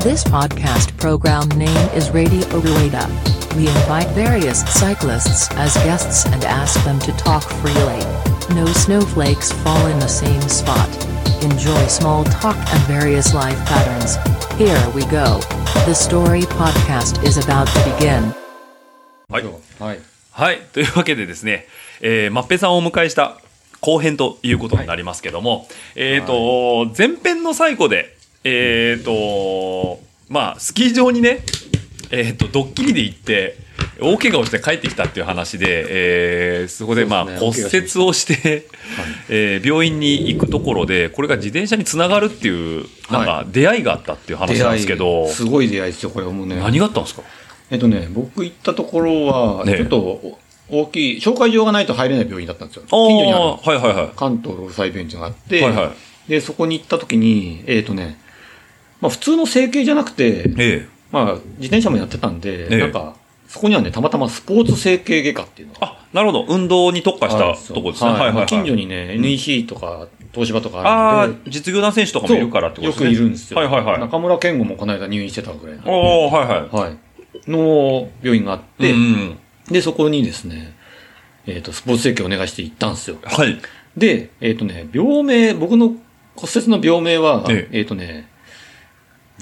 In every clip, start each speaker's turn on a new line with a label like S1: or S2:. S1: This podcast program name is Radio Rueda. We invite various cyclists as guests and ask them to talk freely. No snowflakes fall in the same spot. Enjoy small talk and various life patterns. Here we go. The story podcast is about to begin.
S2: はい。
S3: はい。
S2: はい。というわけでですね、えー、まっぺさんをお迎えした後編ということになりますけども、えっ、と、前編の最後で、えっ、と、まあ、スキー場にね、えっ、と、ドッキリで行って、大怪我をして帰ってきたっていう話で、えーそこでまあ
S3: そうですね
S2: 骨折をして、 えー病院に行くところで、これが自転車につながるっていう、なんか出会いがあったっていう話なんですけど、
S3: すごい出会いですよ、これもうね。
S2: 何があったんですか
S3: えっとね、僕行ったところは、
S2: ねえ
S3: ちょっとお大きい、紹介状がないと入れない病院だったんですよ。
S2: あ
S3: 近
S2: あ、
S3: 所にある
S2: はいはいはい。
S3: 関東労災病院っていうのがあって、
S2: はいは
S3: で、そこに行った時に、えっ、とね、まあ普通の整形じゃなくて、
S2: ええ
S3: まあ自転車もやってたんで、
S2: ええ
S3: なんか、そこにはね、たまたまスポーツ整形外科っていうのが
S2: あ、なるほど。運動に特化し
S3: あ
S2: た
S3: るんよ
S2: とこですね。はい
S3: はい
S2: はいはい。
S3: 近所にね、NEC とか東芝とか
S2: ああ
S3: あるんで、
S2: ー、実業団選手とかもいるからってことですね。
S3: そうよくいるんですよ。
S2: はいはいはい。
S3: 中村健吾もこの間入院してたぐらいなんで
S2: おおはいはい。
S3: はい。の病院があって、
S2: うんうん、
S3: で、そこにですね、えっ、と、スポーツ整形お願いして行ったんですよ。
S2: はい。
S3: で、えっ、とね、病名、僕の骨折の病名は、
S2: え
S3: えっ、とね、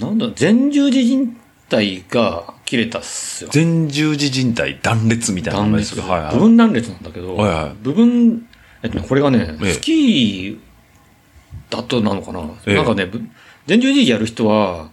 S3: なんだ、前十字靭帯が切れたっすよ。
S2: 前十字靭帯断裂みたいな
S3: 断
S2: 名前です
S3: 裂。
S2: けどはいはい。
S3: 部分断裂なんだけど、
S2: はいはい
S3: 部分、えっ、とね、これがね、
S2: ええ
S3: スキーだとなのかな、
S2: ええ
S3: なんかね、ぶ前十字靭やる人は、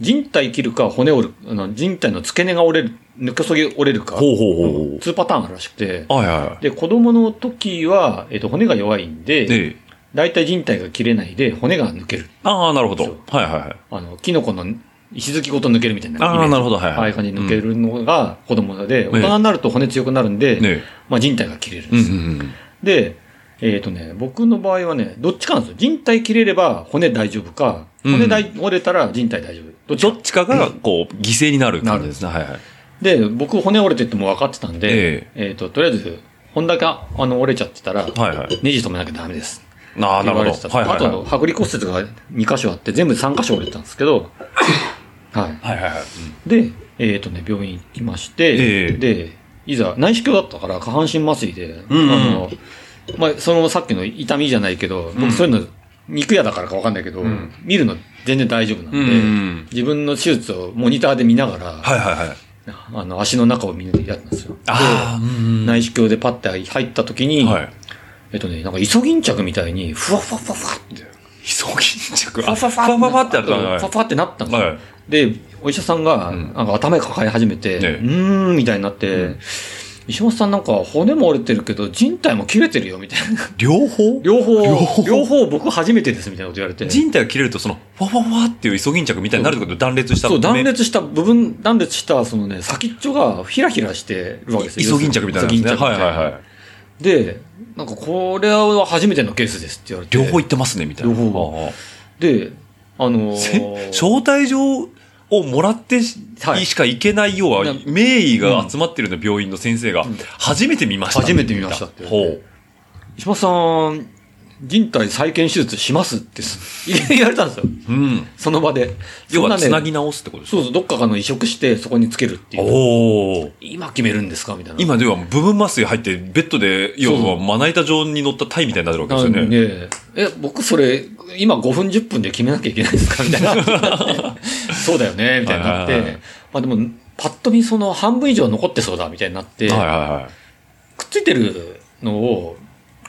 S3: 靭帯切るか骨折る、あの靭帯の付け根が折れる、抜けそぎ折れるか、
S2: ほうほうほうほ
S3: 2パターンあるらしくて、
S2: う。はいはい。
S3: で、子供の時は、えっと、骨が弱いんで、
S2: ええ。
S3: 大体人体が切れないで、骨が抜ける。
S2: ああ、なるほど
S3: そう。
S2: はいはいはい。
S3: あの、キノコの石突きごと抜けるみたいなイメージ。
S2: ああ、なるほど。はいはい。
S3: ああいう感じで抜けるのが子供で、大人になると骨強くなるんで、
S2: うん。ね
S3: まあ人体が切れるん
S2: え。う
S3: ですよ。
S2: んうん
S3: で、えっ、とね、僕の場合はね、どっちかなんですよ。人体切れれば骨大丈夫か、
S2: うん
S3: 骨大、折れたら人体大丈
S2: う
S3: 夫。どっ
S2: ん。
S3: ち
S2: ど
S3: か
S2: っちかが、こう、犠牲になる感じですね。はいはい。
S3: で、僕骨折れてっても分かってたんで、
S2: え
S3: えっ、と、とりあえず、骨だけあの折れちゃってたら、
S2: はいはい。
S3: ネジ止めなきゃダメです。
S2: ああ、な
S3: 言
S2: るほ
S3: われ
S2: ど。
S3: てた
S2: はいはい
S3: あと、
S2: は。
S3: 剥離骨折が2箇所あって、全部3箇所折れてたんですけど、はい
S2: はいはいはい。
S3: い。で、えっ、とね、病院行きまして、
S2: ええ
S3: で、いざ、内視鏡だったから、下半身麻酔で、
S2: んうん
S3: あの、まあ、そのさっきの痛みじゃないけど、
S2: うん
S3: 僕そういうの、肉屋だからかわかんないけど、
S2: ん
S3: 見るの全然大丈夫なんで、
S2: うんうん
S3: 自分の手術をモニターで見ながら、
S2: はいはいはい。
S3: あの、足の中を見るやったんですよ。
S2: ああ、うんうん。
S3: 内視鏡でパッて入った時に、
S2: はい。
S3: えっとね、なんかイソギンチャクみたいに、ふわふわふわふわって、
S2: イソギンチャク。
S3: ファ
S2: あ、
S3: フ
S2: フ
S3: ァ
S2: ァ
S3: フ
S2: ファファフ
S3: ァファフ
S2: ァ
S3: ァっ
S2: ってて
S3: や
S2: やったたのが
S3: っのがファファってなったんですよ
S2: はい
S3: で、お医者さんが、
S2: ん
S3: なんか頭に抱え始めて、
S2: ね
S3: うーん、みたいになって、石本さんなんか骨も折れてるけど、人体も切れてるよ、みたいな。
S2: 両方
S3: 両方、両
S2: 両
S3: 方
S2: 方
S3: 僕初めてです、みたいなこと言われて。
S2: 人体が切れると、その、ファファファっていうイソギンチャクみたいになるってことで断裂した
S3: そう、断裂した、部分断裂した、そのね、先っちょがヒラヒラしてるわけですよ。
S2: イソギンチャクみたいなやつね。
S3: イソギンチャ
S2: は
S3: ク
S2: い
S3: みた
S2: はい
S3: な
S2: はい。
S3: で、なんかこれは初めてのケースですって言われて。
S2: 両方行ってますね、みたいな。
S3: 両方
S2: ああ
S3: で、あのー
S2: せ招待状をもらってし
S3: はい
S2: しか行けないよう
S3: な
S2: は、名医が集まってるの病院の先生が、初めて見ました。
S3: 初めて見ましたって
S2: ほう。
S3: 石本さん、人体再建手術しますってす 言われたんですよ。
S2: うん。
S3: その場で。
S2: 要は、
S3: そ
S2: つ
S3: んな
S2: な
S3: ね
S2: ぎ直すってことですか
S3: そうそう、どっかの移植して、そこにつけるっていう。
S2: おお。
S3: 今決めるんですかみたいな。
S2: 今では部分麻酔入って、ベッドで、要はまな板状に乗ったタイみたいになってるわけです
S3: な
S2: よ
S3: ん
S2: ね。
S3: で、え、僕それ、今5分10分で決めなきゃいけないんですかみたいな。 そうだよね、みたいになっ
S2: は
S3: て
S2: いはいはい。
S3: まあでも、パッと見その半分以上残ってそうだ、みたいになって、
S2: はいはいはい。
S3: くっついてるのを、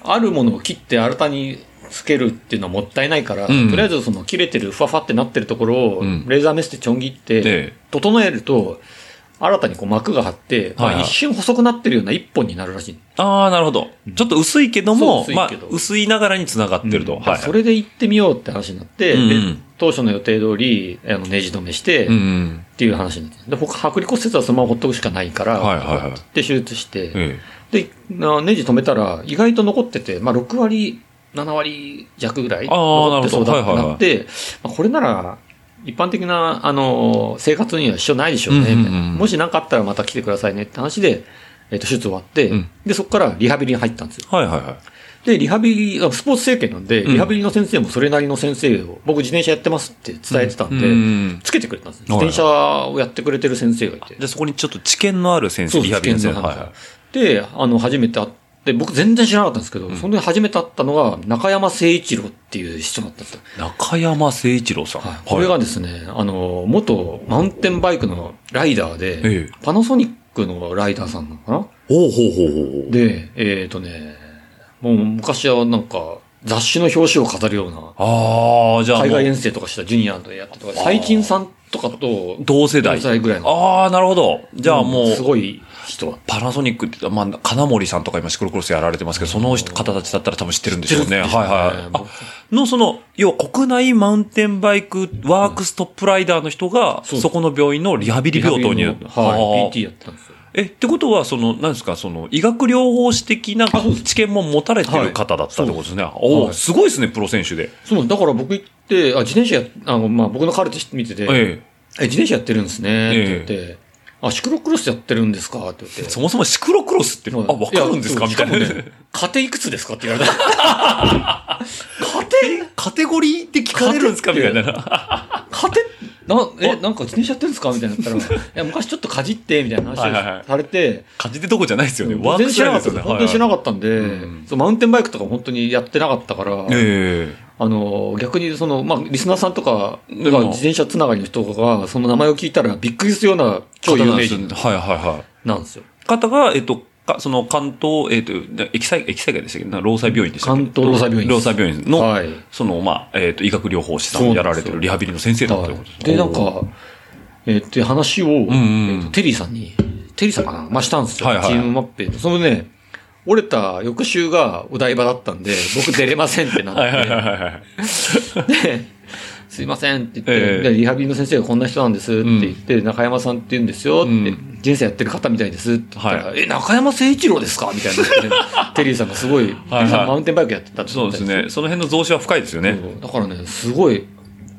S3: あるものを切って新たにつけるっていうのはもったいないから、
S2: うん
S3: とりあえずその切れてるふわふわってなってるところを、
S2: うん
S3: レーザーメスでちょん切って、
S2: で、
S3: 整えると、新たにこう膜が張って、まあ
S2: はいはい
S3: 一瞬細くなってるような一本になるらしい。
S2: ああ、なるほど。ちょっと薄いけども、
S3: そう薄い
S2: まあ
S3: けど、
S2: 薄いながらに繋がってると。
S3: だか
S2: は
S3: ら
S2: い。
S3: それで行ってみようって話になって、
S2: うんうん
S3: で当初の予定通り、あの、ネジ止めして、
S2: う
S3: っ
S2: ん。
S3: ていう話になって。で、僕、剥離骨折はそのままほっとくしかないから、
S2: はいはいはい。
S3: で、手術して、
S2: え
S3: で、なネジ止めたら、意外と残ってて、まあ、6割、7割弱ぐらい
S2: あー
S3: 残ってそうだ
S2: なる
S3: って
S2: ほど
S3: なって、まあこれなら、一般的な、あのー、生活には支障ないでしょうね、
S2: うんうんうん
S3: みたいなもし何かあったらまた来てくださいねって話で、えっと手術終わって、
S2: うん
S3: で、そこからリハビリに入ったんですよ。
S2: はいはいはい。
S3: で、リハビリ、あスポーツ整形なんで、
S2: ん
S3: リハビリの先生もそれなりの先生を、僕自転車やってますって伝えてたんで、
S2: うん
S3: つけてくれたんで
S2: は
S3: す。自
S2: い
S3: 転車をやってくれてる先生がいて
S2: じゃ。あそこにちょっと知見のある先生、
S3: そう
S2: リ
S3: です
S2: ハビリの先生。はいはい。
S3: で、あの、初めて会って、僕全然知らなかったんですけど、その時初めて会ったのが、中山誠一郎っていう人だったんですよ。
S2: 中山誠一郎さん。
S3: はい、これがですね、あの、元マウンテンバイクのライダーで、
S2: ええ
S3: パナソニックのライダーさんなのかな
S2: ほうほうほうほうほう。
S3: で、えっ、とね、もう昔はなんか、雑誌の表紙を飾るような、
S2: ああ、じゃあ
S3: 海
S2: も
S3: 外
S2: う
S3: 遠征とかしたジュニアでやってとか、最近さんとかと、
S2: 同世代。
S3: 同世代ぐらいの
S2: ああ、なるほど。じゃあもう、
S3: すごい人だっ
S2: パナソニックって、まあ、金森さんとか今シクロクロスやられてますけど、その人方たちだったら多分知ってるんでしょうね。
S3: 知ってるんでしょう
S2: はい
S3: ね
S2: はい。
S3: 僕
S2: あの、その、要は国内マウンテンバイクワークストップライダーの人が、
S3: そう
S2: そこの病院のリハビ
S3: た。
S2: リ病棟に。
S3: リハビリのはい、
S2: あー
S3: PT やってたんですよ。
S2: え、ってことは、その、なんですか、その、医学療法士的な
S3: あそうです
S2: 知見も持たれてる方だったってことですね。おお、
S3: はい
S2: すごいですね、プロ選手で。
S3: そう、だから僕行って、あ、自転車や、あの、まあ、僕の彼と見てて、
S2: え
S3: え、自転車やってるんですね、って言って、あ、シクロクロスやってるんですかって言って。
S2: え。そもそもシクロクロスって、あ、
S3: はい
S2: わかるんですか
S3: い
S2: み
S3: や
S2: た
S3: そう
S2: いな。
S3: しかもね家庭いくつですかって言われた。
S2: カテ、カテゴリーって聞かれるんですかみたいな。
S3: 家庭、な、え、なんか自転車やってるんですかみたいにな ったら、いや、昔ちょっとかじって、みたいな
S2: はいはいは
S3: 話
S2: い
S3: をされて、
S2: 感じてどこじゃないですよね。ワー
S3: 全
S2: ク
S3: 然
S2: ス
S3: 知ら
S2: ライ
S3: な
S2: ダ
S3: か
S2: ーですよね。
S3: ったんです。本当に知らなかったんで、
S2: うん
S3: そうマウンテンバイクとかも本当にやってなかったから、
S2: え
S3: あの、逆にその、まあ、リスナーさんとかが
S2: でも
S3: 自転車つながりの人が、その名前を聞いたらびっくりするような
S2: え
S3: 超有名
S2: 方なん
S3: 人
S2: ですよねはいはいは
S3: なんですよ。
S2: い。方が、えっと、かその関東、えっと、エキサイ、エキサイでしたっけな労災病院でしたっけ
S3: 関東労災病院で
S2: 労
S3: す
S2: 災病院の、
S3: はい
S2: その、まあ、えっと、医学療法士さん
S3: そう
S2: を
S3: な
S2: や
S3: んです
S2: ら
S3: よ
S2: れてるリハビリの先生だったということですね
S3: で、なんか、えーって話を、
S2: んうん
S3: えーとテリーさんに、テリーさんかなまあ、したんですよ。
S2: はいはい
S3: チームマッペンそのね、折れた翌週がお台場だったんで、僕出れませんってなって。
S2: はいはいはいはいはい。
S3: ですいませんって言って、
S2: ええ
S3: でリハビリの先生がこんな人なんですって言って、中山さんって言うんですよって、
S2: うん
S3: 人生やってる方みたいですって言ったら、
S2: は
S3: え、中山誠一郎ですかみたい な感じでテリーさんがすごい、
S2: はい
S3: テリーさんマウンテンバイクやってたって
S2: そう
S3: 言っ
S2: で
S3: た
S2: す
S3: んよ
S2: ね。その辺の増資は深いですよね。
S3: そうだからね、すごい、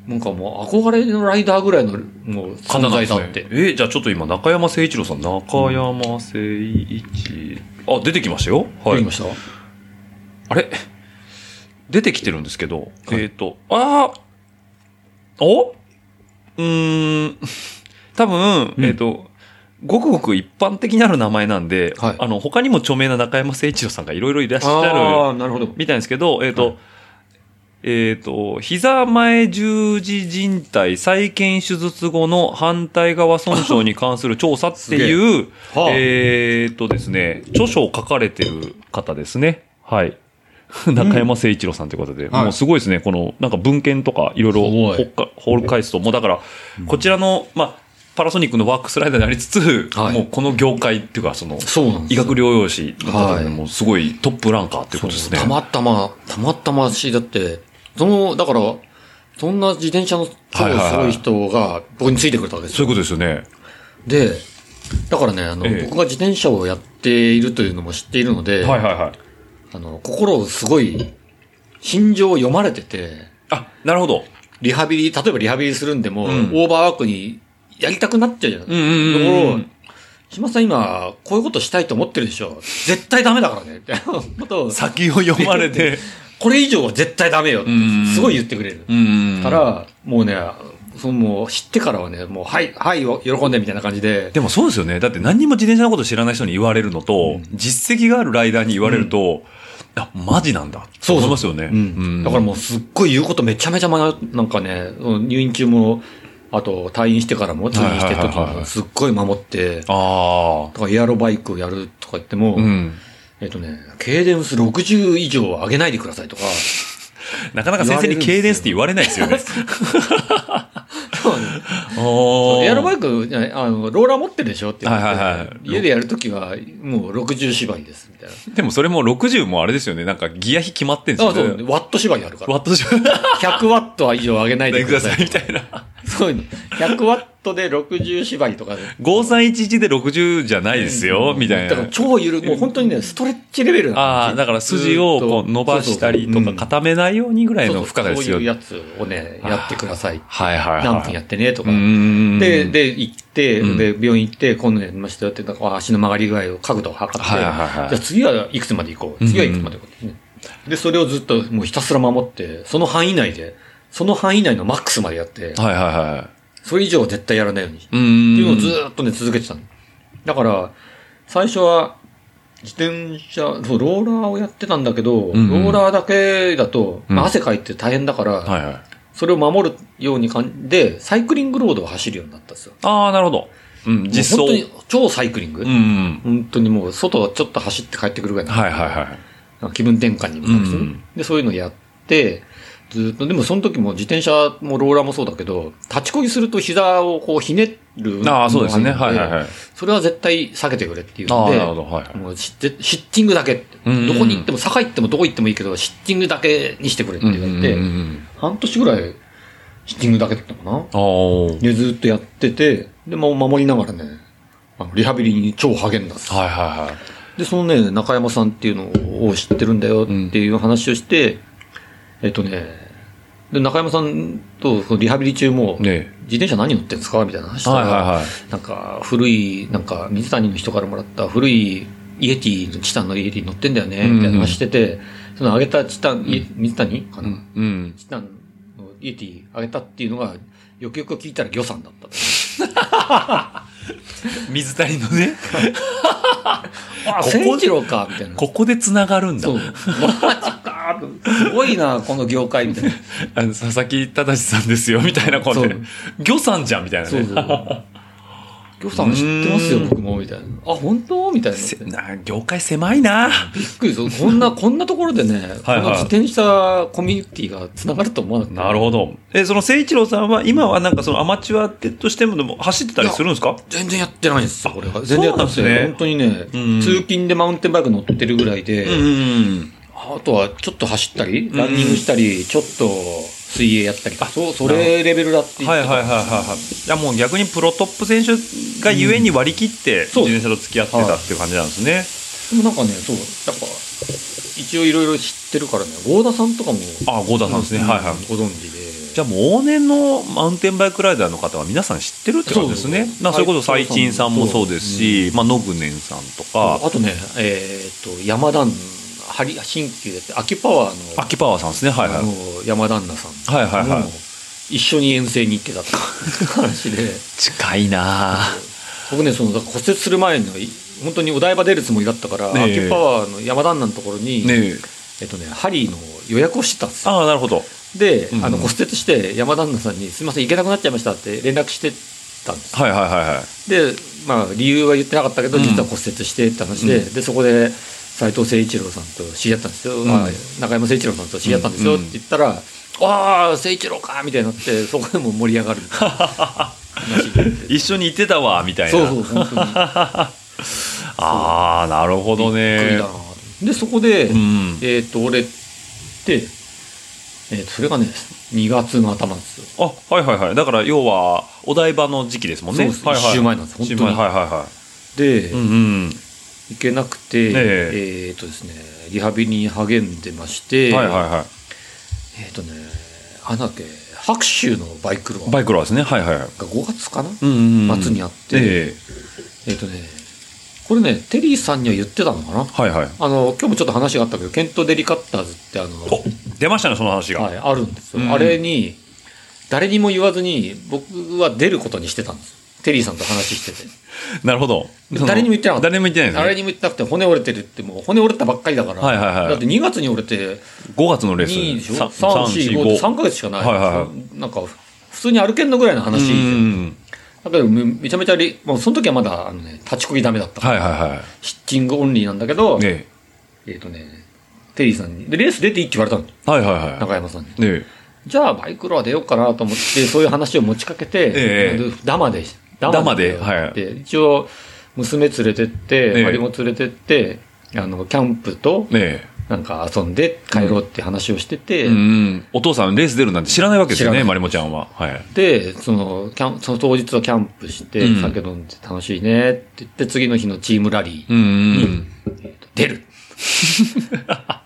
S3: なんかもう憧れのライダーぐらいの、もう存在だって。
S2: えーじゃあちょっと今、中山誠一郎さん、中山誠一、あ、出てきましたよ。
S3: わ
S2: は
S3: かり
S2: い
S3: ま。した
S2: あれ出てきてるんですけど、えっ、と、ああ、おうーん、 多分、
S3: うん
S2: えっ、と、ごくごく一般的にある名前なんで、
S3: はい
S2: あの、他にも著名な中山誠一郎さんがいろいろいらっしゃ
S3: あ
S2: る
S3: あ、なるほど。
S2: みたいですけど、えっ、と、
S3: はい
S2: えっ、と、膝前十字靭帯再建手術後の反対側損傷に関する調査っていう、
S3: げえはあ
S2: えっ、とですね、著書を書かれてる方ですね。はい。中山誠一郎さんということで、
S3: はい
S2: もうすごいですね、この、なんか文献とかいろいろ
S3: すごい
S2: ほっか掘り返すと、もうだから、こちらの、まあ、パラソニックのワークスライダーでありつつ、
S3: はい
S2: もうこの業界っていうか、その、
S3: そうなんです
S2: 医
S3: よ
S2: 学療養士の方で
S3: はい
S2: もうすごいトップランカーっていうことですね。
S3: たまたま、たまたまし、だって、その、だから、そんな自転車の超
S2: はいはい
S3: す
S2: は
S3: ご
S2: い
S3: い人が僕についてくれたわけです
S2: そうい
S3: よ。
S2: うことですよね。
S3: で、だからね、あの、
S2: ええ
S3: 僕が自転車をやっているというのも知っているので、
S2: はいはい。
S3: あの、心をすごい、心情を読まれてて、
S2: あ、なるほど。
S3: リハビリ、例えばリハビリするんで
S2: ん
S3: も、オーバーワークにやりたくなっちゃうじゃない、
S2: うんうんうんうん
S3: ところ、島さん今、こういうことしたいと思ってるでしょ絶対ダメだからね。み たいなことを、
S2: 先を読まれて。
S3: これ以上は絶対ダメよって
S2: うんうん、
S3: すごい言ってくれる。
S2: ん
S3: か、ら、もうね、そのもう知ってからはね、もう、はい、はい、喜んでみたいな感じで、
S2: でもそうですよね。だって何にも自転車のこと知らない人に言われるのと、実績があるライダーに言われると、あ、マジなんだ。そう思いますよね。
S3: うん、だからもうすっごい言うことめちゃめちゃ迷う、なんかね、うん入院中も、あと退院してからも、通院して
S2: はい
S3: る時
S2: はいはいは
S3: も
S2: い
S3: すっごい守って、
S2: ああ。
S3: とかエアロバイクをやるとか言っても、
S2: うん。
S3: えっとね、ケイデンス60以上は上げないでください とか、
S2: なかなか先生に
S3: 言われるんです
S2: 軽
S3: よ
S2: 電スって言われないですよね。
S3: エアロバ
S2: イ
S3: イク、いやあの、ローラー持ってるでしょって言って、
S2: はいはいはい
S3: 家でやるときはもう60芝居です、みたいな。
S2: ク。でもそれも60もあれですよね。なんかギア比決まってんです
S3: あ
S2: よ
S3: そう、ワット芝居あるから。
S2: ワットじゃ
S3: 100ワットは以上上げない
S2: な
S3: で
S2: いく
S3: くだ
S2: だ
S3: さ
S2: さい
S3: い。
S2: みたいな。
S3: ごいの。100ワットで60縛りとかで。
S2: 5311で60じゃないですよ、 みたい
S3: だから
S2: な。
S3: 超ゆる、もう本当にね、ストレッチレベルなの
S2: ああ、だから筋をこう伸ばしたりとか固めないようにぐらいの負荷が必
S3: そうそうそういう
S2: 要。
S3: やつをね、やってください。
S2: はいはいはい。
S3: 何分やってね、とか
S2: う。ん
S3: で、、で、行って、
S2: うん
S3: で、病院行って、今度やりましたよって、なんか足の曲がり具合を角度を測って、
S2: はいはいはい
S3: じゃあ次はいくつまで行こう。次はいくつまで行こうってね、で、それをずっともうひたすら守って、その範囲内で、その範囲内のマックスまでやって、
S2: はいはいはい。
S3: それ以上は絶対やらないように。って
S2: う
S3: いうのを
S2: ん。
S3: ずーっとね、続けてたの。だから、最初は、自転車、そう、ローラーをやってたんだけど、
S2: んうん
S3: ローラーだけだと、まあ
S2: うん
S3: 汗かいて大変だから、
S2: はいはい。
S3: それを守るようにかんで、サイクリングロードを走るようになったんですよ。
S2: ああ、なるほど。うん、実
S3: もう
S2: 装。
S3: 本当に超サイクリング。
S2: うんうん。
S3: 本当にもう、外をちょっと走って帰ってくるぐらいの
S2: はいはいはい。
S3: なんか気分転換にもなるし、
S2: うんうん
S3: で、そういうのやって、ずーっと、でもその時も自転車もローラーもそうだけど、立ちこぎすると膝をこうひねる。
S2: ああ、そうですね。はいはいはい。
S3: それは絶対避けてくれっていう
S2: あ
S3: の
S2: あ、
S3: で、
S2: なるほど。はいはい。
S3: もうシッシッティングだけって、
S2: うんうんうん
S3: どこに行っても、坂行ってもどこ行ってもいいけど、シッティングだけにしてくれって言われて、
S2: うんうんうん
S3: 半年ぐらいシッティングだけだったかな。
S2: ああ。
S3: で、ずっとやってて、で、もう守りながらね、あのリハビリに超励んだんです。
S2: はいはいはい。
S3: で、そのね、中山さんっていうのを知ってるんだよっていう話をして、えっとね、で、中山さんとそのリハビリ中も、
S2: ね
S3: 自転車何乗ってんですかみたいな話したら、
S2: はいはいはい。
S3: なんか古い、なんか水谷の人からもらった古いイエティのチタンのイエティ乗ってんだよ
S2: うん
S3: ね、
S2: うん
S3: みたいな話してて、その上げたチタン、イエ水谷かな、
S2: うん。
S3: チタンのイエティ上げたっていうのが、よくよく聞いたら魚さんだった。
S2: 水谷の ね、
S3: あ、
S2: ここ
S3: 千一郎か、みたいな。
S2: ここで繋がるんだ
S3: そう。。マジかーすごいな、この業界、みたいな。
S2: あの、佐々木忠さんですよ、みたいなことで
S3: そう。
S2: 魚さんじゃん、みたいな
S3: そう
S2: ね
S3: そう。。ぎょさん知ってますよ
S2: う、ん
S3: 僕も、みたいな。あ、本当みたいな。
S2: せ
S3: び
S2: な業界狭いな。
S3: っくりする。こんな、こんなところでね、この自転車コミュニティが繋がると思わなくて。
S2: なるほど。え、その誠一郎さんは、今はなんかそのアマチュアとしてもでも走ってたりするんですか
S3: 全然やってないんですよ、これが。
S2: そ
S3: 全
S2: う
S3: 然や
S2: な
S3: っ
S2: ん
S3: てな
S2: です
S3: くて、
S2: ね
S3: 本当にね、
S2: うん
S3: 通勤でマウンテンバイク乗ってるぐらいで、
S2: ん。
S3: あとはちょっと走ったり、ランニングしたり、ちょっと水泳やったりとか、そう、それレベルだって言っ
S2: はい
S3: て
S2: はいはいはいはい。いやもう逆にプロトップ選手がゆえに割り切って自
S3: そう
S2: 転車と付き合ってたっていう感じなんですね。
S3: でもなんかね、そう、やっぱ、一応いろいろ知ってるからね、郷田さんとかも、
S2: あ、ゴーダさんですね。はいはい。
S3: ご存知で。
S2: じゃあもう往年のマウンテンバイクライダーの方は皆さん知ってるって感じですね。
S3: そう
S2: まあそれこそ最近さんもそうですし、まあノグネンさんとか、
S3: あとね、えーっと、山田、針新旧でって、秋パワーの、
S2: 秋パワーさんですね。はいは
S3: あ
S2: い。
S3: の山旦那さん
S2: はいはいはい
S3: もう一緒に遠征に行ってたって話で、
S2: 近いなあ
S3: 僕ね、そのだから骨折する前の、い本当にお台場出るつもりだったから、
S2: ねえ
S3: 秋パワーの山旦那のところに、
S2: ねえ。
S3: えっとね、ハリーの予約をしてたんですよ。
S2: ああ、なるほど。
S3: で、
S2: うん
S3: あの骨折して山旦那さんに、すみません、行けなくなっちゃいましたって連絡してたんです。
S2: はいはいはいはい。
S3: で、まあ、理由は言ってなかったけど、
S2: うん
S3: 実は骨折してって話で、で、そこで、斎藤誠一郎さんと知り合ったんですよ、まあ、中山誠一郎さんと知り合ったんです
S2: う
S3: よっ
S2: ん
S3: て言ったら、ああ、誠一郎かみたいになって、そこでも盛り上がるみたいな話にな って
S2: 一緒に行ってたわ、みたいな。
S3: そうそう、本当に。
S2: ああ、なるほど
S3: びっくり
S2: ね
S3: だ。なで、そこで、
S2: うん。
S3: えっ、と、俺って、えーと、それがね、2月の頭なんですよ。
S2: あ、はいはいはい。だから要は、お台場の時期ですもんね。
S3: そうです
S2: はいはい、
S3: 一週前なんです本当に
S2: 一週前はいはいは
S3: で、
S2: い。うんうん。
S3: 行けなくて、え
S2: え
S3: っ、とですね、リハビリに励んでまして、
S2: はいはいは
S3: えっ、とね、あなんだっけ、白州のバイクロア
S2: い。
S3: が
S2: バイクロアですね。はいはいはい。
S3: 5月かな、
S2: うんうんうん。
S3: 末にあって
S2: え
S3: えっ、とね、これね、テリーさんには言ってたのかな
S2: えはいはい。
S3: あの、今日もちょっと話があったけど、ケント・デリカッターズってあの、
S2: お出ましたね、その話が。
S3: はい、あるんですよ。
S2: うん
S3: あれに、誰にも言わずに、僕は出ることにしてたんですよ。テリーさんと話してて。
S2: なるほど。
S3: 誰にも言ってなかった
S2: 誰にも言ってないですね。
S3: 誰にも言ってなくて、骨折れてるって、もう骨折れたばっかりだから。
S2: はいはいはい
S3: だって2月に折れて、
S2: 5月のレース。
S3: 2でしょ ?3、
S2: 三
S3: 4、5、3ヶ月しかない。
S2: はいはいは
S3: なんか、普通に歩けんのぐらいの
S2: うん
S3: 話
S2: う
S3: じゃん
S2: んうん。
S3: だけど、めめちゃめちゃり、もうその時はまだ、あのね、立ちこぎダメだったから。
S2: はいはいは
S3: ヒッチングオンリーなんだけど、
S2: い。ね
S3: えっ、とね、テリーさんに、で、レース出ていいって言われたの、
S2: え。はいはいは
S3: 中山さんに。
S2: い。ね
S3: じゃあ、バイクロア出ようかなと思って、そういう話を持ちかけて、
S2: ええ
S3: ダマで、
S2: ダマではい
S3: で一応、娘連れてって、
S2: ええ
S3: ハリも連れてって、あの、キャンプと
S2: え。、ねえ。
S3: なんか遊んで帰ろうって話をしてて、
S2: うんうんお父さんレース出るなんて知らないわけですよ
S3: 知ら
S2: ね、
S3: ない
S2: まりもちゃんは。はい。
S3: で、その、キャン、その当日はキャンプして
S2: う、ん
S3: 酒飲んで楽しいねって言って、次の日のチームラリー、
S2: うんうん
S3: 出る。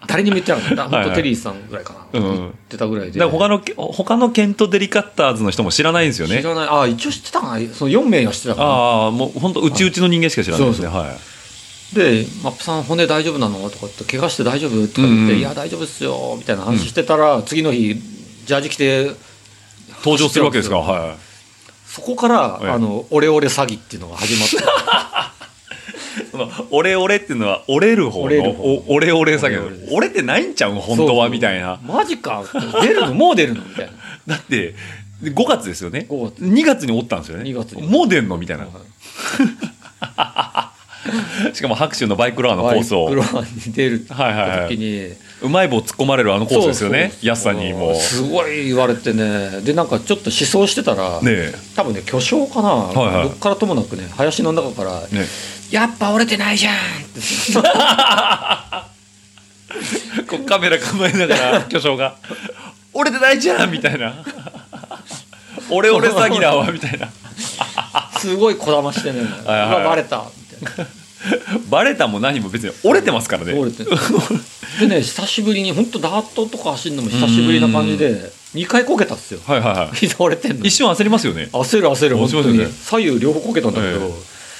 S3: 誰にも言ってなかった。
S2: はい
S3: 本当テリーさんぐらいかな。
S2: うん
S3: 言ってたぐらい
S2: うん。
S3: で。
S2: だから他の、他のケント・デリカッターズの人も知らないんですよ
S3: 知
S2: ね。
S3: らない。ああ、一応知ってたかな。その4名は知ってたか
S2: ああ、もう本当、うちうちの人間しか知らないですね。
S3: そ
S2: はい。
S3: な。で、マップさん骨大丈夫なのとかって、怪我して大丈夫とか言っ
S2: うんう
S3: て、
S2: ん
S3: いや、大丈夫っすよ、みたいな話してたら、次の日、ジャージ着て、
S2: 登場するわけですから、はい。
S3: そこから、
S2: ええ
S3: あの、オレオレ詐欺っていうのが始 まった。
S2: その、オレオレっていうのは、折れる方
S3: 折れ
S2: の
S3: る方、
S2: おオレオレ詐
S3: オレオレで
S2: 欺。折れてないんちゃうん本当
S3: そう
S2: は、みたいな。
S3: マジか。出るのもう出るのみたいな。
S2: だって、5月ですよね。
S3: 5月
S2: 2月に折ったんですよね。
S3: 2月に
S2: もう出んのみたいな。 しかも拍手のバイクロアのコースを
S3: フ。ロアに出る時に、
S2: はいはいはい。うまい棒突っ込まれるあのコースですよね。安さにもう。
S3: すごい言われてねでなんかちょっと思想してたら、
S2: ね
S3: 多分ね巨匠かな、
S2: いはい
S3: どっからともなくね林の中から、
S2: え。ね
S3: やっぱ折れてないじゃん!」って
S2: え。こうカメラ構えながら、巨匠が、俺でないじゃんみたいな。 俺俺詐欺だわ、みたいな。
S3: すごいこだましてね「
S2: はいはいう
S3: わバレた」みたい
S2: バレたも何も別に折れてますからね
S3: な。折れてる でね久しぶりに本当ダートとか走るのも久しぶりな感じで2回こけたっすよ
S2: はいはいは
S3: 膝折れてんの
S2: い。一瞬焦りますよね。
S3: 焦る焦る
S2: 面
S3: 本
S2: 白い
S3: 当
S2: ですね
S3: に、左右両方こけたんだけど、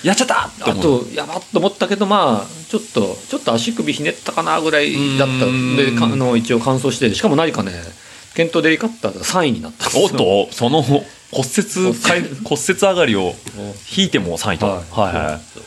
S2: えやっちゃったって
S3: あ
S2: 思う。
S3: と、やばっと思ったけど、まあ、ちょっと、ちょっと足首ひねったかなぐらいだった
S2: うん
S3: んで、かあの一応完走して、しかも何かね、ケント・デリカッターが3位になったんですよ
S2: おっと、その骨折、かい骨折上がりを引いても3位と。
S3: は
S2: はいいはい。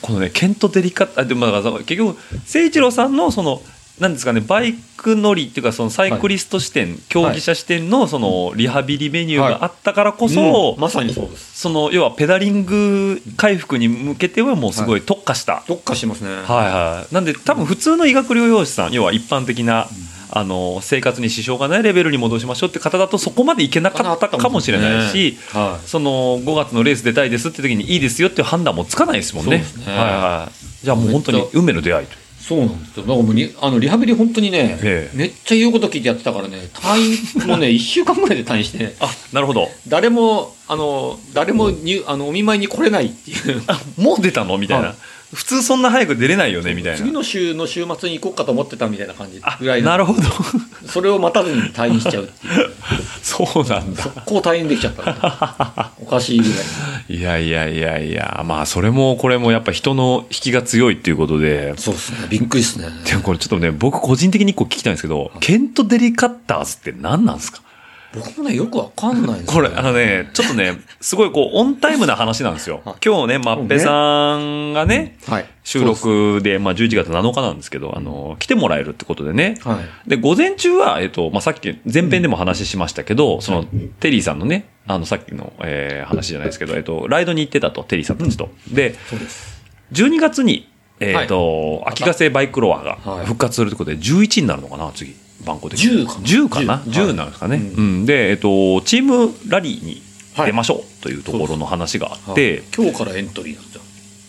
S2: このね、ケント・デリカッタ、でもだから結局、誠一郎さんのその、なんですかね、バイク乗りっていうか、そのサイクリスト視点、競技者視点のそのリハビリメニューがあったからこそ、
S3: うんまさにそうです。
S2: その要はペダリング回復に向けてはもうすごい特化した
S3: どっかしますね。
S2: はいはい、なんで多分普通の医学療養士さん要は一般的な、あの生活に支障がないレベルに戻しましょうって方だとそこまでいけなかったかもしれないし、
S3: は
S2: その5月のレース出たいですって時にいいですよっていう判断もつかないですもんね。
S3: そうですね
S2: はいはい、じゃあもう本当
S3: め
S2: に
S3: っち
S2: 運命の出会いと。
S3: い。そうなんですよ。だからもうリ、あの、リハビリ本当にね、
S2: ええ
S3: めっちゃ言うこと聞いてやってたからね、退院もね、1週間ぐらいで退院して、
S2: あなるほど
S3: 誰も、あの、誰もに、あの、お見舞いに来れないっていう。
S2: あもう出たのみたいな、
S3: はい
S2: 普通そんな早く出れないよねみたい
S3: 次
S2: な。
S3: の週の週末に行こうかと思ってたみたいな感じ
S2: あ
S3: ぐらいの
S2: なるほど
S3: それを待たずに退院しちゃうっていう。
S2: そうなんだ。
S3: こう退院できちゃったのおかしいぐらい
S2: いやいやいやいやまあそれもこれもやっぱ人の引きが強いっていうことで
S3: そうですねびっくりですね
S2: でもこれちょっとね、僕個人的に一個聞きたいんですけど、ケント・デリカッターズって何なんですか
S3: 僕もねよくわかんないんです
S2: こ
S3: よ
S2: れ、あのね、ちょっとね、すごいこう、オンタイムな話なんですよ
S3: はい。
S2: 今日ね、マッペさんがね、
S3: はい
S2: 収録で、まあ11月7日なんですけど、あの、来てもらえるってことでね。
S3: はい
S2: で、午前中は、えっと、まあさっき、前編でも話しましたけど、その、テリーさんのね、あの、さっきの、えー話じゃないですけど、えっと、ライドに行ってたと、テリーさんたちと。で、
S3: そうです
S2: 12月に、えっ、と、秋ヶ瀬バイクロアが
S3: はい
S2: 復活するってことで、11になるのかな、次、番号的に。
S3: 10かな
S2: 10かな
S3: 10
S2: 10なんですかね。
S3: はい
S2: うん。で、えっ、と、チームラリーに出ましょうというところの話があって、
S3: 今日からエントリーなんですよ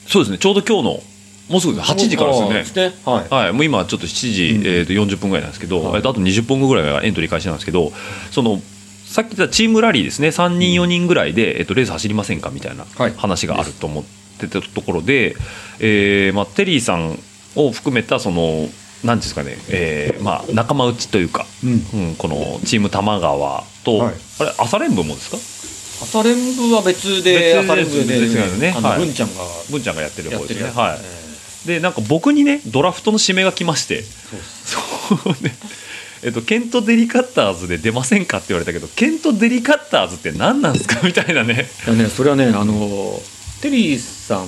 S2: そうですね、ちょうど今日の、もうすぐ8時からですよね。
S3: よねはい
S2: はい、もう今ちょっと7時、
S3: うん
S2: えー、と40分ぐらいなんですけど、
S3: はい
S2: えーとあと20分後ぐらいがエントリー開始なんですけどそのさっき言ったチームラリーですね3人4人ぐらいで、えー、とレース走りませんかみたいな
S3: はい
S2: 話があると思ってたところで、えーまあ、テリーさんを含めたその何ですかね、えーまあ、仲間内というか、
S3: うん
S2: うん、このチーム玉川と、
S3: はい
S2: あれ朝練部もですか
S3: 朝練部は別で
S2: 別
S3: 朝練部で
S2: 別ですよね
S3: あの
S2: はい
S3: 文ちゃんが
S2: 文ちゃんがやってる
S3: や
S2: 方
S3: っ
S2: で
S3: てる
S2: す
S3: や
S2: ね。
S3: つ
S2: はいでなんか僕にねドラフトの指名が来まして
S3: そうっす
S2: そうねえっと、ケント・デリカッターズで出ませんかって言われたけどケント・デリカッターズって何なんですかみたいなね
S3: いやねそれはねあのテリーさん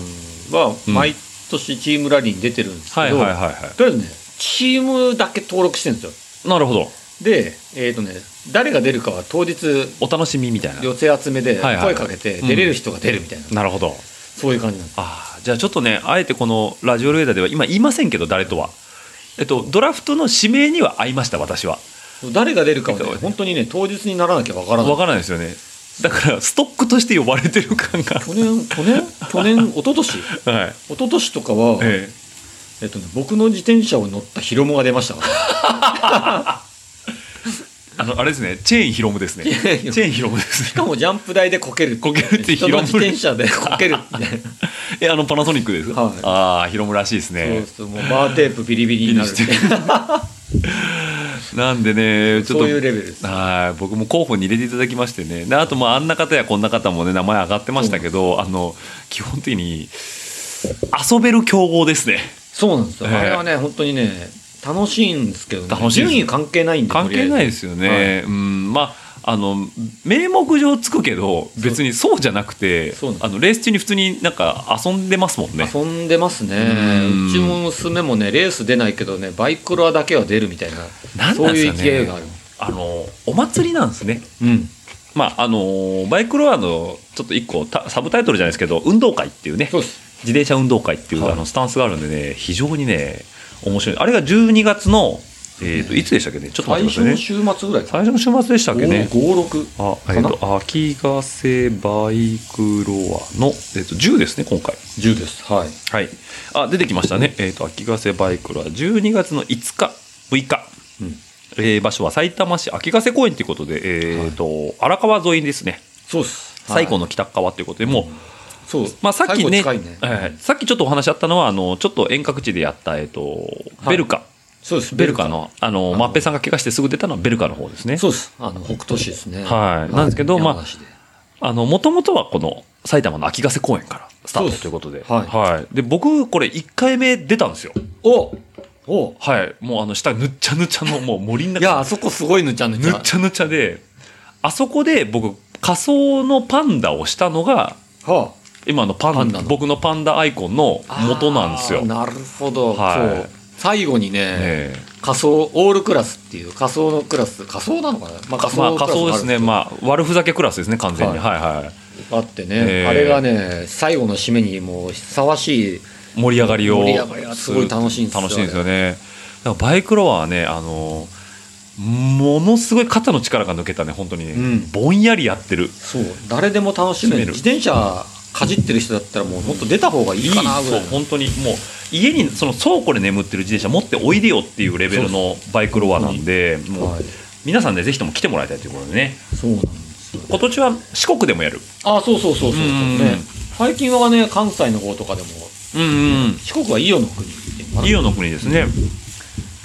S3: は毎年チームラリーに出てるんですけどとりあ
S2: いは
S3: えずねチームだけ登録してるんですよ
S2: いなるほど
S3: でえっ、とね誰が出るかは当日
S2: お楽しみみたいな
S3: 寄せ集めで
S2: はいはい
S3: 声かけて
S2: うん
S3: 出れる人が出るみたいな、
S2: なるほど
S3: そういう感じなんです
S2: あーじゃあちょっとねあえてこのラジオルエダでは今言いませんけど誰とはえっとドラフトの指名には合いました私は
S3: 誰が出るかは、ね
S2: そうですね
S3: 本当にね当日にならなきゃわからな
S2: わ
S3: い
S2: からないですよねだからストックとして呼ばれてる感が
S3: 去年去年去年一昨年一
S2: はい
S3: 昨年とかは、
S2: ええ
S3: えっとね、僕の自転車を乗ったヒロモが出まし たから
S2: あの、あれですね、チェーンヒロムですね。チ
S3: ェーンヒロ
S2: ェーンヒロム
S3: ム
S2: です
S3: しか
S2: ね。
S3: もジャンプ台でこける。
S2: こけるって
S3: 人の自転車でこけるって。
S2: え、あの、パナソニックです。
S3: はい
S2: ああ、ヒロムらしいです
S3: そ
S2: ね
S3: う。そう、もうバーテープビリビリになるっていう。
S2: なんでね、ちょっと。
S3: そういうレベルです。
S2: はい僕も候補に入れていただきましてねであとまああんな方やこんな方もね名前上がってましたけどあの基本的に遊べる競合ですね
S3: そうなんですよ。
S2: ええ
S3: あれはね、本当にね、楽しいんですけどね。
S2: 楽しいです
S3: 順位関係ないんで。。
S2: 関係ないですすよね、うんまああの名目上つくけど別にそうじゃなくて
S3: そうなんです
S2: あのレース中に普通になんか遊んでますもんね
S3: 遊んでますね。
S2: うん
S3: うちも娘もね、レース出ないけどね、バイクロアだけは出るみたいな、
S2: なん
S3: そ
S2: な
S3: うん
S2: です
S3: い
S2: か
S3: う
S2: ね
S3: 勢いがある。
S2: あのお祭りなんですね
S3: うん。
S2: まああのバイクロアのちょっと一個たサブタイトルじゃないですけど運動会っていうね
S3: そうです。
S2: 自転車運動会っていう、
S3: はい
S2: あのスタンスがあるんでね非常にね面白いあれが12月の、えー、といつでしたっけねちょっと待
S3: 最
S2: って
S3: 初
S2: ください
S3: の
S2: ね
S3: 週末ぐらい
S2: 最初の週末でしたっけね
S3: 5、6。
S2: あ、えっ、
S3: かな
S2: と、秋ヶ瀬バイクロアの、えっ、と、10ですね、今回。
S3: 10です。はい。
S2: はい。あ、出てきましたね。えっ、と、秋ヶ瀬バイクロア、12月の5日、6日。
S3: うん
S2: えー場所は埼玉市秋ヶ瀬公園ということで、えっ、と、荒川沿いですね。
S3: そうです。
S2: 最後
S3: の。
S2: の北川ということで、もう、
S3: そう。
S2: まあ、さっきね
S3: 最後近いね。
S2: ええさっきちょっとお話あったのはあのちょっと遠隔地でやった、えっとベルカ、
S3: そうです。
S2: ベルカ。のあの
S3: の
S2: マッペさんが怪我してすぐ出たのはベルカの方ですね
S3: そうです。あの、北斗市ですね。
S2: はいなんですけどまあ
S3: 山梨で
S2: あの元々はこの埼玉の秋ヶ瀬公園からスタートということで,、
S3: そうです
S2: で僕これ1回目出たんですよ
S3: おお
S2: はいもうあの下ぬっちゃぬちゃのもう森の
S3: いや、
S2: 中
S3: あそこすごいぬちゃぬち
S2: ぬ
S3: ゃ。
S2: っちゃぬちゃであそこで僕仮想のパンダをしたのが
S3: は
S2: 今のパン
S3: パンダの
S2: 僕のパンダアイコンの
S3: あ
S2: 元なんですよ
S3: あーなるほど。
S2: はい
S3: そう。最後にね、
S2: ええ
S3: 仮想、オールクラスっていう仮想のクラス、仮想なのかなまあ仮想
S2: まあ
S3: のクラ
S2: 仮
S3: ス
S2: 想
S3: が
S2: ですね、まあ、悪ふざけクラスですね、完全に、はい、はい
S3: あってね、
S2: えー
S3: あれがね、最後の締めにもうふさわしい、
S2: 盛り上がりを
S3: 盛り上がりがすごい楽しいんですよ
S2: 楽しいですよね。だからバイクロアはね、あのものすごい肩の力が抜けたね、本当にね、
S3: うん
S2: ぼんやりやってる、
S3: そう、誰でも楽しめる。
S2: 楽
S3: 自
S2: し
S3: 転車かじってる人だったらもう本当出た方がい
S2: い
S3: い
S2: い、
S3: かなぐ
S2: そ
S3: ら
S2: う
S3: いの。
S2: 本当にもう、家にその倉庫で眠ってる自転車、持っておいでよっていうレベルのバイクロアなんで、もう、
S3: はい
S2: 皆さんね、ぜひとも来てもらいたいということでね、
S3: そうなんですよ。
S2: 今年は四国でもやる、
S3: あ、そうそうそうそうそう
S2: うん
S3: ね。最近はね、関西の方とかでも、
S2: うんうん、
S3: 四国は伊予の国っていうのかな
S2: 伊予の国ですね。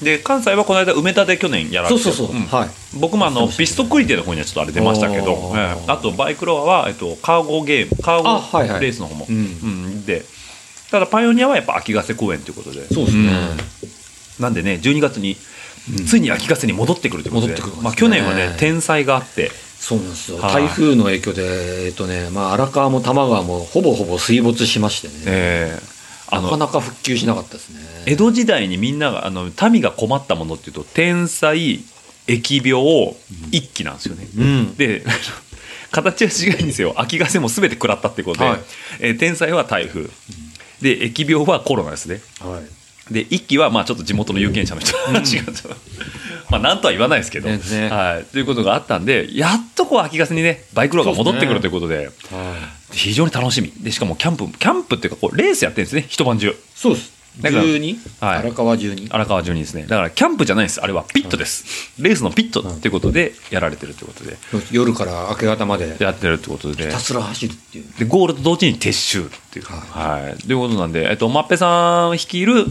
S2: で関西はこの間梅田で去年やられ
S3: そう
S2: て
S3: そうそう、
S2: ん
S3: はい。
S2: 僕もあのピストクリテの方にはちょっとあれ出ましたけど、
S3: お
S2: え
S3: ー
S2: えあとバイクロアは、えっと、カーゴゲームカー
S3: あはいは
S2: ゴ
S3: い
S2: レースの方も、
S3: うん
S2: うんでただパイオニアはやっぱ秋ヶ瀬公園ということで
S3: そうですね。
S2: うんなんでね12月に、ついに秋ヶ瀬に戻ってくるということで
S3: 戻ってくるんですね
S2: まあ、去年はね天災があって
S3: そうなんですよ。
S2: はい
S3: 台風の影響で、えっとね、まあ、荒川も多摩川もほぼほぼ水没しましてね。
S2: ええあ
S3: なか
S2: の
S3: なか復旧しなかったですね。
S2: 江戸時代にみんながあの民が困ったものっていうと天災疫病一揆なんですよね、
S3: うん。
S2: で形は違いんですよ秋ヶ瀬も全て食らったってことで、
S3: はい
S2: えー天災は台風で疫病はコロナですね
S3: はい。
S2: で一揆はまあちょっと地元の有権者の人の話がちょっと まあなんとは言わないですけど、
S3: ねね
S2: はい、ということがあったんでやっとこう秋ヶ瀬にねバイクローが戻ってくるということで非常に楽しみでしかもキャンプキャンプっていうかこうレースやってるんですね一晩中
S3: そうです。
S2: だから
S3: 12、
S2: はい
S3: 荒川12。
S2: 荒川中にですねだからキャンプじゃないんですあれはピットです、レースのピットっていうことでやられてるということで
S3: 夜から明け方までひ
S2: やってるってことで
S3: たすら走るっていう。
S2: でゴールと同時に撤収っていう、は
S3: はい
S2: ということなんで、えっと、マッペさん率いる、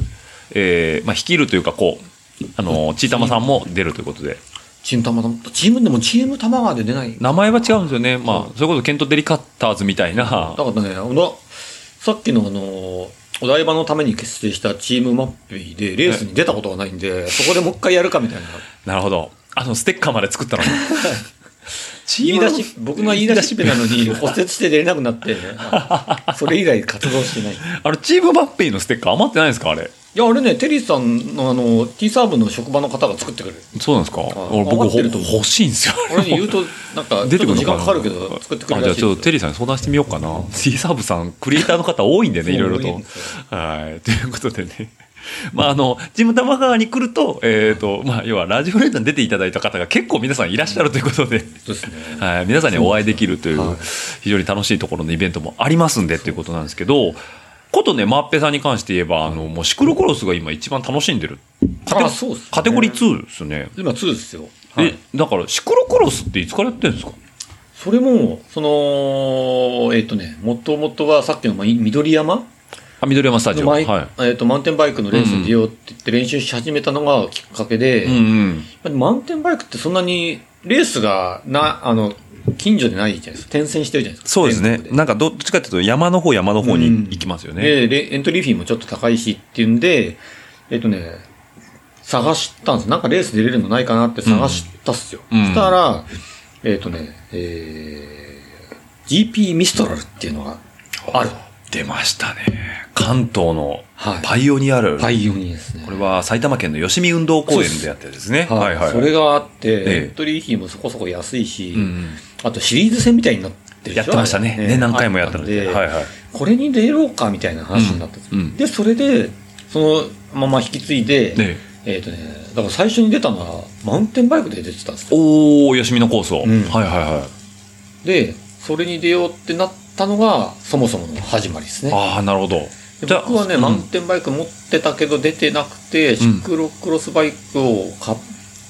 S2: えーまあ、率いるというかこうあのちいたまさんも出るということで
S3: チーム玉玉、チームでもチーム玉川で出ない。だ
S2: 名前は違うんですよね、まあ、それこそケント・デリカッターズみたい な
S3: からね、あのさっきのあの、お台場のために結成したチームマッピーでレースに出たことがないんで、そこでもう一回やるかみたいな。
S2: なるほどあのステッカーまで作 ったのチ
S3: 言い
S2: ームの
S3: 出し、僕が言い出しっぺな のに骨折して出れなくなって、それ以来活動してない。い
S2: あのチームマッペイのステッカー余ってないんですかあれ
S3: や、あれね、テリーさんのあの、T サーブの職場の方が作ってくれる。
S2: そうなんですか俺僕
S3: 余って
S2: ほ
S3: ると思う
S2: 欲しいんですよ
S3: 俺に言うと、なんか、
S2: 出て
S3: ちょっ
S2: くるの
S3: と時
S2: か
S3: 間
S2: な
S3: かかるけど、作ってくれ
S2: あ
S3: る
S2: じゃ
S3: ら
S2: あ
S3: しい
S2: ちょっとテ
S3: リ
S2: リーさんに相談してみようかな C サーブさんクリエイターの方多いんでね
S3: そう
S2: いろいろ
S3: 多い
S2: と
S3: んです。
S2: はいということでね まああのジム玉川に来ると,、えーとまあ、要はラジオレターに出ていただいた方が結構皆さんいらっしゃるということで、
S3: ですね。
S2: はい、皆さんにお会いできるという
S3: はい
S2: 非常に楽しいところのイベントもありますんでということなんですけどことね、マッペさんに関して言えば、あの、もうシクロクロスが今一番楽しんでる。カテ
S3: あそうっすね
S2: カテゴリー2ですね。
S3: 今2ですよ。
S2: え、だから、シクロクロスっていつからやってるんですか
S3: それも、その、えっ、とね、もともとはさっきのまあい緑山
S2: あ、緑山スタジオ。
S3: のマ
S2: はい。
S3: イ、えー、とマウンテンバイクのレースに出ようって言って練習し始めたのがきっかけで、
S2: うんうん。
S3: マウンテンバイクってそんなにレースがな、あの、近所でないじゃないですか。転戦してるじゃないですか。
S2: そうですね。
S3: 全国
S2: なんか、どっちかっていうと、山の方、山の方に行きますよね。
S3: でレエントリーフィーもちょっと高いしっていうんで、えっとね、探したんです。なんかレース出れるのないかなって探したっすよ。
S2: うん
S3: そしたら、えっとね、えー、GP ミストラルっていうのがある。
S2: 出ましたね。関東の
S3: はい
S2: パイオニアル。
S3: パイオニアですね。
S2: これは埼玉県の吉見運動公園でやってるんですね。
S3: はいそれがあって、
S2: え
S3: エントリーフィーもそこそこ安いし、
S2: うんうん
S3: あとシリーズ戦みたいになってるでし
S2: や
S3: ょ
S2: ってましたね。ね、何回もやったの
S3: あ
S2: で。
S3: ん
S2: はいはい。
S3: これに出ようかみたいな話になったんです、
S2: うんうん
S3: でそれでそのまま引き継いで、
S2: ね
S3: えっ、とねだから最初に出たのはマウンテンバイクで出てたんですよ
S2: おー、よしみのコースを。
S3: うん
S2: はいはいはい。
S3: でそれに出ようってなったのがそもそもの始まりですね
S2: ああ、なるほど。
S3: で僕はね、
S2: うん
S3: マウンテンバイク持ってたけど出てなくて、シクロクロスバイクを買っ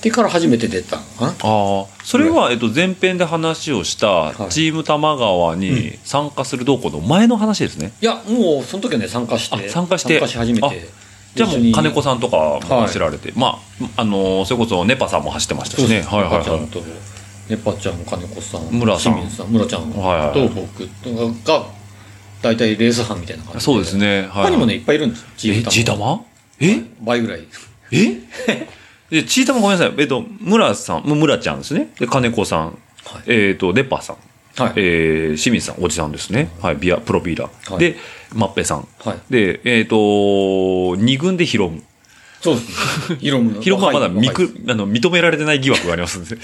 S3: てから初めて出たのかな
S2: ああ、それは、えっと、前編で話をした
S3: はい
S2: チーム玉川に参加するどうこうの前の話ですね。
S3: いやもうその時はね参加して
S2: あ参加して
S3: 始め
S2: あ
S3: て
S2: じゃあもう
S3: 一緒に
S2: 金子さんとかも走られて、まあ、あのーそれこそネパさんも走ってました
S3: そう
S2: し
S3: で
S2: ね。
S3: す
S2: はいはい
S3: ちゃ
S2: は
S3: んと、ネパちゃん、金子さん、
S2: 村さん
S3: 清水さん、村ちゃん
S2: はいはい
S3: と僕が、大体レース班みたいな感じ
S2: い。そうです。ね。はい。
S3: 他にもね、いっぱいいるんですよ。チ
S2: え、
S3: ー
S2: ジー
S3: タ
S2: タ
S3: も
S2: マえ
S3: 倍ぐらい。
S2: え で、ちーたまごめんなさい。えっと、村さん、む村ちゃんですね。で、金子さん。
S3: はい
S2: えっと、デッパーさん。
S3: はい。
S2: えー、清水さん、おじさんですね。はい、ビア、プロビーラー。
S3: はい
S2: で、マッペさん。
S3: はい。
S2: で、えっ、と、二軍でヒロム。
S3: そうですね。ヒロム の。
S2: ヒロムはまだ
S3: 若い
S2: み
S3: 若い
S2: く
S3: です
S2: あの認められてない疑惑があり ますんで。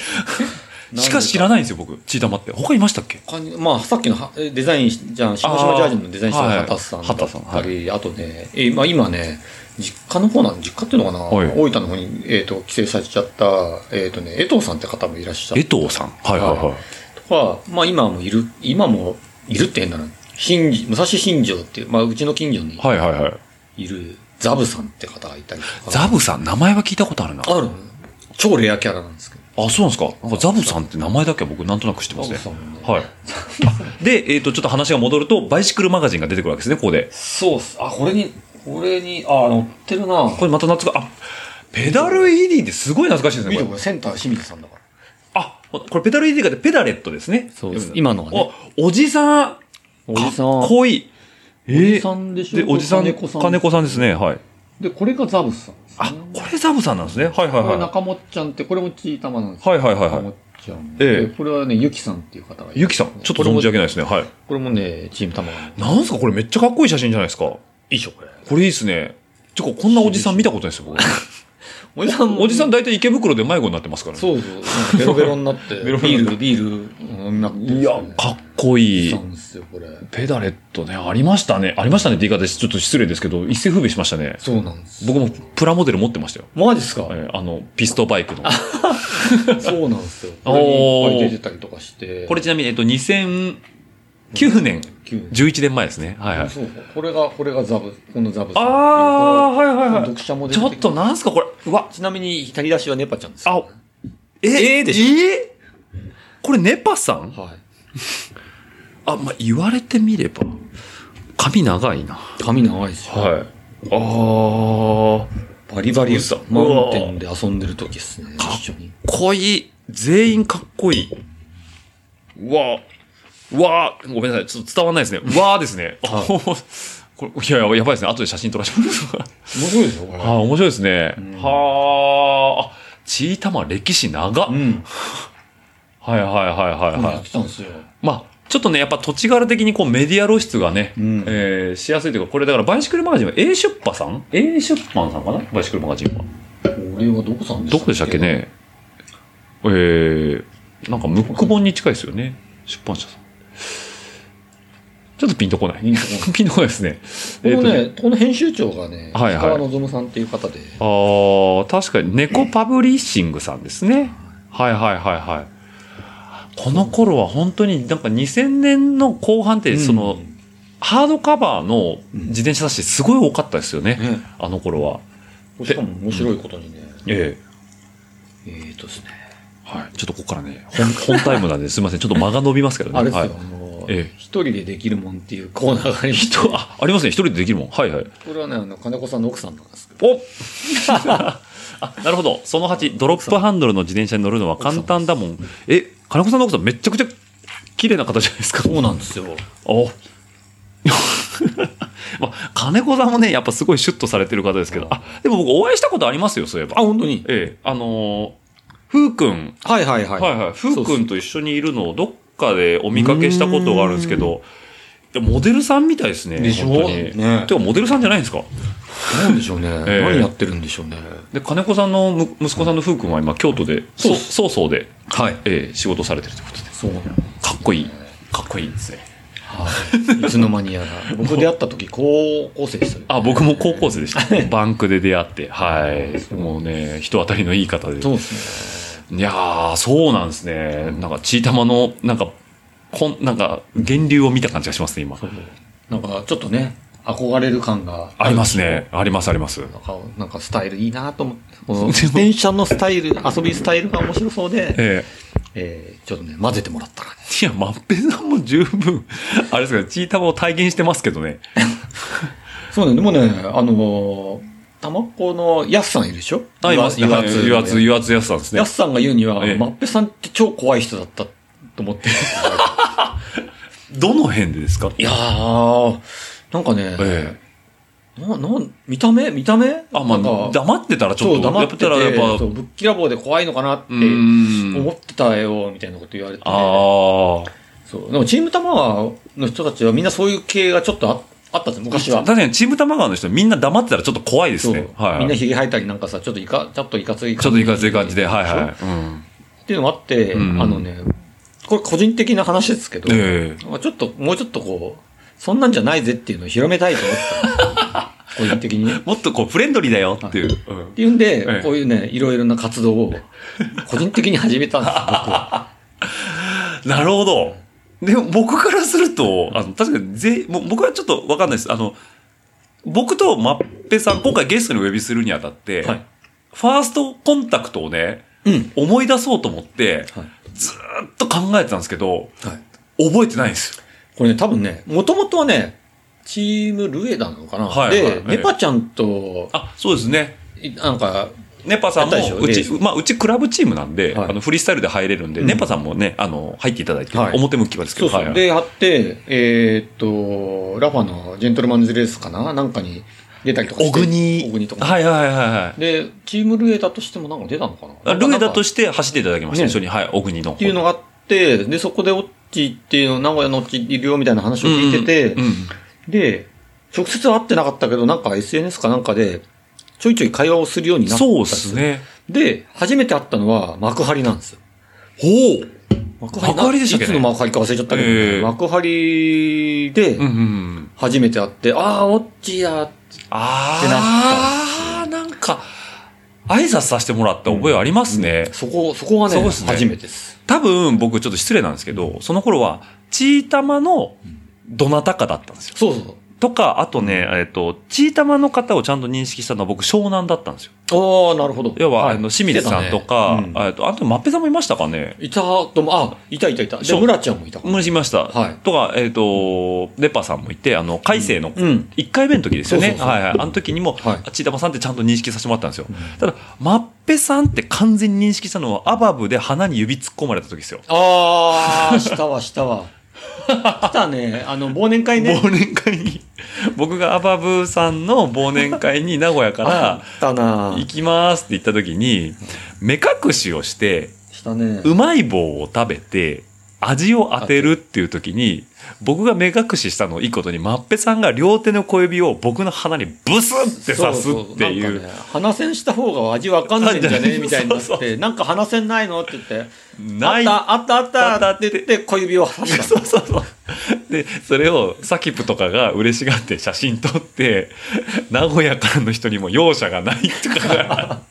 S3: で
S2: しかし知らないんですよ、僕。チータマって。他いましたっけ
S3: 他にまあ、さっきのはえデザインし、じゃあ、しましまジャージのデザインした
S2: あー
S3: 畑さん
S2: はい
S3: だ
S2: 畑
S3: っ
S2: さん
S3: たり、あとね、えまあ、今ね、実家の方なん、実家っていうのかな、
S2: はい
S3: 大分の方に、えっ、と、帰省されちゃった、えっ、とね、江藤さんって方もいらっしゃっ
S2: 江藤さん。はいはいはい。
S3: は、まあ今もいる、今もいるって変だな。新じ武蔵新庄っていう、まあうちの近所に
S2: はいはいはい。
S3: いるザブさんって方がいたりとか。
S2: ザブさん、名前は聞いたことあるな。
S3: ある超レアキャラなんですけど。
S2: あ、そうなんですか。なんかザブさんって名前だけは僕なんとなく知ってますね
S3: ザブさんね。
S2: はい。 あで、えっ、と、ちょっと話が戻ると、バイシクルマガジンが出てくるわけですね、ここで。
S3: そうっす。あ、これに、これに、あ、乗ってるな
S2: これまた懐か、あ、ペダル ED ってすごい懐かしいですね、
S3: 見
S2: こ
S3: て
S2: れ
S3: こ。れ、センター清水さんだから。
S2: あ、これペダル ED がでペダレットですね。
S3: そうです今のはね
S2: お、おじさん。
S3: おじさん
S2: かっこいい。えー
S3: おじさんでしょ
S2: で、おじさん、
S3: 金
S2: 金
S3: 子
S2: 子
S3: さ
S2: さん
S3: ん
S2: ですね。はい。
S3: で、これがザブさんですね、
S2: あ、これザブさんなんですね。はいはい
S3: こ
S2: は
S3: れ
S2: い。
S3: 中本ちゃんって、これもちいたまなんですよ
S2: はいはいはい
S3: 中
S2: は
S3: 本ちゃん。
S2: ええ
S3: でこれはね、ゆきさんっていう方がい
S2: い。ゆきさん、ちょっと存じ上げないですね。はい。
S3: これもね、チームたまの。い
S2: なんすかこれめっちゃかっこいい写真じゃないですか。こ
S3: いっしょ、これ。
S2: れいいですね。ちょ、こんなおじさん見たことないですよ、僕。
S3: おじさん、
S2: おじさん大体池袋で迷子になってますからね。
S3: そうそう。ベロベロになって。
S2: ベロベロに
S3: ビー
S2: な
S3: ル、ビール、うん、なって、
S2: いや、かっこいい
S3: そう。なんですよ、これ。
S2: ペダレットね、ありましたね。ありましたねって言い方でちょっと失礼ですけど、一世風靡しましたね。
S3: そうなんです。
S2: 僕もプラモデル持ってましたよ。
S3: マジっすか
S2: えーあの、ピストバイクの。
S3: そうなん ですよ。
S2: おー
S3: これにいっぱい出てたりとかして。
S2: これちなみに、えっと、2009年、
S3: 9
S2: 11年前ですね。はいはい。
S3: そう、これが、これがザブ、このザブさん。
S2: あー、
S3: こ
S2: はいは
S3: の
S2: いはい。
S3: 読者も出
S2: ち
S3: て
S2: ょ
S3: き
S2: ってとなんすかこれ。うわ、
S3: ちなみに、左出しはネパちゃんです。
S2: あ
S3: は、
S2: え、
S3: えー
S2: え
S3: で
S2: ーこれネパさん
S3: い。
S2: あ、まあ、言われてみれば、髪長いな。
S3: 髪長いですよ。
S2: い。あー、
S3: バリバリ
S2: 嘘
S3: マウンテンで遊んでる時ですね。
S2: かっ
S3: 一緒に。
S2: こいい。全員かっこいい。うわーうわーごめんなさい。ちょっと伝わんない ですね。うわーですね。あ
S3: は
S2: これいやいや、やばいですね。後で写真撮らせてもらいます。
S3: 面白いですよ、これ。
S2: ああ、面白いですね。
S3: ん
S2: はーあ。チータマ歴史長っ、
S3: うん。
S2: はいはいはいはいはい。
S3: 来たんですよ。
S2: まあ、ちょっとね、やっぱ土地柄的にこうメディア露出がね、
S3: うん
S2: えーしやすいというか、これだからバイシクルマガジンは A 出版さん ?A 出版さんかなバイシクルマガジンは。
S3: これはどこさんでした
S2: どこでしたっけねえー、なんかムック本に近いですよね。出版社さん。ちょっとピンとこない。
S3: ピンとこな
S2: ピンとこないですね。
S3: この
S2: えーとね
S3: ね、この編集長がね、石
S2: はいはい
S3: 川望さんっていう方で、
S2: あー確かに、猫パブリッシングさんですね。はいはいはいはい。この頃は本当になんか2000年の後半って、その、
S3: うん
S2: ハードカバーの自転車雑誌すごい多かったですよね、
S3: ね
S2: あの頃は。
S3: しかも面白いことにね。
S2: ええ
S3: えーとですね。
S2: はい、ちょっとここからね、本本タイムなんですいません、ちょっと間が伸びますけどね。
S3: あれですよ、
S2: はい
S3: あの
S2: ええ
S3: 一人でできるもんっていうコーナーがありまして、
S2: 人あありますね、一人でできるもん。はいはい。
S3: これはね、あの、金子さんの奥さんなんですけど、
S2: お あなるほど、その8、ドロップハンドルの自転車に乗るのは簡単だもん。え、金子さんの奥さん、めっちゃくちゃ綺麗な方じゃないですか。
S3: そうなんですよ。
S2: お まあ、金子さんもね、やっぱすごいシュッとされてる方ですけど、あでも僕、お会いしたことありますよ、そういえば。
S3: あ、本当に
S2: ええ、あのー、ふうくん、
S3: はいはいはい。
S2: はいはい、ふうくん
S3: と。
S2: と一緒にいるのをどっかでお見かけしたことがあるんですけど、いやモデルさんみたいですね。
S3: でしょ
S2: 本当に
S3: ね
S2: てか、モデルさんじゃないんですか。
S3: なんでしょうね。
S2: ええ
S3: 何やってるんでしょうね。
S2: で、金子さんのむ息子さんのふうくんは今、京都で、そう、そうそうで、
S3: はい。
S2: ええ、仕事されてるということで、
S3: そうなんです
S2: かっこいい、かっこいいですね。
S3: はい。いつの間にやら。 僕出会った時、高校生でしたよ。
S2: あ、僕も高校生でした。バンクで出会って、はい。もうね、人当たりのいい方で。
S3: そうですね。
S2: いやー、そうなんですね。なんか、チータマの、なんか、こん、なんか、源流を見た感じがしますね、今。
S3: なんか、ちょっとね、憧れる感が
S2: ありますね。あります、あります。
S3: なんか、なんかスタイルいいなと思って、この自転車のスタイル、遊びスタイルが面白そうで、
S2: ええ
S3: えー、ちょっとね、混ぜてもらった感じ。
S2: いや、まっぺさんも十分、 あれですけど、チータマを体現してますけどね。
S3: そうね、でもね、あのー、たまっこのやすさんいるでしょ
S2: あ、いますね。
S3: 油
S2: はい
S3: 圧。
S2: 油圧、油圧やすさんですね
S3: や。すさんが言うには、
S2: ええ
S3: まっぺさんって超怖い人だったと思 って。
S2: どの辺でですか
S3: いやー、なんかね、
S2: ええ
S3: ななん見た目見た目
S2: あ、ま
S3: な
S2: あ、
S3: んか
S2: 黙ってたらちょ
S3: そ
S2: っ
S3: う、
S2: と、
S3: 黙ってて、
S2: やったらやっぱ
S3: そう、ぶっきらぼうで怖いのかなって
S2: うーん
S3: 思ってたよ、みたいなこと言われて。
S2: ああ。
S3: そう。でもチームタマワーの人たちはみんなそういう系がちょっとああったんですよ、昔は。
S2: 確かにチーム玉川の人みんな黙ってたらちょっと怖いです
S3: そう、
S2: ね。はい。
S3: みんなひげ生えたりなんかさ、ちょっといか、ちょっといかつい
S2: ちょっといかつい感じで、はい
S3: そう
S2: はい。うん。
S3: っていうのがあって、
S2: うん
S3: あのね、これ個人的な話ですけど、
S2: ええ
S3: まあちょっと、もうちょっとこう、そんなんじゃないぜっていうのを広めたいと思 ったの個人的にね。
S2: もっとこうフレンドリーだよっていう。うん
S3: っていうんで、
S2: ええ
S3: こういうね、いろいろな活動を、個人的に始めたんですよ、僕 は。
S2: なるほど。でも僕からすると、あの、確かにぜ、もう僕はちょっとわかんないです。あの、僕とまっぺさん、今回ゲストにお呼びするにあたって、
S3: はい
S2: ファーストコンタクトをね、
S3: うん。
S2: 思い出そうと思って、
S3: はい
S2: ずーっと考えてたんですけど、
S3: はい。
S2: 覚えてないんですよ。
S3: これね、多分ね、もともとはね、チームルエダなのかな、
S2: はいはい
S3: で、ネパちゃんと、
S2: あ、そうですね。
S3: いなんか、
S2: ネパさんも
S3: やったでしょ
S2: う
S3: レ
S2: ち
S3: イズ、
S2: まあ、うちクラブチームなんで、
S3: はい
S2: あのフリースタイルで入れるんで、
S3: うん
S2: ネパさんもねあの入っていただいて、
S3: はい
S2: 表向きはですけ
S3: そ
S2: ど
S3: うそう。
S2: はいはい
S3: で、やって、えーっと、ラファのジェントルマンズレースかななんかに出たりとかして。
S2: 小国
S3: 小国とか。
S2: はいはいはいは
S3: で、チームルエダとしてもなんか出たのかない
S2: ルエダと
S3: して。
S2: して走っていただきました、
S3: ね
S2: 一緒にはい小国の
S3: っていうのがあって、で、そこでオッチっていうの、名古屋のオッチいるよみたいな話を
S2: うん
S3: 聞いてて、
S2: うん
S3: で、直接は会ってなかったけど、なんか SNS かなんかで、ちょいちょい会話をするようになったん
S2: そう
S3: で
S2: です
S3: よ
S2: す。ね
S3: で、初めて会ったのは幕張なんですよ。
S2: ほう
S3: 幕
S2: 張幕張でしたっけ
S3: いつの幕張か忘れちゃったけど、
S2: ええ
S3: 幕張で
S2: うん、うん
S3: 初めて会って、ああ、オッチだって
S2: ああなんか挨拶させてもらった覚えありますね、
S3: そこ、そこが
S2: そ
S3: ね、
S2: こっすね
S3: 初めてです。
S2: 多分僕ちょっと失礼なんですけどその頃はチータマのどなたかだったんですよ
S3: そうそう
S2: とかあとね、えっとチータマの方をちゃんと認識したのは僕湘南だったんですよ
S3: そう。ああ、なるほど。
S2: 要は、
S3: い
S2: あの清水さんとか、
S3: 来てたね
S2: あとあとまっぺさんもいましたかね
S3: うんいたとも、あ、いたいたいた。
S2: そ
S3: で、
S2: う
S3: 村ちゃんもいたから。
S2: もしました、
S3: はい
S2: とかえっ、とレパさんもいてあの海星の
S3: うん。
S2: 1回目の時ですよね、
S3: そうそうそう
S2: はいはいあの時にも、
S3: はい
S2: あちーたまさんってちゃんと認識させてもらったんですよ、ただまっぺさんって完全に認識したのはアバブで鼻に指突っ込まれた時ですよ
S3: ああ、したわ、した わ。来たね。あの、忘年会ね。
S2: 忘年会に 僕がアバブさんの忘年会に名古屋か
S3: あ
S2: ら
S3: ったな
S2: 行きますって言った時に目隠しをして
S3: したね。
S2: うまい棒を食べて、味を当てるっていう時に、僕が目隠ししたのをいいことに、まっぺさんが両手の小指を僕の鼻にブスって
S3: そう
S2: 刺す
S3: そう
S2: ってい
S3: なん
S2: う。
S3: かね、鼻線した方が味わかんないんじゃ
S2: わかんな
S3: ね
S2: い
S3: みたいになって、
S2: そう
S3: なんか鼻線ないのって言って、
S2: ない
S3: あった、あった、あった
S2: あった
S3: って言って、小指を刺した
S2: そうそうそう。で、それをサキプとかが嬉しがって写真撮って、名古屋からの人にも容赦がないと か、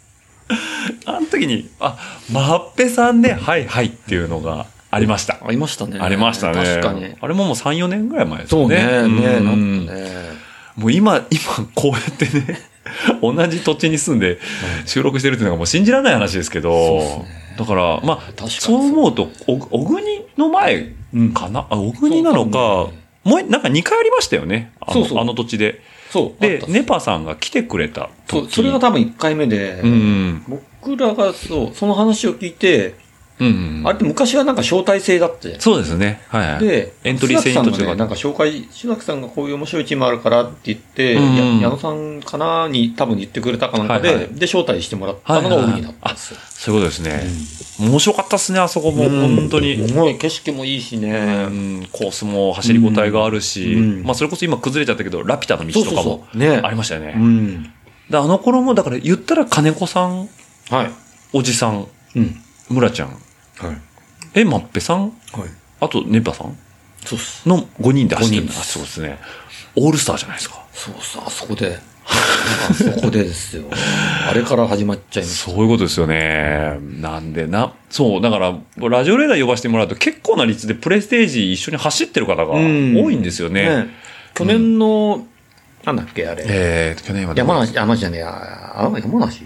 S2: あの時に、あ、まっぺさんね、はいはいっていうのが、ありました。
S3: ありましたね。
S2: ありましたね。
S3: 確かに。
S2: あれももう3、4年ぐらい前です
S3: そ
S2: よ
S3: う
S2: ね。
S3: ね。ね
S2: うん
S3: なんかね。
S2: もう今、今、こうやってね、 同じ土地に住んで収録してるっていうのがもう信じられない話ですけど、だから、ま
S3: 確か
S2: あ、
S3: に
S2: そう思うと、お小国の前かな、あ小国なの
S3: そう
S2: か
S3: かも、
S2: もう、なんか2回ありましたよね。あの
S3: そうそう
S2: あの土地で。
S3: そう。あっ
S2: で
S3: た、
S2: ネパさんが来てくれた時
S3: そう、それが多分1回目で、
S2: うん。
S3: 僕らがそう、その話を聞いて、
S2: うんうん。
S3: あれって昔はなんか招待制だって。
S2: そうですね。はいはい。
S3: で、
S2: エントリー制に
S3: 志らくさん
S2: 途中
S3: も
S2: が
S3: ね、なんか紹介、志らくさんがこういう面白いチームあるからって言って、
S2: うんうん
S3: や矢野さんかなに多分言ってくれたかなんかで、
S2: はいは
S3: で、招待してもらったのが
S2: はいはい
S3: 海
S2: はい
S3: になったんですよ。
S2: そういうことですね。面白かったですね、あそこも。
S3: うん
S2: 本当に。
S3: すごい景色もいいし
S2: う
S3: ね。
S2: んコースも走り応えがあるし、
S3: うん
S2: まあ、それこそ今崩れちゃったけど、ラピュタの道とかも
S3: う。ね
S2: ありましたよね。
S3: うん。
S2: であの頃も、だから言ったら金子さん、
S3: はい。
S2: おじさん、
S3: うん。
S2: 村ちゃん、
S3: はい。
S2: え、まっぺさん、
S3: はい。
S2: あとネパさん
S3: そうっす。
S2: の5人で走ってるん
S3: 五人です
S2: そうですね。オールスターじゃないですか。
S3: そうっす。あそこで。あそこでです よ。あれから始まっちゃいます。
S2: そういうことですよね。なんでな、そう、だから、ラジオレーダー呼ばせてもらうと結構な率でプレステージ一緒に走ってる方が多いんですよね。
S3: ね。去年の、なんだっけ、あれ。
S2: えーと、去年はね
S3: 山梨、山梨じゃねえや、あ山梨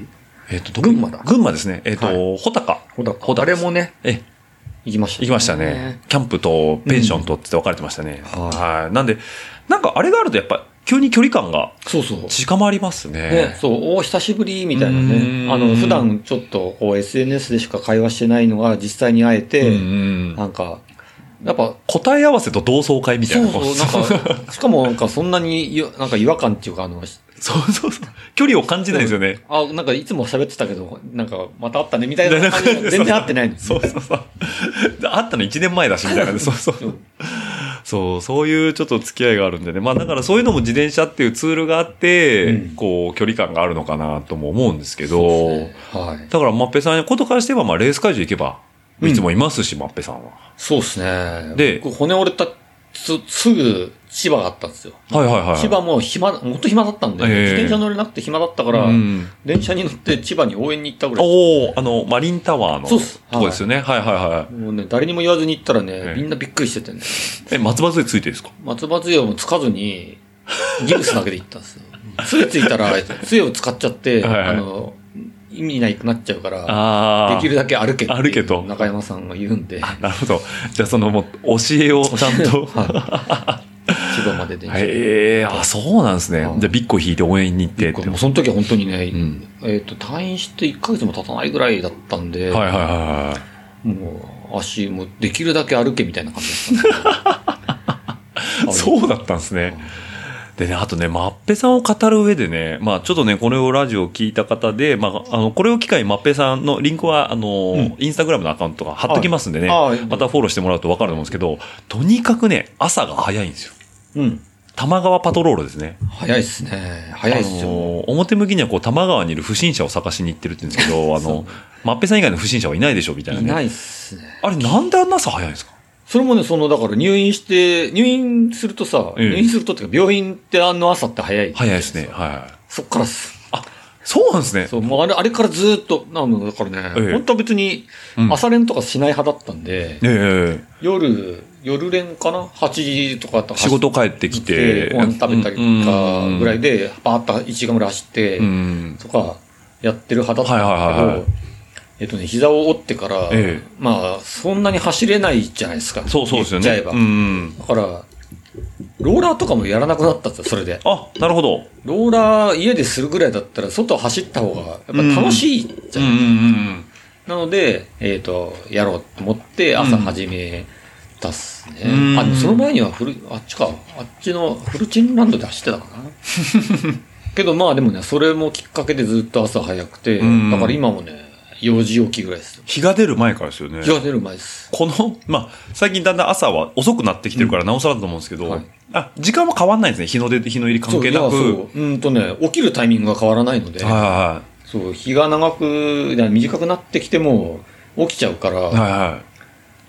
S2: えっ、と、どこ
S3: 群馬だ。
S2: 群馬ですね。えっ、と、
S3: は
S2: 穂高。
S3: ほだ
S2: 穂高
S3: あれもね、
S2: え、
S3: 行きました、
S2: 行きましたね。。キャンプとペンションとって分かれてましたね。
S3: うん
S2: はい、なんで、なんかあれがあるとやっぱ急に距離感が
S3: そうそう。
S2: 近まりますね。
S3: ね、そう、お久しぶりみたいな
S2: う
S3: ね。
S2: ん
S3: あの、普段ちょっとこう SNS でしか会話してないのが実際に会え
S2: うん
S3: て、
S2: うん
S3: なんか、やっぱ、
S2: 答え合わせと同窓会みたい
S3: そう
S2: な。
S3: そう、なん か、しかもなんかそんなにいわ、なんか違和感っていうか、あの、し
S2: そうそうそう距離を感じないですよね。
S3: あ、なんかいつも喋ってたけど、なんかまた会ったねみたいな感じの全然会ってないんです。
S2: そうそうそう。あったの1年前だし、みたいなね。そうそう。そう、そういうちょっと付き合いがあるんでね。まあだからそういうのも自転車っていうツールがあって、
S3: うん
S2: こう、距離感があるのかなとも思うんですけど、
S3: はい。
S2: だから、まっぺさんことからしては、まあ、レース会場行けば、いつもいますし、まっぺさんは。
S3: そうですね。
S2: で
S3: 僕骨折れた、す、すぐ千葉があったんですよ。
S2: はいはいはい。
S3: 千葉も暇、もっと暇だったんで、
S2: ええ
S3: 自転車乗れなくて暇だったから、
S2: うん。
S3: 電車に乗って千葉に応援に行ったぐらい。
S2: おおあの、マリンタワーの
S3: そうっす
S2: とこですよね。はいはいはい。
S3: もうね、誰にも言わずに行ったらね、
S2: ええ
S3: みんなびっくりしててね、
S2: え、松葉杖ついてるんですか
S3: 松葉杖もつかず に、ギブスだけで行ったんですよ。杖ついたら、杖を使っちゃって、
S2: はいはい
S3: あの、意味ないくなっちゃうから、
S2: ああ。
S3: できるだけ歩けっていう
S2: 歩けと
S3: 中山さんが言うんで、
S2: なるほど。じゃあ、その、もう、教えをちゃん と。
S3: 千葉まで電車で。
S2: へえあ、そうなんですね。
S3: うん
S2: じゃあ、ビッコ引いて応援に行ってって。
S3: もうその時は本当にね、
S2: ん
S3: えっ、と、退院して1ヶ月も経たないぐらいだったんで、
S2: はいはいはいはい。
S3: もう、足、もうできるだけ歩けみたいな感じだ ったんで。
S2: そうだったんですね。でね、あとね、まっぺさんを語る上でね、まあちょっとね、これをラジオを聞いた方で、まあ、あの、これを機会にまっぺさんのリンクは、あの、インスタグラムのアカウントが貼っときますんでね、
S3: ああああ
S2: またフォローしてもらうとわかると思うんですけど、とにかくね、朝が早いんですよ。
S3: うん。
S2: 玉川パトロールですね。
S3: 早いっすね。早いっす
S2: あ
S3: よ。
S2: の表向きにはこう、玉川にいる不審者を探しに行ってるって言うんですけ ど、あの、まっぺさん以外の不審者はいないでしょ、みたいないね。
S3: ないっすね。
S2: あれ、なんであんな朝早いんですか
S3: それもね、その、だから入院して、入院するとさ、
S2: ええ
S3: 入院するとっていうか、病院ってあの朝って早い。
S2: 早いですね。はい。
S3: そっからっす。
S2: あ、そうなんですね。
S3: そう、もうあれ、あれからずーっと、なの、だからね、
S2: ええ
S3: 本当は別に
S2: うん、
S3: 朝練とかしない派だったんで、
S2: ええ
S3: 夜、夜練かな ?8 時とかだったら
S2: 仕事帰ってきて、
S3: ご飯食べたりとかぐらいで、バーッと1時間ぐらい走って
S2: うん、うん
S3: とかやってる派だったんだけど、
S2: はいはいはいはい
S3: えっとね、膝を折ってから、
S2: ええ
S3: まあ、そんなに走れないじゃないですか。
S2: そうそうですよね。
S3: 言っちゃえば。
S2: うん。
S3: だから、ローラーとかもやらなくなったんですよ、それで。
S2: あ、なるほど。
S3: ローラー家でするぐらいだったら、外走った方が、やっぱ楽しいじゃないです
S2: う
S3: か
S2: んうんうん。
S3: なので、えっ、と、やろうと思って、朝始めたっすね。
S2: うん
S3: あ、でもその前にはフル、あっちか、あっちのフルチンランドで走ってたか な。けどまあでもね、それもきっかけでずっと朝早くて、
S2: うん
S3: だから今もね、4時起きぐらいですよ。
S2: 日が出る前からですよね。
S3: 日が出る前です。
S2: この、まあ、最近だんだん朝は遅くなってきてるから、なおさらだと思うんですけど、
S3: はい
S2: あ、時間は変わんないんですね。日の出、日の入り関係なく。
S3: そういやそううんとね、起きるタイミングが変わらないので、
S2: はいは
S3: そう、日が長く、だから短くなってきても、起きちゃうか
S2: いはい。
S3: ら、
S2: はいは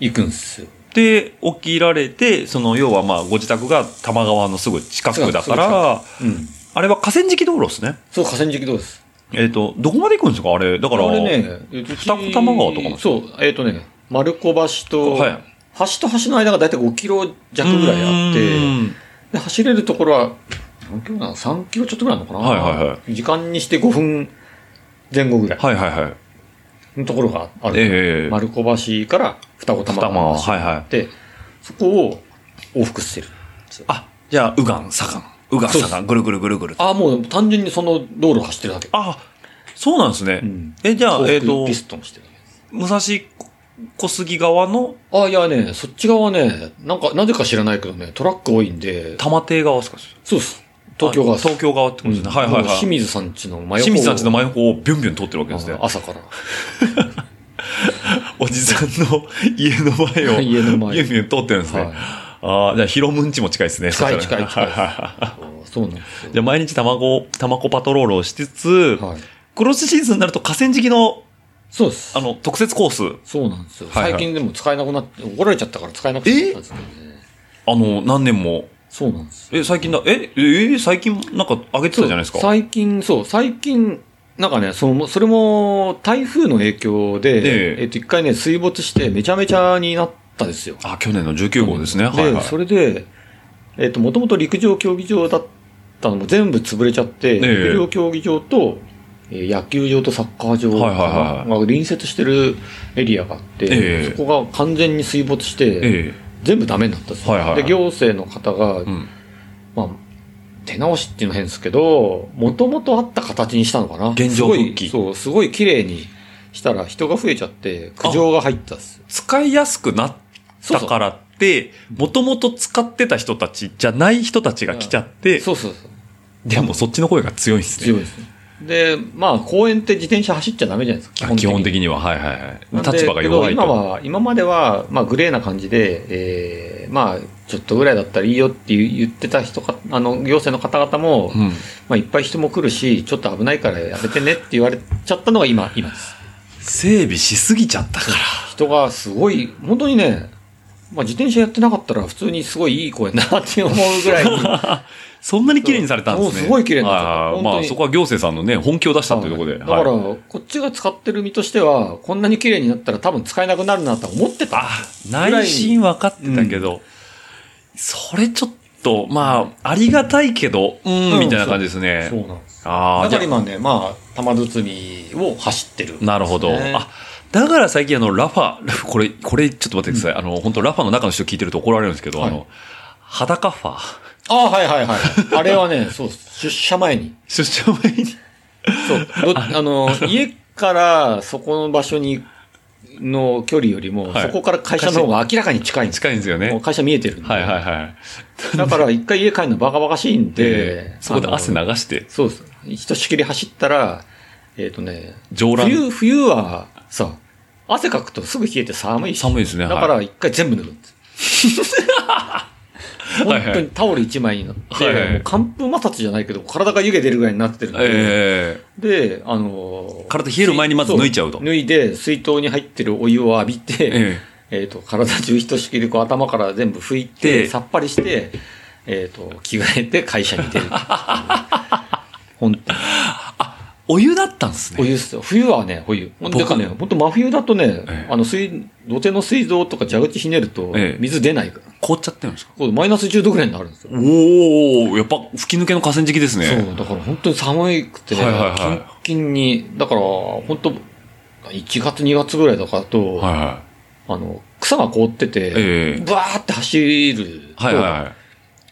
S3: 行くんですよ。
S2: い。で、起きられて、その、要はまあ、ご自宅が多摩川のすぐ近くだから、
S3: うん。
S2: あれは河川敷道路ですね。
S3: そう、河川敷どうです。
S2: えっ、と、どこまで行くんですかあれ、だから。
S3: これね、うち
S2: 二子玉川とかも
S3: そう、えっ、とね、丸子橋と、
S2: はい
S3: 橋と橋の間が大体5キロ弱ぐらいあって、
S2: うん
S3: で走れるところは、何キロなの ?3 キロちょっとぐらいなのかな、
S2: はいはいは
S3: 時間にして5分前後ぐらい
S2: はいはいはい。
S3: のところがある。
S2: ええ
S3: 丸子橋から双子玉
S2: 二
S3: 川
S2: 間、
S3: 橋
S2: はいはい。
S3: で、そこを往復してる。
S2: あ、じゃあ、右岸、左岸。右岸、左岸、ぐるぐるぐるぐる。あ、
S3: ああ、もう単純にその道路を走ってるだけ。
S2: そうなんですね。
S3: うん
S2: え、じゃあ、えっ、
S3: 往復
S2: と
S3: ピ、ストンしてる。
S2: 武蔵小杉側の
S3: ああ、いやね、そっち側ね、なんか、なぜか知らないけどね、トラック多いんで、
S2: 玉亭側ですか
S3: そうです。東京が。
S2: あ東京側ってことですね。はいはい
S3: もう
S2: はい。
S3: 清水さんちの真横
S2: 清水さんちの真横をビュンビュン通ってるわけですね
S3: あ。朝から。
S2: おじさん の家の前を
S3: 家の前
S2: ビュンビュン通ってるんですね。
S3: はい
S2: ああ、じゃあ、広むんちも近いですね。
S3: 近い
S2: そしたらね
S3: 近い近い
S2: はいはいはい
S3: そうなんですよ。
S2: じゃあ、毎日卵、卵パトロールをしつつ、
S3: はい。
S2: クロスシーズンになると河川敷の、
S3: そうです。
S2: あの、特設コース、
S3: そうなんですよ。
S2: はいはい
S3: 最近でも使えなくなって、怒られちゃったから使えなくなったんですけどね。
S2: あの、何年も、
S3: そうなんですよ。
S2: え、最近だ、え、え、最近なんか上げてたじゃないですか。
S3: 最近、そう、最近、なんかね、その、それも台風の影響
S2: え
S3: で、
S2: え
S3: えっと、一回ね、水没してめちゃめちゃになったですよ。
S2: あ、去年の19号ですね。
S3: で、
S2: はいはい。
S3: それで、えっと、もともと陸上競技場だったのも全部潰れちゃって、
S2: え
S3: 陸上競技場と、えー野球場とサッカー場
S2: はいはいはい
S3: が隣接してるエリアがあって、
S2: ええ
S3: そこが完全に水没して、
S2: え
S3: 全部ダメになったんですよ、
S2: はいはいはい
S3: で、行政の方が、
S2: えうん。
S3: まあ、手直しっていうのは変ですけど、もともとあった形にしたのかな。
S2: 現状復帰
S3: すごい、そう、すごい綺麗にしたら人が増えちゃって、苦情が入ったんですよ。
S2: 使いやすくなっ
S3: そう
S2: た
S3: そう
S2: からって、もともと使ってた人たちじゃない人たちが来ちゃって、
S3: そうそうそう。
S2: でもそっちの声が強いんです
S3: 強
S2: ね。
S3: いですね。で、まあ、公園って自転車走っちゃダメじゃないですか、
S2: 基本的
S3: に。
S2: には、はいはいはい。
S3: なんで
S2: 立場が弱い
S3: けど今
S2: と。
S3: は、今までは、まあ、グレーな感じで、えーまあ、ちょっとぐらいだったらいいよっていう言ってた人か、あの、行政の方々も、
S2: うん。
S3: まあ、いっぱい人も来るし、ちょっと危ないからやめてねって言われちゃったのが今、今です。
S2: 整備しすぎちゃったから。
S3: 人がすごい、本当にね、まあ、自転車やってなかったら普通にすごいいい公園だなって思うぐらいに、
S2: そんなに綺麗にされたんですね。
S3: もうすごい綺麗になった
S2: ああ
S3: 本当に
S2: まあそこは行政さんのね、本気を出したというところで。
S3: だから、
S2: はい
S3: こっちが使ってる身としては、こんなに綺麗になったら多分使えなくなるなとは思ってた。
S2: あ、内心分かってたけど、それちょっと、まあ、ありがたいけど、うん、
S3: うん
S2: みたいな感じですね。
S3: そうなんです。
S2: ああ、
S3: だ
S2: じ
S3: か
S2: ゃ
S3: ら今ね、まあ、玉包みを走ってる、
S2: あなるほど。
S3: ね
S2: あ、だから最近あの、ラファ、ラフこれ、これ、ちょっと待ってください。あの、本当ラファの中の人聞いてると怒られるんですけど、
S3: はい
S2: あの、裸ファ、
S3: あはいはい はい。あれはね、そうです。出社前に。
S2: 出社前に、
S3: そう。どあの、 家からそこの場所に、の距離よりも、
S2: はい
S3: そこから会社の方が明らかに近いんです
S2: 近いんですよ
S3: も
S2: ね
S3: う。会社見えてるんで。
S2: はいはいはい。
S3: だから一回家帰るのバカバカしいんで
S2: で、、そこで汗流
S3: あの
S2: して、
S3: そうです。ひとしきり走ったら、えっ、とね、
S2: 上乱
S3: 冬、冬はさ、汗かくとすぐ冷えて寒いし。
S2: 寒いですね
S3: だから一回全部脱ぐんです。
S2: はい
S3: 本当にタオル一枚になって、
S2: はいはい
S3: もう寒風摩擦じゃないけど、体が湯気出るぐらいになってるんで、
S2: ええ
S3: で、あのー
S2: 体冷える前にまず脱いちゃうと
S3: そ脱いで、水筒に入ってるお湯を浴びて、
S2: ええ
S3: えっ、と、体中ひとしきりこう頭から全部拭いて、
S2: で
S3: さっぱりして、えっ、と、着替えて会社に出る。 本当に
S2: お湯だったんです
S3: お
S2: ね。
S3: 湯っすよ。冬はね、お湯。ほん
S2: 僕
S3: とね、本当真冬だとね、
S2: ええ
S3: あの、水、土手の水道とか蛇口ひねると
S2: ええ、
S3: 水出ないから。
S2: 凍っちゃってるんですか
S3: こうマイナス10度ぐらいになるんですよ。
S2: おおやっぱ吹き抜けの河川敷ですね。
S3: そう、だから本当に寒くて、
S2: はいはいはい
S3: キンキンに、だから、本当1月2月ぐらいとかだと、
S2: はいは
S3: あの、草が凍ってて、
S2: ええ
S3: バーって走ると、
S2: い。はいはいはい。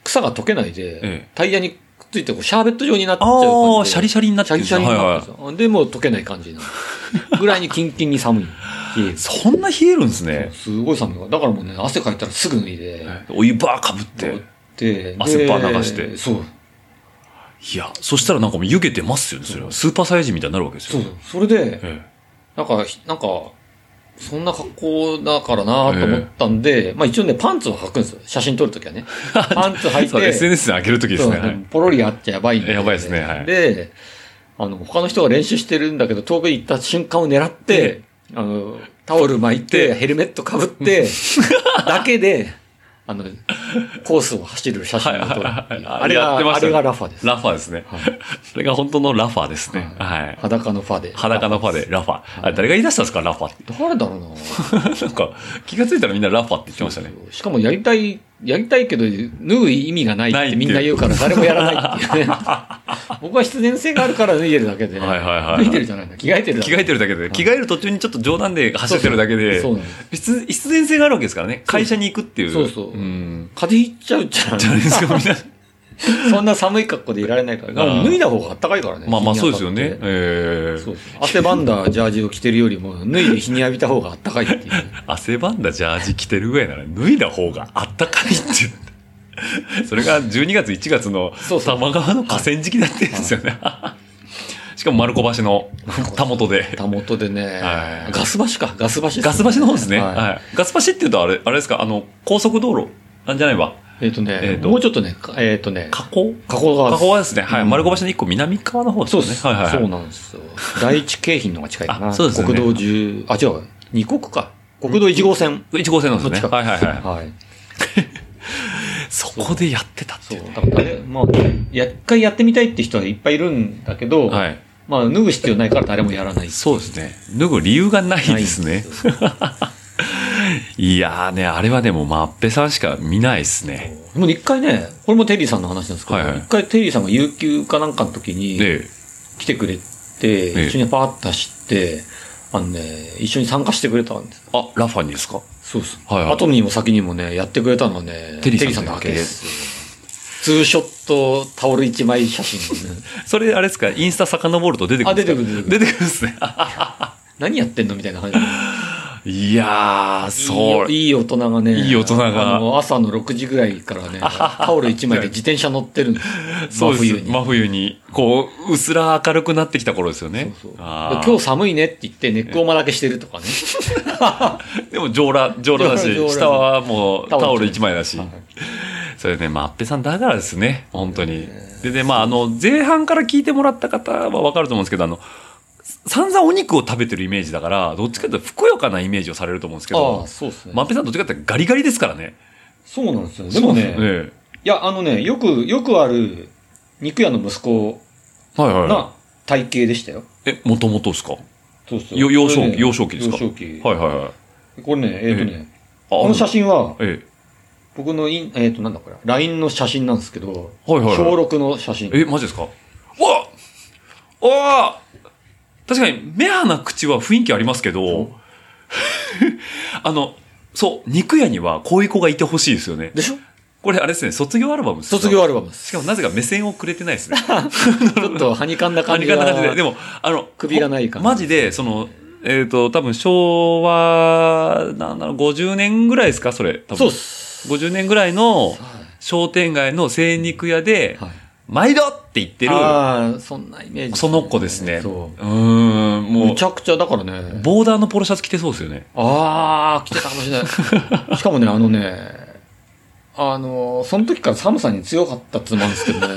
S3: 草が溶けないで、
S2: え
S3: タイヤにくっついてこうシャーベット状になっちゃう感じで
S2: ああ、シャリシャリになっ
S3: シ
S2: て
S3: ャ
S2: るん
S3: リ
S2: です
S3: シャ
S2: ね
S3: リに
S2: はい
S3: な
S2: は
S3: っ
S2: い
S3: てるんですよ。で、もう溶けない感じにな る。ぐらいにキンキンに寒い。冷える
S2: そんな冷えるんですね。
S3: すごい寒いから。だからもうね、汗かいたらすぐ脱いで、
S2: お湯ばーかぶって。
S3: で
S2: 汗
S3: で
S2: ば流して
S3: そう。
S2: いや、そしたらなんかもう湯気出ますよね、それは。スーパーサイヤ人みたいになるわけです
S3: そ
S2: よ。
S3: う。それで、
S2: え
S3: なんか、ひなんか、そんな格好だからなと思ったんで、まあ一応ね、パンツを履くんですよ。写真撮るとき はね。パンツ履
S2: え
S3: い
S2: そう、
S3: て、
S2: SNS で開けるときですね。
S3: そう
S2: はい
S3: ポロリあっちゃやばいんで。
S2: やばいですねはい
S3: で、あの、他の人が練習してるんだけど、遠くに行った瞬間を狙って、あの、タオル巻いて、ヘルメットかぶって、だけで、あの、コースを走る写真を撮るっていう。
S2: あれやってました
S3: あれ
S2: ね
S3: がラファです。
S2: ラファですね。それが本当のラファですね。はい。
S3: 裸のファで。
S2: 裸のファでラファ。あれ誰が言い出したんですか、ラファって。
S3: 誰だろうな
S2: なんか、気がついたらみんなラファって言ってましたね。
S3: しかもやりたい、やりたいけど、縫う意味がない
S2: ない
S3: っ
S2: ってて
S3: みんな言うから、誰もやらないってい うね。僕は必然性があるから脱いでるだけで。
S2: はいはいはい
S3: 脱いでるじゃないんだ。着替えてるだ
S2: 着
S3: け。
S2: 替えてるだけで、着替える途中にちょっと冗談で走ってるだけで
S3: そうそうそうなんで、
S2: 必必然性があるわけですからね。会社に行くっていう。
S3: そうそう
S2: うん。
S3: 風邪ひいちゃうじ ゃ
S2: じゃないですか、みんな。
S3: ん。そんな寒い格好でいられないから。
S2: ああ
S3: 脱いだ方があったかいからね。
S2: まあまあ
S3: 日
S2: そう
S3: に
S2: ですよ
S3: 当たって
S2: ね。え
S3: そう
S2: ー、
S3: そう汗ばんだジャージを着てるよりも、脱いで日に浴びた方があったかいっ ていう。
S2: 汗ばんだジャージ着てるぐらいなら脱いだ方があったかいって。 それが12月1月の
S3: そうそう
S2: 玉川の河川敷だってんですよね。 しかも丸小橋のたもとで。
S3: たもとでね
S2: は、い
S3: ガス橋か、ガス橋ですね、
S2: ガス橋の方ですね。
S3: はい
S2: はい。ガス橋っていうとあれ、あれですか、あの、高速道路なんじゃないわ。
S3: えっ、とね、
S2: えーと
S3: もうちょっとね、かえっ、とね、
S2: 河口
S3: 加古川
S2: 河
S3: です
S2: 口はですね、はい。
S3: うん
S2: 丸小橋の一個南側の方です
S3: そう
S2: ね。
S3: です、
S2: はいはい。
S3: そうなんですよ。第一京浜の方が近いかな。
S2: あそうですよね
S3: 国道10、あ、違う、二国か。国道1号線。
S2: 1号線なんです
S3: ど
S2: ね。
S3: っちか
S2: はいはいはい。
S3: はい。
S2: そこでやってたって
S3: そ。
S2: いううね。
S3: だから、誰まあ、や一回やってみたいって人はいっぱいいるんだけど、
S2: はい。
S3: まあ、脱ぐ必要ないから誰もやらない。
S2: そうですね。脱ぐ理由がないです
S3: ないん
S2: ね
S3: で。すよ
S2: いやーね、あれはでも、まっぺさんしか見ないですね。
S3: もう一回ね、これもテリーさんの話なんですけど、
S2: はいはい
S3: 一回テリーさんが有給かなんかの時に、
S2: で、
S3: 来てくれて、
S2: え
S3: 一緒にパーッと走って、あのね、一緒に参加してくれたんです。
S2: あ、ラファにですか
S3: そうです。
S2: はいはい
S3: 後にも先にもね、やってくれたのはね、
S2: テリーさん
S3: だけです。ツーショットタオル一枚写真、 ね、
S2: それ、あれですか、インスタ遡ると出てくるんですか
S3: あ出てくる
S2: 出てくるんですね。
S3: 何やってんのみたいな感じ。
S2: いやー、そう。
S3: いい大人がね、
S2: いい大人が
S3: あの朝の6時ぐらいからね、タオル一枚で自転車乗ってるんです。
S2: そう
S3: 真
S2: です
S3: 冬に。
S2: 真冬に。こう、うすら明るくなってきた頃ですよね。
S3: そうそうで
S2: あー
S3: 今日寒いねって言ってネックオマだけしてるとかね。
S2: でも、上裸、上裸だ
S3: 上
S2: し、
S3: 裸
S2: 下はもう、
S3: タオル
S2: タオル一枚だし
S3: はい。
S2: それね、まあ、っぺさんだからですね、本当に。で、で、まあ、あの、前半から聞いてもらった方はわかると思うんですけど、あの、散々お肉を食べてるイメージだから、どっちかというとふくよかなイメージをされると思うんですけ
S3: あ
S2: ど
S3: あ、、そうですね。
S2: まっぺさんどっちかというとガリガリですからね。
S3: そうなんですよ。でもね、
S2: え
S3: いや、あのね、よく、よくある肉屋の息子
S2: えはいはい。
S3: な体型でしたよ。
S2: え、もともとですかは
S3: そうそう。
S2: よ幼少期
S3: これね
S2: 幼少期ですか
S3: 幼少期。
S2: いはいはい。
S3: これね、えっ、とね、
S2: あ
S3: この写真は、
S2: え
S3: 僕のイン、えっ、と、なんだこれ、LINE の写真なんですけど、
S2: え。はいはいはい。
S3: 小6の写真。
S2: え、マジですかおおー確かに、目鼻口は雰囲気ありますけど、あの、そう、肉屋にはこういう子がいてほしいですよね。
S3: でしょ
S2: これあれですね、卒業アルバムですか
S3: 卒業アルバム です。
S2: しかもなぜか目線をくれてないですね。
S3: ちょっと、はにかんだ
S2: あ
S3: 感
S2: り
S3: じ
S2: が
S3: が。
S2: た感じで。でも、あの、
S3: 首がない感じ
S2: マジで、その、えっ、と、多分昭和、なんだろう、50年ぐらいですかそれ。多分
S3: そうっす。
S2: 50年ぐらいの商店街の精肉屋で、
S3: はい。
S2: 毎度って言ってる、
S3: ああ、そんなイメージ、
S2: その子ですね。
S3: そう
S2: ーん、
S3: う。
S2: も
S3: む
S2: う
S3: ち、ゃくちゃ、だからね。
S2: ボーダーのポロシャツ着てそうですよね。
S3: ああ、来てたかもし れない。しかもね、あのね、あの、その時から寒さに強かったっつうのもあるんですけど ね。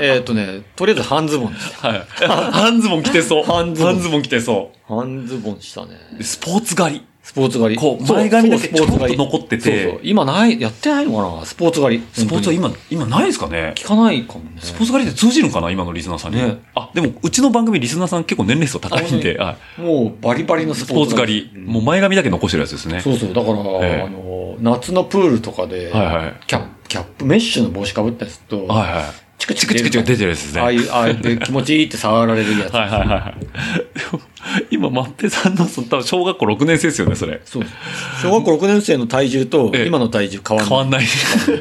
S3: えっとね、とりあえず半ズボンでした。
S2: はい。 半ズボン着てそう。
S3: 半ズボン
S2: 着てそ
S3: 半ズボンしたね。
S2: う。スポーツ狩り。
S3: スポーツ狩り。
S2: こう
S3: そう
S2: 前髪だ
S3: そ
S2: け
S3: うスポーツ狩り
S2: ちょっと残ってて
S3: そうそう。今ない、やってないのかなスポーツ狩り。
S2: スポーツは
S3: 本
S2: 今、今ないですかね
S3: 当に聞かないかもね。
S2: スポーツ狩りって通じるのかな今のリスナーさんに。
S3: ね
S2: あ、でも、うちの番組リスナーさん結構年齢層高いんで、はい
S3: もうバリバリの
S2: ス
S3: スポ
S2: ポ
S3: ー
S2: ー
S3: ツ
S2: ツ
S3: 狩
S2: 狩
S3: り。
S2: り。もう前髪だけ残してるやつですね。
S3: そうそう。だから、
S2: ええ
S3: あの、夏のプールとかで、
S2: はいはい。
S3: キャップ、キャップ、メッシュの帽子かぶったやつと、
S2: はいはい。
S3: チク
S2: チクチクチク出てるやつですね。
S3: ああいう、ああやって気持ちいいって触られるやつ。
S2: はいはいはいはい。でも今、まっぺさんの、その多分小学校6年生ですよね、それ。
S3: そうです小学校6年生の体重と
S2: ええ
S3: 今の体重変わん
S2: 変
S3: ない。
S2: わんない。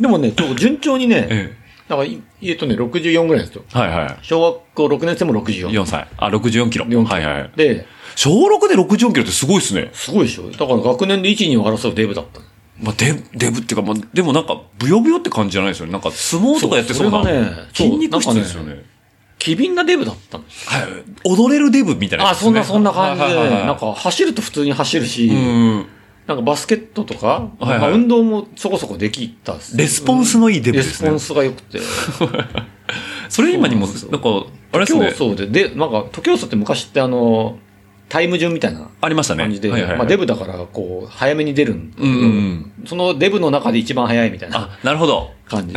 S3: でもね、そう順調にね、
S2: え
S3: だからい、えっとね、64ぐらいですよ。
S2: えはいはい。
S3: 小学校6年生も64。
S2: 4歳。あ、64キロ。
S3: 64
S2: はいはい。
S3: で、
S2: 小6で64キロってすごいですね。
S3: すごいでしょだから学年で1、2を争うデブだったの
S2: まあ、デブ、デブっていうか、まあ、でもなんか、ブヨブヨって感じじゃないですよね。なんか、相撲とかやってそうな。
S3: そうそれがね
S2: 筋肉質ですよ
S3: そ
S2: ね。
S3: 機敏なデブだったの。
S2: はい。踊れるデブみたいなや
S3: あ、
S2: つです
S3: そん
S2: ね、
S3: な、そんな感じで
S2: はい
S3: ね、
S2: はいはいはい
S3: なんか走ると普通に走るし、
S2: うん。
S3: なんかバスケットとか、
S2: はいはい
S3: まあ運動もそこそこできたっす
S2: レスポンスのいいデブで
S3: レ
S2: す
S3: ス
S2: ね
S3: ポンスが良くて。
S2: それ今にも、
S3: そう
S2: な
S3: なん
S2: か、あれ
S3: 徒
S2: です
S3: 競
S2: ね。
S3: 走で、で、なんか、徒競走って昔ってあの、タイム順みたいな
S2: ありましたね。
S3: 感じで、
S2: はいはいはい
S3: まあ、デブだから、こう、早めに出るんだけど
S2: うんうん
S3: そのデブの中で一番早いみたいな
S2: あ、なるほど。
S3: 感じ。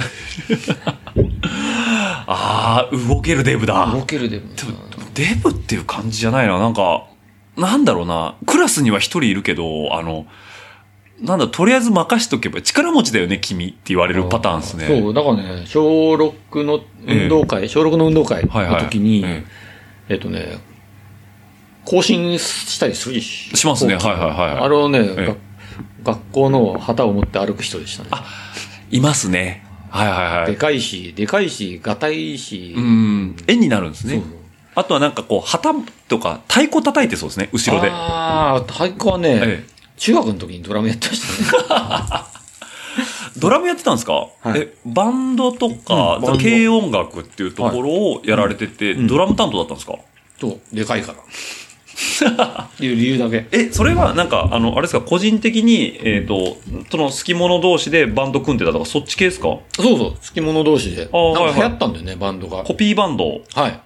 S2: ああ、動けるデブだ。
S3: 動けるデブ。
S2: でもデブっていう感じじゃないな。なんか、なんだろうな。クラスには一人いるけど、あの、なんだ、とりあえず任しとけば、力持ちだよね、君って言われるパターンですね。
S3: そう、だからね、小6の運動会、小6の運動会
S2: はいは
S3: の
S2: い。
S3: 時に、
S2: え
S3: えっとね、更新したりするし。
S2: えしますね。はいはい
S3: あ
S2: はい。
S3: れをね、
S2: え
S3: が学校の旗を持って歩く人でしたね。
S2: いますね。はいはいは
S3: で
S2: い。
S3: かいし、でかいし、がたいし、
S2: うん。絵になるんですね
S3: そう。
S2: あとはなんかこう、旗とか太鼓叩いてそうですね、後ろで。
S3: ああ、太鼓はね、
S2: え
S3: 中学の時にドラムやってました ね。
S2: ドラムやってたんですか、
S3: はい
S2: え、バンドとか、
S3: うんバンド
S2: 軽音楽っていうところをやられてて、
S3: ん
S2: ドラム担当だったんですか、
S3: と、でかいから。っていう理由だけ。
S2: え、それはなんか、あの、あれですか、個人的に、えっ、と、その、好き者同士でバンド組んでたとか、そっち系ですか
S3: そうそう、付き物同士で。なん
S2: ーはいはい
S3: か流行ったんだよね、バンドが。
S2: コピーバンド
S3: はい。
S2: あ、じ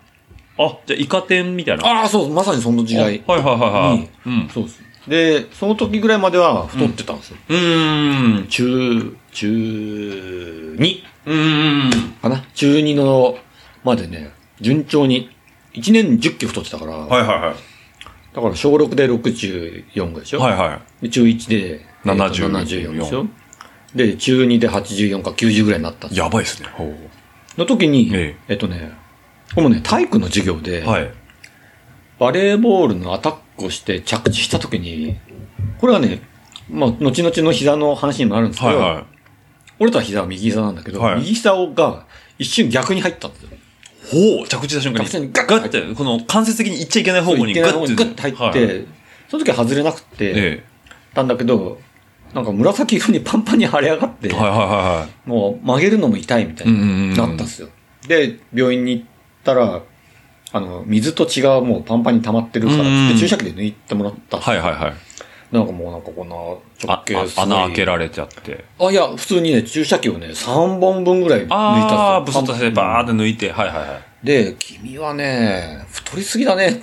S2: ゃあ、イカ天みたいな。あ、
S3: ああ、そう、まさにその時代。
S2: はいはいはいはい。うん。
S3: そうです。で、その時ぐらいまでは太ってたんですよ。
S2: うーん。
S3: 中、中2
S2: うーん。
S3: かな中2のまでね、順調に、1年10キロ太ってたから、
S2: はいはいはい。
S3: だから小6で64ぐらいでしょ、
S2: はいはい。
S3: で中1でえーと
S2: 74
S3: 74でしょで、中2で84か90ぐらいになったんですよ
S2: やばいですね。
S3: の時に、
S2: え
S3: えっとね、これもね、体育の授業で、
S2: はい。
S3: バレーボールのアタックをして着地した時に、これはね、まあ、後々の膝の話にもなるんですけ
S2: はい
S3: ど、
S2: は
S3: 俺とは膝は右膝なんだけど、
S2: はい
S3: 右膝が一瞬逆に入ったんですよ。
S2: い。ほう着地した瞬間に。
S3: 着地に
S2: ガ
S3: ガ
S2: ッ
S3: ッ
S2: て、この関節的にいっちゃいけない方向に
S3: いけ
S2: ガ
S3: ない
S2: ッ
S3: 方
S2: て。
S3: にグッて入っ
S2: はい
S3: て、その時は外れなくて、
S2: え
S3: たんだけど、なんか紫色にパンパンに腫れ上がって、
S2: え。はいはいはいはい。
S3: もう曲げるのも痛いみたい
S2: うんうんうんうん
S3: になったんですよ。で、病院に行ったら、あの、水と血がもうパンパンに溜まってるから
S2: う
S3: っつ
S2: んう
S3: っ
S2: ん
S3: て、注射器で抜いてもらった。
S2: はいはいはい。
S3: なんかもうなんかこんな
S2: あ
S3: 直径すごい
S2: 穴開けられちゃって。
S3: あ、いや、普通にね、注射器をね、3本分ぐらい抜いたんですよ。
S2: ああ、ブスッとしてバーって
S3: ー
S2: 抜いて。はいはいはい。
S3: で、君はね、太りすぎだねって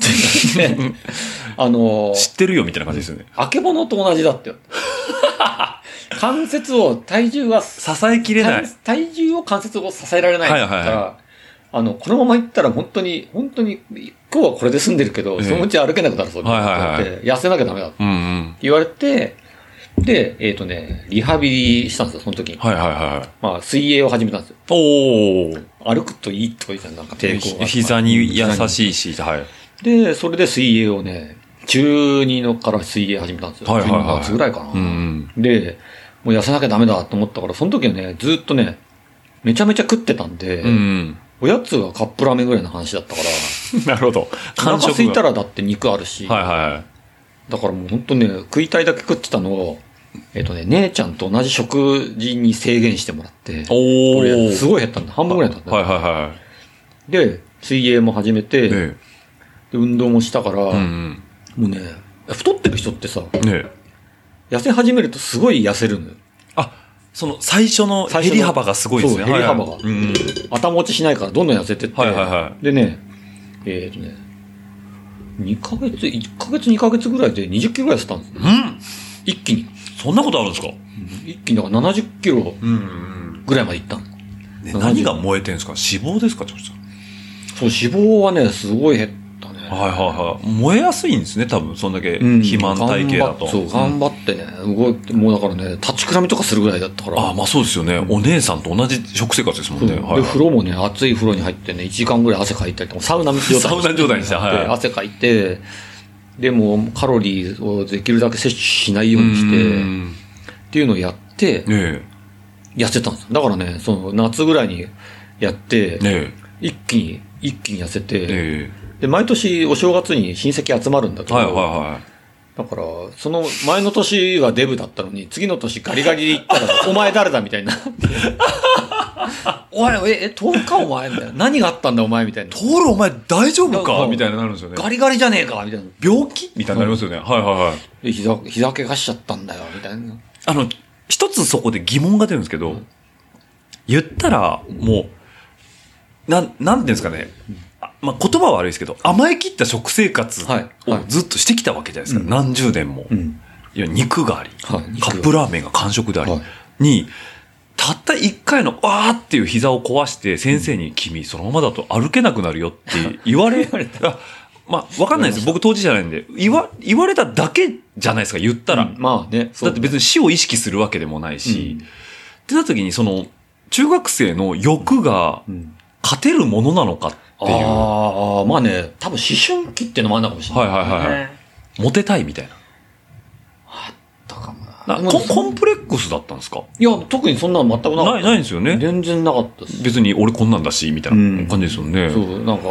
S3: 言って、 あの、
S2: 知ってるよみたいな感じですよね。
S3: あけぼのと同じ だって。関節を、体重は、
S2: 支えきれない
S3: 体。体重を関節を支えられないから、
S2: はいはいは
S3: あの、このまま行ったら本当に、本当に、今日はこれで済んでるけど、
S2: ええ
S3: そのうち歩けなくなるぞって言って、
S2: はいはい
S3: 痩せなきゃダメだって
S2: うんうん。
S3: 言われて、で、えっ、とね、リハビリしたんですよ、その時に。
S2: はいはいはい。
S3: まあ、水泳を始めたんですよ。
S2: おー。
S3: 歩くといいとか言ったらなんか抵抗があって。
S2: 膝に優しいし、はい。
S3: で、それで水泳をね、中2のから水泳始めたんですよ。
S2: はいはいはい
S3: 12月ぐらいかな。
S2: うんうん。
S3: で、もう痩せなきゃダメだと思ったから、その時はね、ずっとね、めちゃめちゃ食ってたんで、
S2: うんうん。
S3: おやつがカップラーメンぐらいの話だったから、
S2: なるほど。
S3: お腹空いた
S2: ら。
S3: らだって肉あるし、
S2: はいはいはい。
S3: だからもう本当ね、食いたいだけ食ってたのを、えっ、とね、姉ちゃんと同じ食事に制限してもらって、
S2: お
S3: 俺
S2: ー。
S3: すごい減ったんだ。半分ぐらいだったんだ。
S2: はいはいはい。
S3: で、水泳も始めて、で
S2: え
S3: 運動もしたから、
S2: え。うん
S3: もうね、太ってる人ってさ、
S2: うん。ねえ。
S3: 痩せ始めるとすごい痩せるのよ。
S2: あ、その最初の
S3: 最
S2: 減
S3: 初の
S2: り幅がすごいですね。
S3: そう減り幅
S2: は
S3: が
S2: いはいうんうん。
S3: 頭落ちしないからどんどん痩せてって。
S2: はいはいは
S3: でね、えっ、とね、2ヶ月、1ヶ月2ヶ月ぐらいで20キロぐらい痩せたんですよ
S2: うん
S3: 一気に。
S2: そんなことあるんですか
S3: 一気にだから70キロ
S2: うんうん。
S3: ぐらいまでいったの。
S2: ね
S3: 70
S2: 何が燃えてるんですか脂肪ですかちょっと。
S3: そう、脂肪はね、すごい減ったね。
S2: はいはいはい。燃えやすいんですね、多分。そんだけ肥満体型だと。
S3: うん頑張っそう、頑張ってね、動いて、もうだからね、立ちくらみとかするぐらいだったから。
S2: ああ、まあそうですよね。お姉さんと同じ食生活ですも
S3: そ
S2: ん
S3: う
S2: ね。
S3: で、
S2: はいはい。
S3: 風呂もね、熱い風呂に入ってね、1時間ぐらい汗かいたりとか、サウナ状態にして。
S2: サウナ状態にしてはい
S3: で汗かいて、でも、カロリーをできるだけ摂取しないようにして、
S2: ね
S3: っていうのをやって、
S2: え
S3: 痩せたんですよ。だからね、その、夏ぐらいにやって、
S2: ね
S3: 一気に、一気に痩せ
S2: え
S3: て、
S2: え
S3: で、毎年お正月に親戚集まるんだけ
S2: えはいは
S3: ど、
S2: いは
S3: だから、その前の年はデブだったのに、次の年ガリガリで行ったら、お前誰だみた いな。おい、え、え、10日お前みたいな。何があったんだお前みたい
S2: い。
S3: な。
S2: トールお前大丈夫か
S3: なんか
S2: みたいになるんですよね。
S3: ガリガリじゃねえかみたいな。
S2: 病気みたいになりますよね。はいはいはい。
S3: で膝、膝怪我しちゃったんだよ、みたいな。
S2: あの、一つそこで疑問が出るんですけど、言ったら、もう、なん、なんていうんですかね。あまあ、言葉は悪いですけど、甘え切った食生活
S3: はい
S2: を
S3: はい
S2: ずっとしてきたわけじゃないですか。
S3: うん
S2: 何十年も。
S3: うん。
S2: いや、肉があり、
S3: はい肉が
S2: カップラーメンが完食であり、
S3: はい
S2: に、たった一回の、わーっていう膝を壊して、先生に、君、そのままだと歩けなくなるよ って言われ、あまあ、わかんないです。僕当事者なんで、言わ、言われただけじゃないですか、言ったら。
S3: うんまあね。
S2: だって別
S3: に。
S2: に死を意識するわけでもないし、
S3: う
S2: っ
S3: ん
S2: てなった時に、その、中学生の欲が
S3: うん
S2: 勝てるものなのかっていう、
S3: ああ、まあね、多分思春期ってのもあるのかもしれない。
S2: はいはいはいはい
S3: ね。
S2: モテたいみたい
S3: だから
S2: な。
S3: な
S2: なコ
S3: でも
S2: ンコンプレックスだったんですか
S3: いや、特にそんなの全くなか
S2: な
S3: っ
S2: い、ないんですよ
S3: た。
S2: ね。
S3: 全然なかったです。
S2: 別に俺こんなんだし、みたいな感じですよね。
S3: そう、なんか、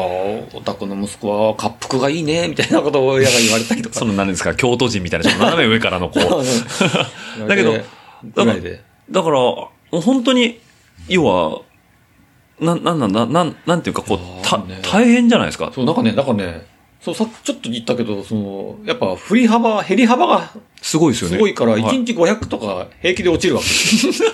S3: お宅の息子は、滑腹がいいね、みたいなことを親が言われたりとか。
S2: その何ですか、京都人みたいな、ちょっと斜め上からの子。
S3: うん
S2: だけど、
S3: ぐらいで。
S2: だから、もう本当に、要は、な、なんなんだ、なん、なんていうか、こう、た、
S3: そうね
S2: 大変じゃないですか。
S3: そう、なんかね、だからね、そう、さっきちょっと言ったけど、その、やっぱ、振り幅、減り幅が
S2: すごいですよね。
S3: すごいから、
S2: は
S3: 1日500とか平気で落ちる わけですよ。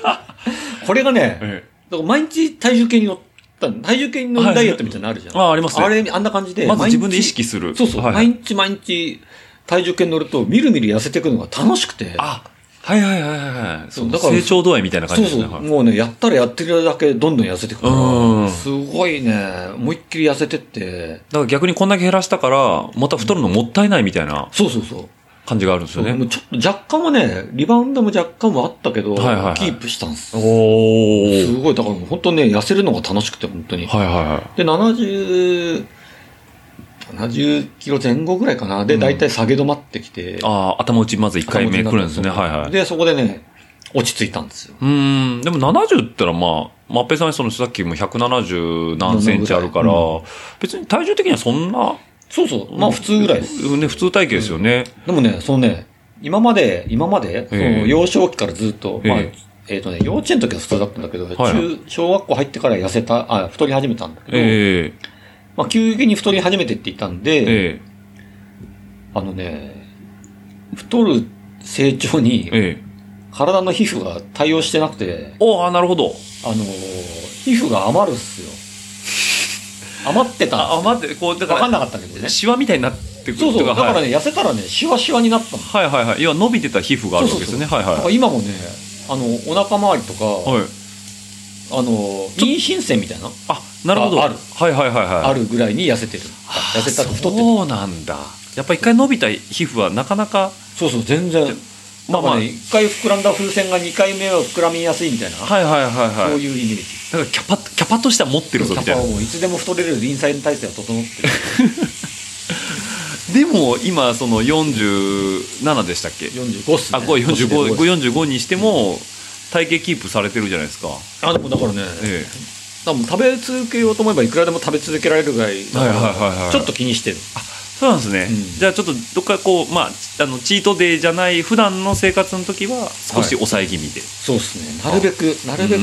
S3: これがね、
S2: ええ
S3: だから毎日体重計に乗ったの体重計に乗るダイエットみたいなのあるじゃん。
S2: はいあありますね
S3: あれ、あんな感じで。
S2: まず
S3: 毎日
S2: 自分で意識する
S3: そうそう。
S2: はい
S3: 毎日毎日体重計に乗ると、みるみる痩せていくのが楽しくて。
S2: あ、はいはいはいはいはい。その
S3: だから
S2: 成長度合いみたいな感じ
S3: そう
S2: です
S3: そ
S2: ね。は
S3: う。
S2: い
S3: もうね、やったらやってるだけどんどん痩せていくか
S2: うん
S3: ら、すごいね、思いっきり痩せてって。
S2: だから逆にこんだけ減らしたから、また太るのもったいないみたいな
S3: そうそうそう。
S2: 感じがあるんですよ
S3: も
S2: ね
S3: う。ちょっと若干はね、リバウンドも若干もあったけど、
S2: はいはいはい
S3: キープしたんです。
S2: お
S3: す
S2: ー。
S3: ごい、だからもう本当ね、痩せるのが楽しくて、本当に。
S2: はいはいはい。
S3: で、70、70キロ前後ぐらいかな。で、
S2: うん
S3: 大体下げ止まってきて、
S2: ああ、頭打ちまず1回目来るんですね。はいはい。
S3: で、そこでね、落ち着いたんですよ。
S2: うーん、でも70って言ったらまあ、まっぺさんそのさっきも170何センチあるから、
S3: う
S2: 別に体重的にはそんな、
S3: そうそう、まあ普通ぐらいです。
S2: うんね、普通体型ですよね。
S3: でもね、そのね、今まで、今まで、そ
S2: ええ
S3: の幼少期からずっと、まあ、
S2: え
S3: えっ、とね、幼稚園の時は普通だったんだけど、
S2: はい
S3: 中、小学校入ってから痩せた、あ、太り始めたんだけど、
S2: え
S3: まあ急激に太り始めてって言ったん
S2: え
S3: で、
S2: え
S3: あのね、太る成長
S2: え
S3: に
S2: ええ
S3: 体の皮膚が対応してなくて、
S2: おあ、なるほど。
S3: あのー皮膚が余るっす よ。余ってた。
S2: あ、
S3: わ
S2: あ、待って、こう、だ
S3: か
S2: か
S3: んなかったけどね
S2: ら、。シワみたいになってくる
S3: そうそう。
S2: て
S3: だ
S2: か
S3: から
S2: はい
S3: ね、痩せたらね、シワシワになったの。
S2: はいはいはい。要は伸びてた皮膚があるわけですね。はい
S3: だか
S2: は
S3: ら今もね、あの、お腹周りとか、
S2: い。はい。
S3: あの、妊娠線みたいな、
S2: あ、なるほど。
S3: あある
S2: はいはいはいはい。
S3: あるぐらいに痩せてる。痩せたと太ってる。
S2: そうなんだ。やっぱ一回伸びた皮膚はなかなか、
S3: そうそう、全然。
S2: まあ
S3: まあ
S2: まあ
S3: まあ、一回膨らんだ風船が二回目は膨らみやすいみたいな、
S2: はいはいはいはい。
S3: そういうイメージ。
S2: なんかキャパ、キャパとしては持ってるぞみ
S3: キ
S2: た
S3: ャ
S2: い
S3: パ
S2: な
S3: は。もういつでも太れる臨済体制は整ってる。
S2: でも今その47でしたっけ
S3: 45っすね。
S2: あ5 45
S3: 45
S2: 45にしても体型キープされてるじゃないですか、
S3: あ、でもだからね、
S2: ええ、
S3: 多分食べ続けようと思えばいくらでも食べ続けられるぐらいだか
S2: は
S3: ら
S2: いはいはいはい
S3: ちょっと気にしてる
S2: そうなんですね、
S3: うん
S2: じゃあちょっとどっかこうまああのチートデイじゃない普段の生活の時は少し抑え気味で、
S3: そうですねなるべくなるべく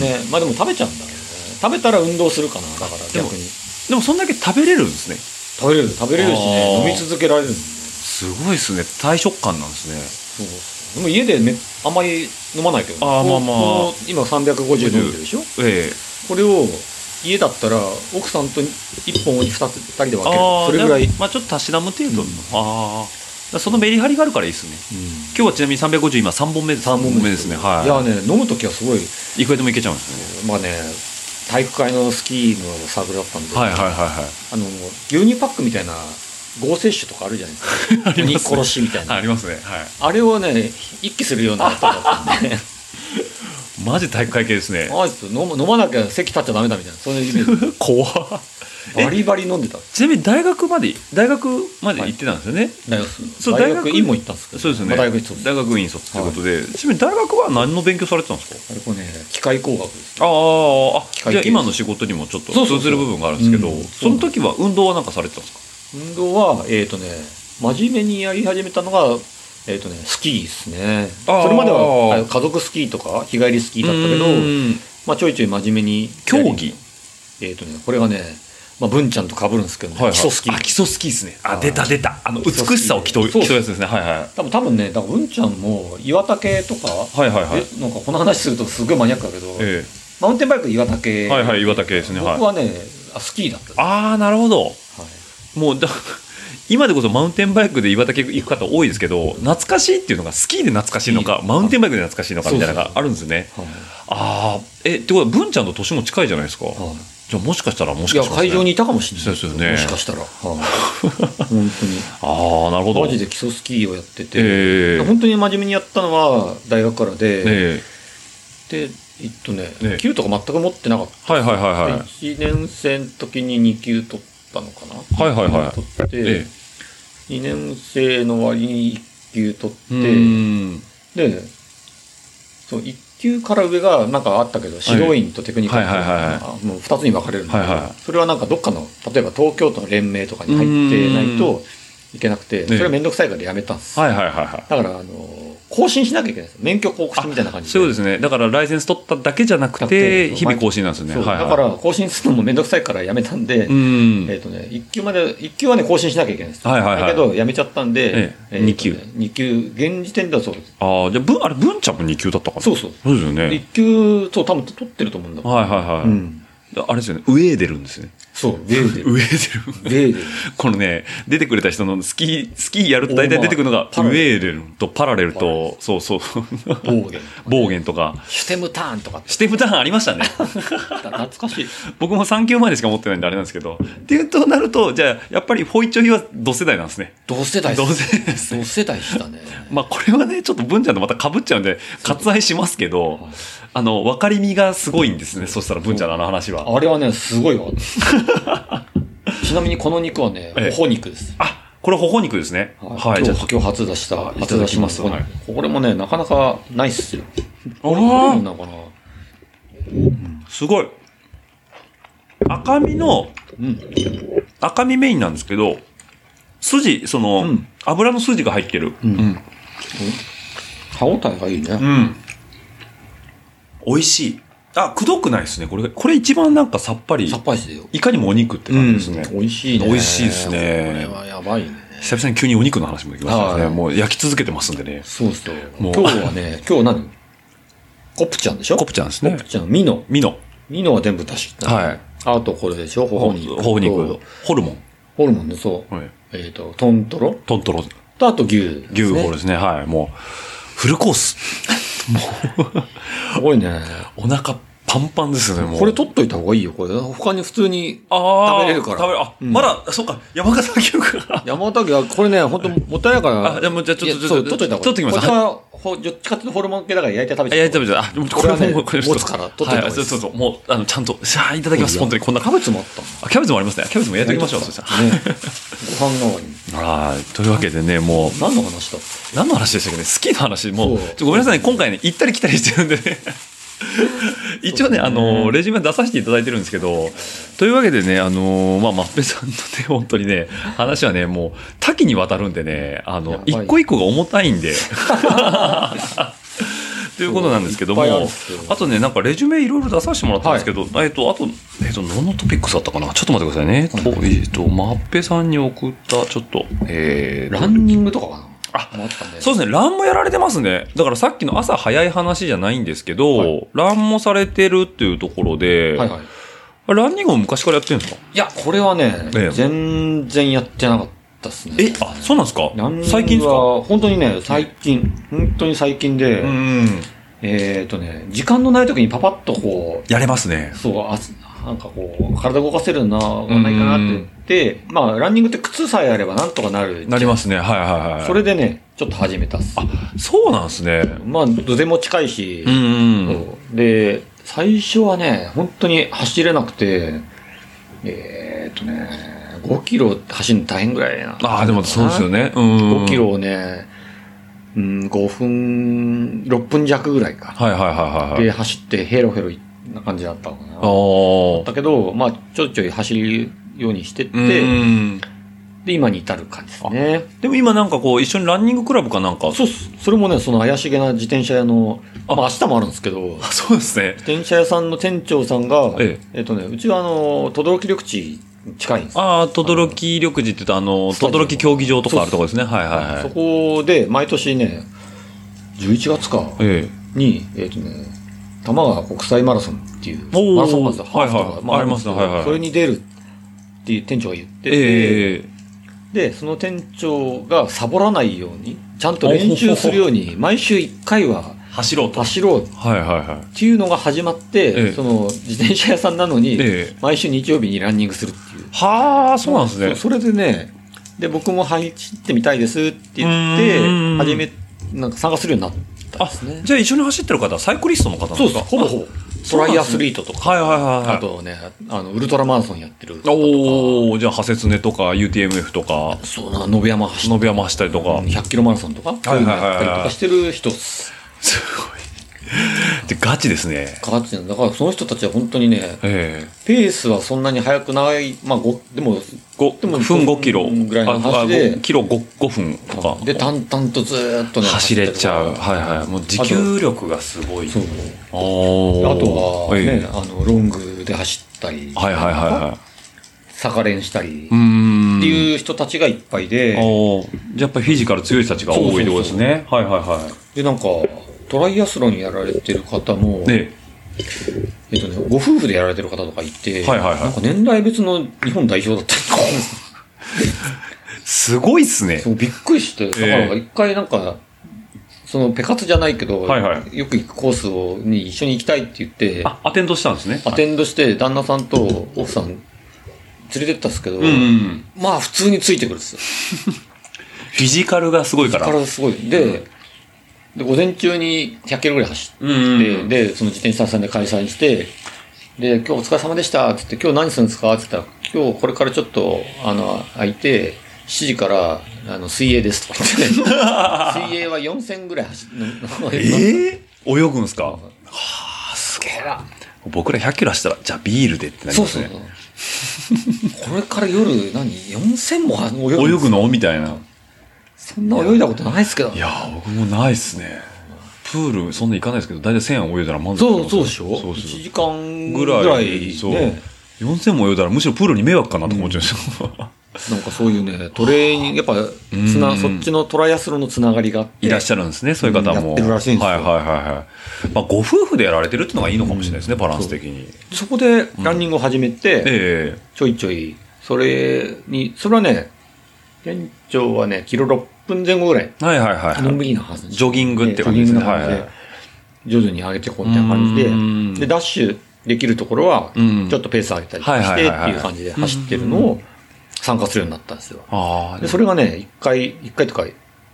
S3: ねまあでも食べちゃうんだけどね食べたら運動するかなだから
S2: でも
S3: 逆に
S2: でもそんだけ食べれるんですね
S3: 食べれる食べれるし
S2: あ
S3: ね
S2: ー
S3: 飲み続けられるんです
S2: ごいですね大食感なんですね
S3: そうでも家でねあんまり飲まないけどね
S2: あー
S3: こう
S2: まあまあ
S3: この今350飲んでるでしょ
S2: ええ
S3: これを家だったら奥さんと1本を 2, 2人で分ける
S2: ああ
S3: それぐらい、
S2: まあ、ちょっとたしなむ程度の、ああだからそのメリハリがあるからいいですね今日はちなみに350今3本目です3本目ですねはい
S3: いやね飲む時はすごい
S2: いくらでもいけちゃうんですね
S3: まあね体育会のスキーのサークルだったんで、
S2: はいはいはいはい
S3: あの牛乳パックみたいな合成種とかあるじゃないですか
S2: ありますね
S3: 鬼殺しみたいな
S2: ありますね。はい。
S3: あれをね一気するような 人だったんで
S2: マジ体育会系ですね。
S3: あいつ飲ま飲まなきゃ席立っちゃダメだみたいなそういうイメ ージ
S2: 怖
S3: バリバリ飲んでた
S2: ちなみに大学まで、大学まで行ってたんですよね。
S3: 大学
S2: そう
S3: 大
S2: 大
S3: 学
S2: 学
S3: 院も行ったんですけど
S2: そうですよね。
S3: まあ大学院卒
S2: 大学院卒ということで、ちなみに大学は何の勉強されてたんですか
S3: あれこれね機械工学です
S2: ああ、あ
S3: 機
S2: じ
S3: 械系
S2: ゃあ今の仕事にもちょっと
S3: そうそうそ
S2: 通ず
S3: う
S2: る部分があるんですけど、
S3: うん
S2: その時は運動はなんかされてたんです
S3: 運動はえっ、とね真面目にやり始めたのがえっ、とねスキーですね
S2: あー
S3: それまではあの家族スキーとか日帰りスキー
S2: か
S3: だったけど
S2: うん
S3: まあ、ちょいちょい真面目にやり
S2: 競技
S3: えっ、とねこれがねまあ文ちゃんと被るんですけど、ね基礎スキ
S2: あ、
S3: ー
S2: 基礎スキーですね。あ、
S3: はい
S2: 出た出た。あの、美しさを競う、
S3: そう
S2: 競うやつですね。はいはい。
S3: 多分多分ねだから文ちゃんも岩竹とか、
S2: はいはいはい。
S3: えなんかこの話するとすごいマニアックだけど、
S2: え
S3: マウンテンバイク岩竹、
S2: えはいはい、岩竹ですね。
S3: 僕
S2: は
S3: はねあ、スキーだった。
S2: ああ、なるほど。
S3: はい
S2: もうだ、今でこそマウンテンバイクで岩岳行く方多いですけど、懐かしいっていうのがスキーで懐かしいのか、マウンテンバイクで懐かしいのかみたいなのがあるんですね。
S3: はい
S2: ああ、え、ってことは、文ちゃんと年も近いじゃないですか。
S3: はい
S2: じゃあ、もしかしたら、もし
S3: い
S2: か
S3: や、
S2: したら、
S3: 会場にいたかもしれない。
S2: そうですよね
S3: もしかしたら。 はい本
S2: ああ、なるほ
S3: 当に。
S2: ど。
S3: マジで基礎スキーをやってて、
S2: ええ
S3: 本当に真面目にやったのは大学からで、
S2: え
S3: で、えっとね、
S2: ええ
S3: 級とか全く持ってなかっ
S2: えはいはいはい
S3: た。
S2: はい。
S3: 一1年生の時に2級取ったのかな。
S2: はいはいはい
S3: 取って、
S2: え
S3: 2年生の割に1級取
S2: えう
S3: っ
S2: ーん
S3: て、で、そう、1級から上がなんかあったけど、指導員とテクニカルと
S2: はいはいはいはい
S3: あもう2つに分かれるんだけど、
S2: はいはい
S3: それはなんかどっかの、例えば東京都の連盟とかに入ってないといけなくて、それはめんどくさいからやめたんです。
S2: はいはいはいはい。
S3: だから、あの、更新しなきゃいけないんですよ免許更新みたいな感じで。
S2: そうですね。だから、ライセンス取っただけじゃなく
S3: だって
S2: て、日々更新なんですね。
S3: そう
S2: はいはい、
S3: だから、更新するのもめんどくさいからやめたんで、
S2: うーん。
S3: えっ、とね、1級まで、1級はね、更新しなきゃいけないんですよ
S2: はいはいはい
S3: だけど、やめちゃったんで
S2: え、え二級
S3: 2級、現時点ではそうです。
S2: ああ、じゃあ、ぶん、あれ、文ちゃんも2級だったかな
S3: そうそう。
S2: そうですよ
S3: で
S2: ね。
S3: 1級、そう、多分取ってると思うんだ
S2: はいはいはい。
S3: うん。
S2: あれですよね。ウェーデルンですね。
S3: そう、ウェーデル。
S2: ウ
S3: ウ
S2: ェーデルン。
S3: ェーデル。
S2: このね、出てくれた人のスキー、スキーやると大体出てくるのが、ウ
S3: おまあ
S2: ェーデルンとパラレル
S3: パラレ
S2: と、そうそう、
S3: ボーゲン。
S2: 暴言とか、
S3: シュテムターンとかって
S2: シテフターンありま したね。
S3: 懐かしい。
S2: 僕も3級までしか持ってないんであれなんですけど。っていうとなると、じゃあ、やっぱりフォイチョイは同世代なんですね。
S3: 同世代っす
S2: 同世代ですね。
S3: 同世代したね。
S2: まあこれはね、ちょっと文ちゃんとまた被っちゃうんで、割愛しますけど、あの、分かりみがすごいんですね。そしたら文ちゃんのあの話は。
S3: あれはね、すごい わ。ちなみにこの肉はね
S2: ええ、
S3: 頬肉です。
S2: あ、これ、ほほ肉ですね。はい。じ
S3: 今
S2: ゃ
S3: 日、今日初出した、
S2: い
S3: 初出しま
S2: い
S3: す。
S2: ただきます
S3: これもね、なかなかないっすよ。
S2: あ、
S3: ど
S2: あ
S3: う
S2: ー
S3: なのかな
S2: すごい。赤身の、
S3: うん。
S2: 赤身メインなんですけど、筋、その、
S3: うん
S2: 油の筋が入ってる。
S3: ん歯応えがいいね。
S2: うん。美味しい。あ、くどくないですね。これ、これ一番なんかさっぱり
S3: さ、っぱりしてるよ。
S2: いかにもお肉って感じですね。
S3: 美味しいね。
S2: 美味しいですね
S3: これはやばいね。
S2: 久々に急にお肉の話もできましたね。
S3: はい
S2: もう焼き続けてますんでね。
S3: そうそう。
S2: も
S3: 今
S2: う
S3: 日 はね、今日何コプちゃんでしょ
S2: コプちゃんですね
S3: コプ。ちゃん、ミノ。
S2: ミノ。
S3: ミノは全部出し切った。
S2: はい。
S3: あとこれでしょ
S2: ほ
S3: 頬肉。
S2: ほ肉。ホルモン。
S3: ホルモンでそう。
S2: はい
S3: えっ、と、トントロ
S2: トントロ。
S3: と、あと牛ですね、
S2: 牛ホルですね。はい。もう、フルコース。
S3: すごいね。
S2: お腹パンパンですよね、もう。
S3: これ取っといた方がいいよ、これ。他に普通に。
S2: あー
S3: 食べれるから
S2: 食べあ、
S3: うん
S2: まだ、そうか、山形牛から。
S3: 山本はこれね、本当もったいないから。
S2: あじゃあもうじゃあちょっと
S3: い
S2: ちょ
S3: や
S2: っと
S3: そう取っといた方がいい。
S2: 取っときます
S3: これは、ほどっちかっていうとホルモン系だから焼いて食べちゃう。
S2: いや、食べちゃう。あ、でもこれはもう、
S3: これはね持つから取っといた方がいい
S2: は
S3: で
S2: い、
S3: す
S2: そうそうそう。もう、あの、ちゃんと、じゃあ、いただきます。
S3: いや
S2: 本当にこんな。
S3: キャベツもあったの
S2: あキャベツもありますね。キャベツも焼いておきましょう。そし
S3: 焼い
S2: た
S3: と
S2: ら
S3: く。からね。ご飯代わりに。
S2: はい。というわけでね、もう、
S3: 何の話だった
S2: 何の話でしたっけねスキーの話もう
S3: そう
S2: ちょごめんなさいね今回ね行ったり来たりしてるんで ね一応ねあのレジュメ出させていただいてるんですけどというわけでねあのまあまっぺさんのね本当にね話はねもう多岐にわたるんでねあ
S3: や
S2: の
S3: ばい
S2: 一個一個が重たいん でということなんですけども
S3: そうい
S2: あ
S3: っぱいあるんですよ
S2: とねなんかレジュメいろいろ出させてもらったんですけど、えっとあとえっと何のトピックスだったかなちょっと待ってくださいね、とえっとまっぺさんに送ったちょっとえー
S3: ランニングとかかな
S2: あ
S3: もあったね。
S2: そうですね、乱もやられてますね。だからさっきの朝早い話じゃないんですけど、
S3: は
S2: 乱もされてるっていうところで、
S3: はいはい。
S2: ランニングも昔からやってるんですか
S3: いや、これはね、
S2: ええ
S3: 全然やってなかったですね。
S2: え、あ、そうなんですか
S3: ランニングは
S2: 最近ですか
S3: 本当にね、最近、本当に最近で、
S2: うん。
S3: えっ、とね、時間のない時にパパッとこ
S2: やれますね
S3: う、。そう、あなんかこう、体動かせるな、ないかなって言って、まあ、ランニングって靴さえあればなんとかなる。
S2: なりますね。はいはいはい。
S3: それでね、ちょっと始めたっす。
S2: そうなんですね。
S3: まあ、どでも近いし
S2: う、んうん。
S3: そうで、最初はね、本当に走れなくて、えっ、とね、5キロ走るの大変ぐらいな。
S2: ああ、でもそうですよね。うんうん。
S3: 5キ。ロをね、うん、5分、6分弱ぐらいか。
S2: はいはいはいはい。
S3: で、
S2: はい
S3: 走ってヘロヘロな感じだったのか
S2: あ
S3: な。
S2: ー
S3: だけど、まあ、ちょいちょい走るようにしてって、
S2: うん
S3: で、今に至る感じですね。
S2: でも今なんかこう一緒にランニングクラブかなんか
S3: そうっす。それもね、その怪しげな自転車屋の、まあ、明日もあるんですけど、
S2: あそうですね
S3: 自転車屋さんの店長さんが、
S2: え
S3: えっとね、うちはあの、轟緑地に近いんですよ
S2: ああ轟緑地って言ったあの
S3: スタジアム
S2: 轟競技場とかあるとこですねはいはいはい
S3: そこで、毎年ね、11月か
S2: え
S3: に、えっ、とね、多摩川国際マラソンっていう
S2: おー
S3: マラソンバスだハーフとか、
S2: はいはいありますね
S3: るんですけど
S2: はいはい
S3: それに出るっていう店長が言ってて、
S2: ええ
S3: でその店長がサボらないようにちゃんと練習するように毎週1回は
S2: 走ろうと。はい
S3: 走ろうっ
S2: はいはい。
S3: ていうのが始まって、
S2: ええ
S3: その自転車屋さんなのに、
S2: ええ
S3: 毎週日曜日にランニングするっていう
S2: はあ、そうなんですね。
S3: そうそれでねで僕も走ってみたいですって言って
S2: うーん
S3: 始めなんか参加するようになったん
S2: あ
S3: ですね
S2: じゃあ一緒に走ってる方はサイクリストの方なんです
S3: そ
S2: か
S3: うですほぼほぼトライアスリートとか、
S2: はいはいはいはい
S3: あとねあのウルトラマラソンやってる方とか
S2: おおじゃあハセツネとか UTMF とか
S3: そうなんか延山走っ
S2: 野辺山走ったりとか、
S3: うん100キロマラソンとかそういうのやったりとかしてる人っす
S2: すごいでガチですね
S3: かかってるだからその人たちは本当にね
S2: え
S3: ペースはそんなに速くないまあごでも
S2: え5
S3: でも
S2: 分5キロ
S3: ぐらいの
S2: ああ
S3: 走りで
S2: 5キロ 5, 5分とか
S3: で淡々とずーっとね
S2: 走れちゃう
S3: 走ってる
S2: はいはいもう持久力がすごい
S3: そう
S2: お
S3: あ
S2: ー
S3: とは
S2: え
S3: ね、
S2: え
S3: あのロングで走ったり、
S2: はいはいはいはい
S3: 逆練したり
S2: うー
S3: っ
S2: ん
S3: ていう人たちがいっぱいで、
S2: おーじゃあやっぱりフィジカル強い人たちが多いってことですねはいはいは
S3: でなんかトライアスロンやられてる方も、
S2: いね
S3: えっとね、ご夫婦でやられてる方とかいて、
S2: はいはいはい
S3: なんか年代別の日本代表だったりとか
S2: すごいっすね
S3: そうびっくりして、だから一回なんか、そのペカツじゃないけど、
S2: はいはい
S3: よく行くコースをに一緒に行きたいって言って、
S2: あアテンドしたんですね
S3: アテンドして旦那さんと奥さん連れてったんですけど、
S2: うんうんうん
S3: まあ普通についてくるんですよ。
S2: フィジカルがすごいから。
S3: 体すごい。で、で午前中に100キロぐらい走って、
S2: うんうんうん
S3: で、その自転車屋さんで開催して、で、今日お疲れ様でしたって言って、今日何するんですかって言ったら、今日これからちょっと、あの、空いて、7時から、あの、水泳ですとか言って、水泳は4000ぐらい走って、
S2: ええ泳ぐんすかはあ、すげえな。僕ら100キロ走ったら、じゃあビールでってなり
S3: そ
S2: ま
S3: う
S2: す
S3: そう
S2: ね。
S3: そう。これから夜何、4000も泳ぐ
S2: 泳ぐのみたいな。
S3: そんな泳いだことないですけど
S2: い。やー、僕もないっすね。プール、そんな行かないですけど、だいたい1000泳いだら満足
S3: そう、そうでしょ
S2: そう
S3: ?1
S2: そう
S3: 時間
S2: ぐ
S3: ぐ
S2: ら
S3: ら
S2: い、
S3: い、
S2: そう。
S3: ね
S2: 4000も泳いだら、むしろプールに迷惑かなとか思っちゃうんですよ。
S3: なんかそういうね、トレーニング、やっぱつ
S2: う
S3: な、
S2: ん
S3: そっちのトライアスロンのつながりがあって、
S2: いらっしゃるんですね、そういう方も。
S3: やってるらしいんですよ
S2: はいはいはいはい。まあ、ご夫婦でやられてるっていうのがいいのかもしれないですね、バランス的に。
S3: そこでランニングを始めて、
S2: え
S3: ちょいちょい、それに、それはね、店長はね、キロ6分前後ぐらい、
S2: えはいはいはい。
S3: のんびりなはず
S2: ジョギングって感じですね
S3: ジョギングな感じ
S2: はい
S3: で、徐々に上げてこうみたいな感
S2: うん
S3: じで、で、ダッシュできるところは、
S2: うん
S3: ちょっとペース上げたりとか
S2: は
S3: し
S2: い
S3: て
S2: は
S3: っ
S2: いはいはい
S3: ていう感じで走ってるのを参加するようになったんですよ。
S2: ああ、
S3: で、それがね、一回、一回とか、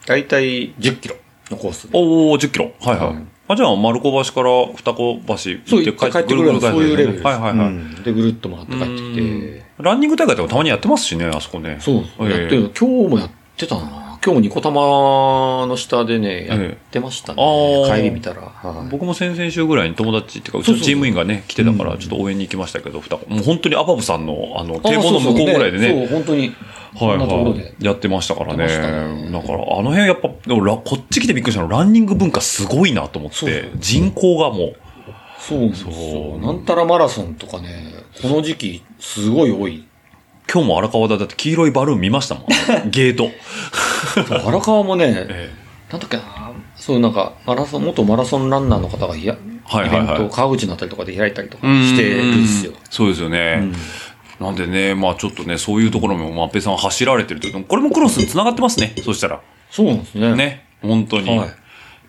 S3: だいたい10キロのコースで。
S2: おお、10キロ。はいはい。
S3: うん
S2: あじゃあ、丸子橋から二子橋
S3: そう、
S2: 行
S3: 行
S2: っ
S3: って
S2: 帰っ
S3: て帰
S2: て
S3: って
S2: く
S3: く
S2: る
S3: る
S2: ぐ
S3: ぐ
S2: ら
S3: ら
S2: いですよね
S3: いそういうレベルです。
S2: はいはいはい。
S3: うんで、ぐるっと回って帰ってきて。
S2: ランニング大会とかたまにやってますしね、あそこね。
S3: そうそう、
S2: ええ
S3: やってる。今日もやってたな。今日もニコ玉の下でね、やってましたね。
S2: ええあー
S3: 帰り見たら。はい
S2: 僕も先々週ぐらいに友達っていうか、うち
S3: そう
S2: の
S3: そう
S2: チーム員がね、来てたから、
S3: うん
S2: ちょっと応援に行きましたけど、二子。もう本当にアパブさんの、あの、堤防の向こうぐらいで
S3: あそうそう
S2: ね、
S3: そう、本当に。
S2: は
S3: こ
S2: い
S3: んなところ
S2: は
S3: で。
S2: い。やってましたからね。
S3: やってましたね
S2: だから、あの辺やっぱ、でもラこっち来てびっくりしたの、ランニング文化すごいなと思っ
S3: そう
S2: て、人口がもう、
S3: そうなんです
S2: そう
S3: よ。なんたらマラソンとかね、この時期、すごい多い。
S2: 今日も荒川だだって黄色いバルーン見ましたも ん。ゲート。
S3: 荒川もね、
S2: え
S3: なんだっけな、そうなんか、マラソン、元マラソンランナーの方がいや、
S2: はいはいはい
S3: イベントを川口のあたりとかで開いたりとか
S2: え
S3: してるんですよ。
S2: そうですよね。なんでね、まあちょっとね、そういうところも、まあ、安倍さん走られてるというこれもクロスに繋がってますね。そしたら。
S3: そうなんですね。
S2: ね。本当に。
S3: はい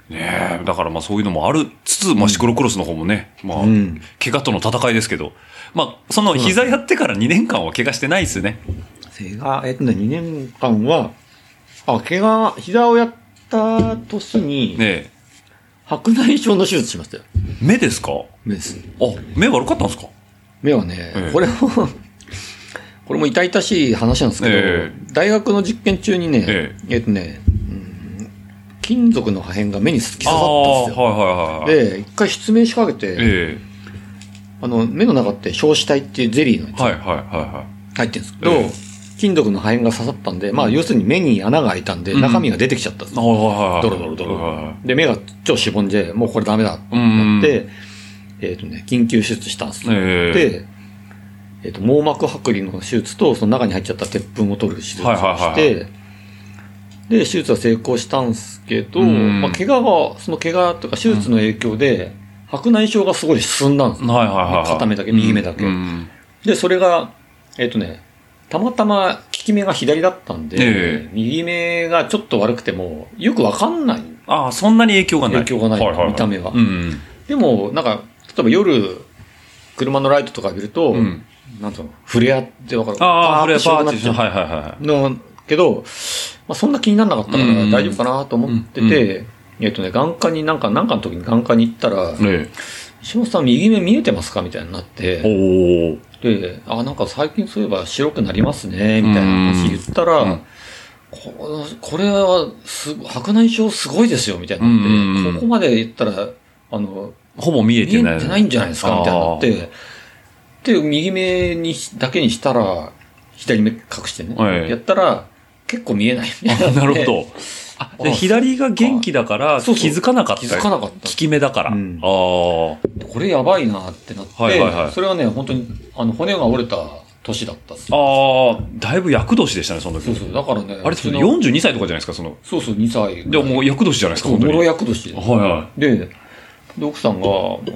S2: ねえだからまあそういうのもあるつつ、まあシクロクロスの方もね、まあ、
S3: うん
S2: 怪我との戦いですけど、まあその膝やってから2年間は怪我してないですよね。
S3: 怪我、えっとね、2年間は、あ、怪我、膝をやった年に、
S2: ね
S3: 白内障の手術しましたよ。
S2: え目ですかあ、
S3: 目です。
S2: 目悪かったんですか
S3: 目はね、
S2: ええ
S3: これも、 これも痛々しい話なんですけど、
S2: え
S3: 大学の実験中にね、
S2: え
S3: えっとね、うん金属の破片が目に突き刺さったんで
S2: あ
S3: すよ。
S2: ーはいはいはい。
S3: で、一回失明しかけて、
S2: え
S3: あの、目の中って硝子体っていうゼリーの
S2: えはいはいはいは
S3: 入ってるんですけど、
S2: ええ
S3: 金属の破片が刺さったんで、まあ、要するに目に穴が開いたんで、
S2: ん
S3: 中身が出てきちゃったんです
S2: い。あーはいはいはい。
S3: ドロドロドロ
S2: はいはいはい
S3: で、目が超しぼんで、もうこれダメだって
S2: うん
S3: なって、えっ、とね、緊急手術したんですよ。
S2: ええ
S3: で、えっ、と、網膜剥離の手術と、その中に入っちゃった鉄粉を取る手術をして、
S2: はいはいはい
S3: で、手術は成功したんですけど、
S2: うん
S3: まあ、怪我が、その怪我とか手術の影響で、白内障がすごい進んだんです
S2: はいはいはいはい。
S3: 片目だけ右目だけ
S2: うん
S3: で、それが、えっ、とね、たまたま利き目が左だったんで、
S2: え
S3: 右目がちょっと悪くても、よくわかんない。
S2: ああ、そんなに影響がない。
S3: 影響がない
S2: はは
S3: 見た目は
S2: うん。
S3: でも、なんか、例えば夜、車のライトとか見ると、
S2: うん
S3: なんとフレアってわかる
S2: ああ、これはバー
S3: パ
S2: ティ
S3: ー
S2: ション。
S3: ッ
S2: はいはいは
S3: ての、けど、まあ、そんな気にならなかったから
S2: うん
S3: 大丈夫かなと思ってて、えっとね、眼科に、なんか、なんかの時に眼科に行ったら、
S2: い。ね
S3: 石本さん右目見えてますかみたいになって、
S2: えおお。
S3: で、あ、なんか最近そういえば白くなりますね、みたいな話言ったら、
S2: うん
S3: ここれはすご、白内障すごいですよ、みたいになって、
S2: うんうんうん
S3: ここまで言ったら、あの、
S2: ほぼ見え
S3: 見
S2: て
S3: え
S2: ない。
S3: てないんじゃないですか、みたいになっ
S2: あ
S3: て、で、右目にしだけにしたら、左目隠してね、
S2: はい
S3: やったら、結構見えないみたいに
S2: あ
S3: って
S2: なるほ。ど。あで
S3: あ
S2: 左が元気だから気
S3: そうそう
S2: づかなかった。
S3: 気づかなかっ
S2: 利き目だから。ああ
S3: うん
S2: ー。
S3: た。これやばいなってなって、
S2: はいはいはい
S3: それはね、本当に、あの、骨が折れた年だったっすよ
S2: ああ、だいぶ厄年でしたね、その時。
S3: そうそう、だからね、
S2: あれ、それ
S3: うちの
S2: 42歳とかじゃないですか、その。
S3: そうそう、2歳。
S2: でももう厄年じゃないですか、
S3: そう、
S2: 本当
S3: も
S2: に。
S3: ろ
S2: はい
S3: 役年で。
S2: は
S3: で、で奥さんが、もう、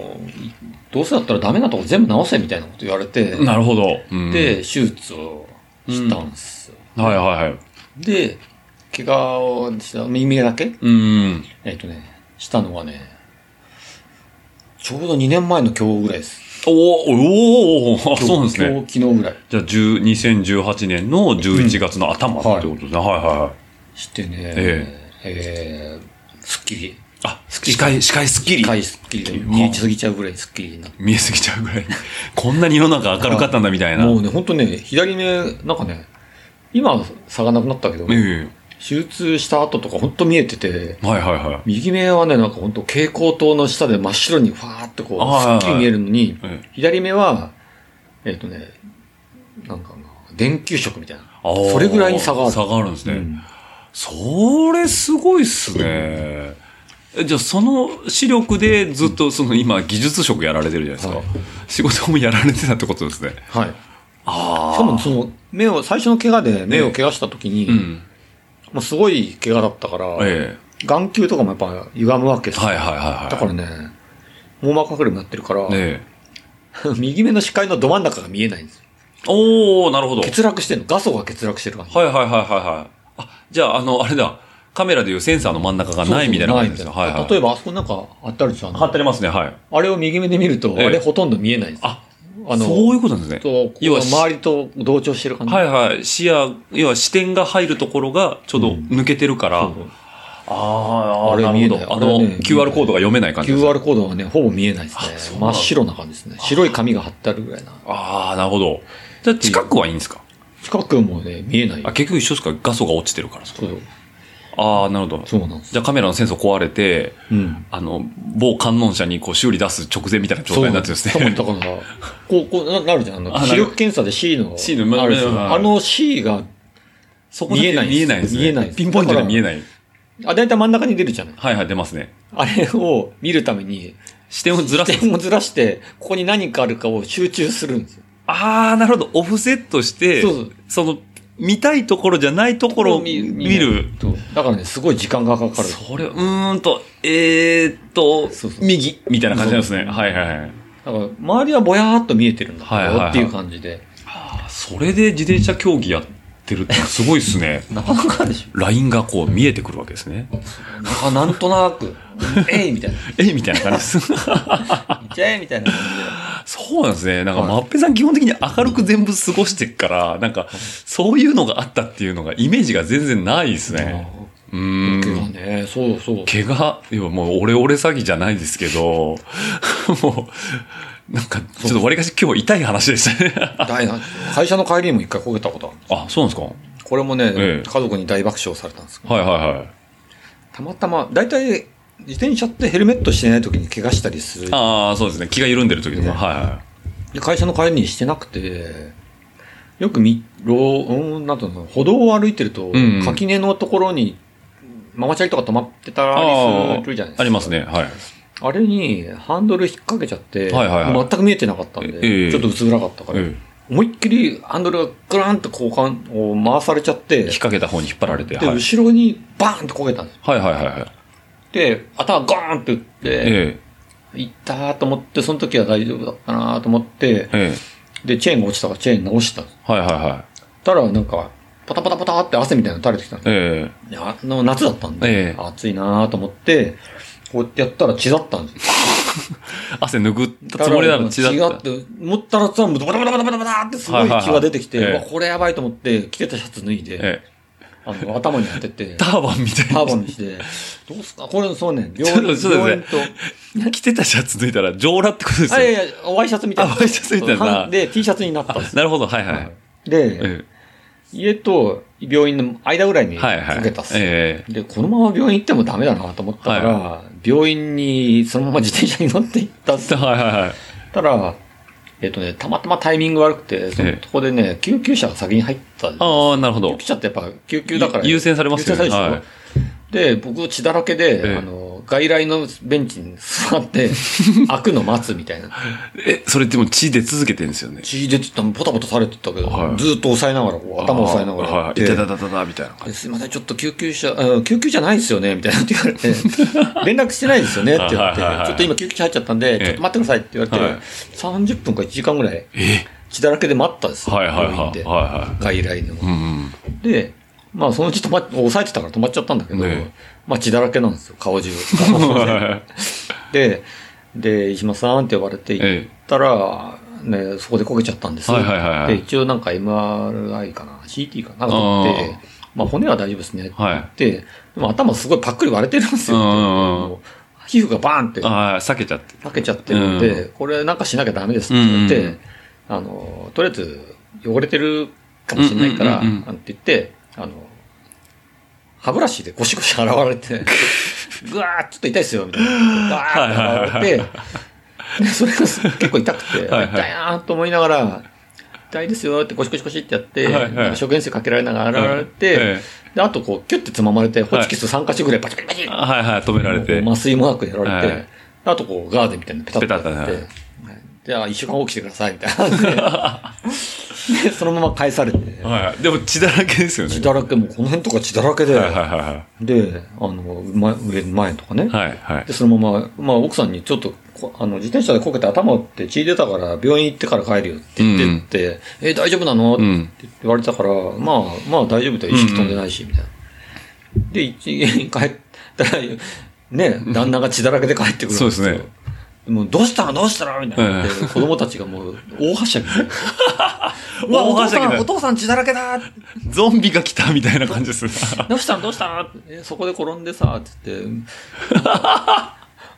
S3: どうせだったらダメなとこ全部直せみたいなこと言われて、
S2: い。なるほど。うん、
S3: で、手術をしたんですよ。
S2: はいはいはい。
S3: で、怪我をした、耳だけ
S2: うん。
S3: えっ、とね、したのがね、ちょうど2年前の今日ぐらいです。
S2: おおおーおーあ、そうなんです
S3: 今
S2: ね。
S3: 日、昨日ぐらい。
S2: じゃあ、10 2018年の11月の頭ってことですね。はいはいはい。
S3: してね、
S2: え
S3: えーすっきり。
S2: あ、視界、視界スッキリ。
S3: 回すっきりで、見えすぎちゃうぐらいすっきりになって
S2: 見えすぎちゃうぐらいに。こんなに世の中明るかったんだみたいな。
S3: もうね、ほんとね、左目、なんかね、今は差がなくなったけど、
S2: え
S3: 手術した後とかほんと見えてて、
S2: えはいはいはい。
S3: 右目はね、なんかほんと蛍光灯の下で真っ白にファーってこ
S2: あ
S3: う、
S2: ー
S3: す
S2: はいはい
S3: っきり見えるのに、
S2: ええ
S3: 左目は、えっ、とね、なんかな、電球色みたいな。
S2: あー
S3: それぐらいに差がある。
S2: 差があるんですね。
S3: うん
S2: それすごいっすね。えじゃあその視力でずっとその今技術職やられてるじゃないですか。
S3: はい
S2: 仕事もやられてたってことですね。
S3: はい。し
S2: あ
S3: かもその、目を、最初の怪我で目を怪我した時に、
S2: うん。
S3: もうすごい怪我だったから、
S2: え
S3: 眼球とかもやっぱ歪むわけで
S2: え
S3: すよ
S2: はいはいはいはい。
S3: だからね、網膜剥離もやってるから、
S2: ええ
S3: 右目の視界のど真ん中が見えないんですよ。
S2: おおなるほど。はい
S3: 欠落してるの。画素が欠落してる感じ。
S2: はいはいはいはい。あ、じゃああの、あれだ。カメラでいうセンサーの真ん中がないみたいな感じですね。はいはい。
S3: 例えば、あそこなんかあったりでしょあの
S2: 貼ってありますね。はい。
S3: あれを右目で見ると、
S2: ええ
S3: あれほとんど見えないんですよ
S2: あ、
S3: あの、
S2: そういうことなんですね。
S3: とこう
S2: 要は
S3: 周りと同調してる感じ。
S2: はいはい。視野、要は視点が入るところがちょうど抜けてるから。
S3: そうそう
S2: あ
S3: あれ見えない
S2: あ
S3: あれ
S2: の、
S3: はね
S2: QR コードが読めない感じです。
S3: QR コードはね、ほぼ見えないです
S2: あそう
S3: ね。
S2: なんだ
S3: 真っ白な感じですね。白い紙が貼ってあるぐらいな。
S2: ああ、なるほど。じゃあ近くはいいんですか
S3: 近くもね、見えない
S2: あ。結局一緒ですか画素が落ちてるからそ
S3: そう
S2: れ。ああ、なるほど。
S3: そうなんです
S2: じゃあカメラのセンサー壊れて、
S3: うん。
S2: あの、某観音車にこう修理出す直前みたいな状態になってるんです
S3: そうな
S2: ね
S3: ん。ですだから、こう、こうななるじゃん。あの
S2: あなる
S3: 視力検査で C の、
S2: C の
S3: あるんですよ
S2: まあまあまあ
S3: あの C が、
S2: そ
S3: 見えない
S2: 見えないですね。
S3: 見えないです
S2: ピンポイントで見えない。
S3: あ、だいたい真ん中に出るじゃない。
S2: はいはい、出ますね。
S3: あれを見るために、
S2: 視点をずらす。
S3: 点をずらして、ここに何かあるかを集中するんですよ。
S2: ああ、なるほど。オフセットして、
S3: そうそう
S2: その、見たいところじゃないところを見る。
S3: そうだからね、すごい時間がかかる。
S2: それ、うーんと、えーっと、
S3: そうそう
S2: 右、みたいな感じなんですね。はいはいはい。
S3: だから、周りはぼやーっと見えてるんだけど
S2: はいはいはい
S3: っていう感じで。
S2: それで自転車競技やってるってすごいっすね。
S3: なかなかでし
S2: ラインがこう見えてくるわけですね。
S3: ょ。なんか、なんとなく、 えいみたいな。
S2: えみたいな感じです。
S3: いっちゃえみたいな感
S2: そうなんですね。なんか、
S3: はい
S2: まっぺさん基本的に明るく全部過ごしてっから、なんか、そういうのがあったっていうのが、イメージが全然ないです
S3: じで。
S2: ね。う
S3: うん。け
S2: ーん。
S3: どね、そうそう。
S2: 怪我、いやもう、オレオレ詐欺じゃないですけど、 もう、なんか、ちょっとわりかし今日痛い話でしたね。
S3: 大な会社の帰りにも一回こけたことあるんです
S2: あ、そうなんですか
S3: これもね、
S2: ええ
S3: 家族に大爆笑されたんですけど
S2: はいはいはい。
S3: たまたま、大体、自転車ってヘルメットしてない時に怪我したりする。
S2: ああ、そうですね。気が緩んでる時とか。
S3: ね
S2: はいは
S3: で会社の帰りにしてなくて、よくみ、ろう、うん、なんていうの、歩道を歩いてると、
S2: んうん
S3: 垣根のところに、ママチャリとか止まってた
S2: い。
S3: り
S2: あ
S3: するじゃないで
S2: ー
S3: すか。
S2: ありますね。はい。
S3: あれにハンドル引っ掛けちゃって、
S2: はいはいはい
S3: 全く見えてなかったんで、
S2: ええ
S3: ちょっと薄暗かったから、
S2: ええ
S3: 思いっきりハンドルがグランと交換を回されちゃって
S2: 引っ、掛けた方に引っ張られて。
S3: で、
S2: はいはい
S3: 後ろにバーンと焦げたんですよ。
S2: はいはいはい。
S3: で、頭ゴーンって打って、
S2: ええ。
S3: 行ったと思って、その時は大丈夫だったなと思って、
S2: ええ。
S3: で、チェーンが落ちたからチェーン直した。
S2: はいはいはい。
S3: たら、なんか、パタパタパタって汗みたいなの垂れてきたの。
S2: え
S3: であの夏だったんで、
S2: ええ
S3: 暑いなと思って、こうやってやったら血だったんですよ
S4: 汗拭ったつもりなのに血だった。
S3: 血があって、持ったらさ、もうバタバタバタバタバタってすごい血が出てきて、
S2: はいはいはいう
S3: わこれやばいと思って、着てたシャツ脱い
S2: え。
S3: で、
S2: ええ。
S3: あの頭に当 てて、
S4: ターバンみたい
S3: ターバ
S4: に
S3: ンにして、どうすかこれ、そうね、病
S4: ちょっと
S3: 院
S4: ちょっと待
S3: 病院
S4: って
S3: と、
S4: 着てたシャツ脱いたら、上裸ってことです
S3: あ、い
S4: よ。
S3: やいや、ワイシャツみたいな。
S4: あワイシャツみたいな
S3: そうで、T シャツになったんですよ
S4: なるほど、はいはい。
S3: で、
S4: え
S3: 家と病院の間ぐらいに
S4: え
S3: か
S4: はいはい。
S3: けたっすよ
S4: ええ。
S3: で、このまま病院行ってもダメだなと思ったから、病院にそのまま自転車に乗って行ったっす
S4: はいはいはい。
S3: たら、えっ、とね、たまたまタイミング悪くて、その
S4: ええ
S3: とこでね、救急車が先に入ったんです
S4: ああ、なるほど
S3: 救急。車ってやっぱ救急だから、
S4: 優先されますよね
S3: 優先されるでしょで、僕血だらけ
S4: え
S3: で、
S4: え
S3: あの、外来のベンチに座 って、開くの待つみたいな。
S2: え、それでも血出続けてるんですよね。
S3: 血出てたのポタポタされてたけど、
S2: はい
S3: ずーっと押さえながら、こう頭押さえながら
S2: はい
S3: や
S2: は
S3: っ
S2: い。
S3: て。
S2: いたたたたたみたいな感
S3: で、すいません、ちょっと救急車、うん救急じゃないですよね、みたいなって言わ れて、連絡してないですよねって言われて、
S4: はいはいはい
S3: ちょっと今救急車入っちゃったんで、ちょっと待ってくださいって言われて、
S2: はい
S3: 30分か1時間ぐらい、血だらけで待ったんです
S2: じ。
S3: よ、
S2: はいはいはい。
S3: 病院で、
S2: は
S3: 外来の。
S2: いはい。うんうん。
S3: で、まあそのうち止まっ、押さえてたから止まっちゃったんだけど、
S2: ね
S3: まあ血だらけなんですよ、顔中。 で、で、石間さんって呼ばれて行ったら、ね、そこでこけちゃったんです、
S2: はいはいはいはい
S3: で、一応なんか MRI かな、CT かな、なんか取って、まあ骨は大丈夫ですねって言って、でも頭すごいパックリ割れてるんですよ。
S2: うんうんうん
S3: もう皮膚がバーンって
S2: ああ、避けちゃって。
S3: かけちゃってるんで、これなんかしなきゃダメですって言って、
S2: うんうんうん
S3: あの、とりあえず汚れてるかもしれないから、
S2: うんうんうんうん
S3: なんて言って、あの、歯ブラシでゴシゴシ洗われ て、ぐわーちょっと痛いですよ、みたいな。ガーって洗われて、でそれが結構痛くて、
S2: はいはい
S3: 痛いなーと思いながら、痛いですよってゴシゴシゴシってやって、
S2: はいはい
S3: なんか食塩水かけられながら洗われて、
S2: え
S3: で、あとこう、キュッてつままれて、ホチキス3箇所ぐらいバチバチバチ
S2: え。はいはい、止められて。
S3: 麻酔もなくやられて、
S2: はい
S3: あとこうガーゼみたいなのペタッとやって、
S2: ペタッ
S3: じゃあ一週間起きてくださいみたいな 感じででそのまま返されて、
S2: はい。でも血だらけですよね。
S3: 血だらけ、もうこの辺とか血だらけで、
S2: はいはいは
S3: で、あの、ま、上前とかね、
S2: いはい。はいはい
S3: で、。そのまま、まあ奥さんにちょっとこ、あの、自転車でこけて頭打って血出たから病院行ってから帰るよって言ってって、え、大丈夫なの、
S2: うん
S3: って言われたから、まあ、まあ大丈夫だよ。意識飛んでないし、みたいな。で、一 家に帰ったら、ね、旦那が血だらけで帰ってくるんですよ。
S2: そうですね。
S3: もう、どうしたのどうしたのみたいな。
S2: え
S3: で
S2: え
S3: 子供たちがもう、大 はしゃぎで。う
S4: 大
S3: わ、お
S4: は
S3: 父
S4: しゃぎ
S3: さ
S4: だ
S3: ん、お父さん血だらけだ
S4: ゾンビが来たみたいな感じです。は
S3: どうしたのどうしたのえそこで転んでさ、つって。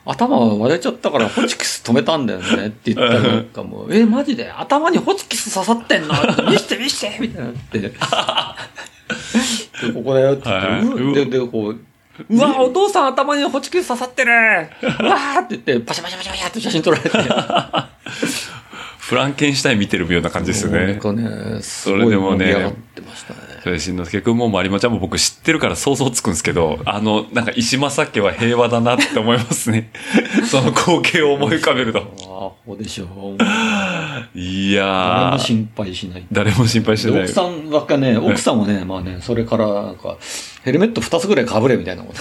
S3: 頭割れちゃったからホチキス止めたんだよねって言ったらなんか もう、え、マジで頭にホチキス刺さってんの見して見してみたいになって。で、ここだよって言って、
S2: はいう
S3: で、で、こう、うわ、お父さん頭にホチキス刺さってるうわーって言って、パシャパシャパシャパシャって写真撮られ て。
S2: フランケンシュタイン見てるような感じですよ
S3: なん
S2: ね。
S3: かね、す
S2: そ
S3: ご
S2: れ
S3: い
S2: でも
S3: 盛
S2: ね
S3: り上がってましたね。
S2: それ、しんのすけくんもまりまちゃんも僕知ってるから想像つくんですけど、あの、なんか石間家は平和だなって思いますね。 その光景を思い浮かべると。
S3: あほでしょう。
S2: い
S3: 誰
S2: や
S3: も
S2: ー、
S3: 心配しない。
S2: 誰も心配して
S3: で
S2: ない。
S3: 奥さんばっかね、奥さんもね、まあね、それから、なんか、ヘルメット2つぐらいかぶれみた いなこと。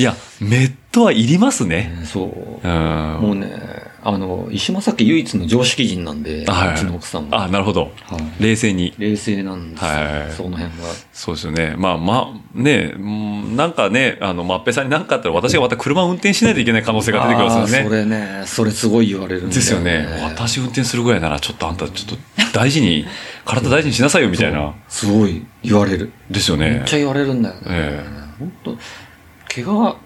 S2: いや、メットはいりますね。
S3: そう
S2: う。ん。
S3: もうね、あの、石正家唯一の常識人なんで、う
S2: はい
S3: ちの奥さんも。
S2: あ、なるほど。
S3: はい
S2: 冷静に。
S3: 冷静なんですよ
S2: はい
S3: その辺は。
S2: そうですよね。まあ、まあ、ねうんなんかね、あの、まっぺさんに何かあったら私がまた車を運転しないといけない可能性が出てきますよ
S3: あーそ
S2: ね。
S3: れね、それすごい言われるんだ
S2: ですよね。
S3: そう
S2: 私運転するぐらいなら、ちょっとあんた、ちょっと大事に、体大事にしなさいよ、みたいな。
S3: すごい言われる。
S2: ですよ
S3: め
S2: ね
S3: っち。ゃ言われるんだよね。
S2: え
S3: 本当怪我、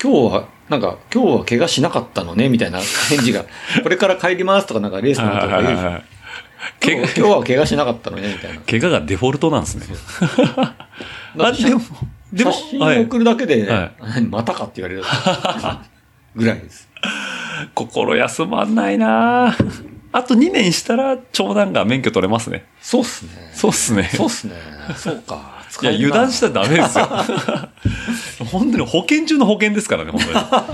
S3: 今日は、なんか、今日は怪我しなかったのね、みたいな返 事が、これから帰りますとか、なんかレース
S2: え
S3: のことか言うじゃん。
S2: け
S3: 今日今日は怪我しなかったのね、みたいな。
S2: 怪我がデフォルトなんですね。
S3: だ
S2: あ、
S3: って
S2: でも、でも
S3: 写、真
S2: は
S3: を
S2: い
S3: 送。るだけで、
S2: は
S3: 何 またかって言われる。ぐらいです。
S2: 心休まんないなあと2年したら、長男が免許取れますね。
S3: そうっすね。
S2: そうっすね。
S3: そうっすね。そうか。
S2: いや、
S3: 使える
S2: 油
S3: な
S2: 断したらダメ ですよ。本当に保険中の保険ですからね、本当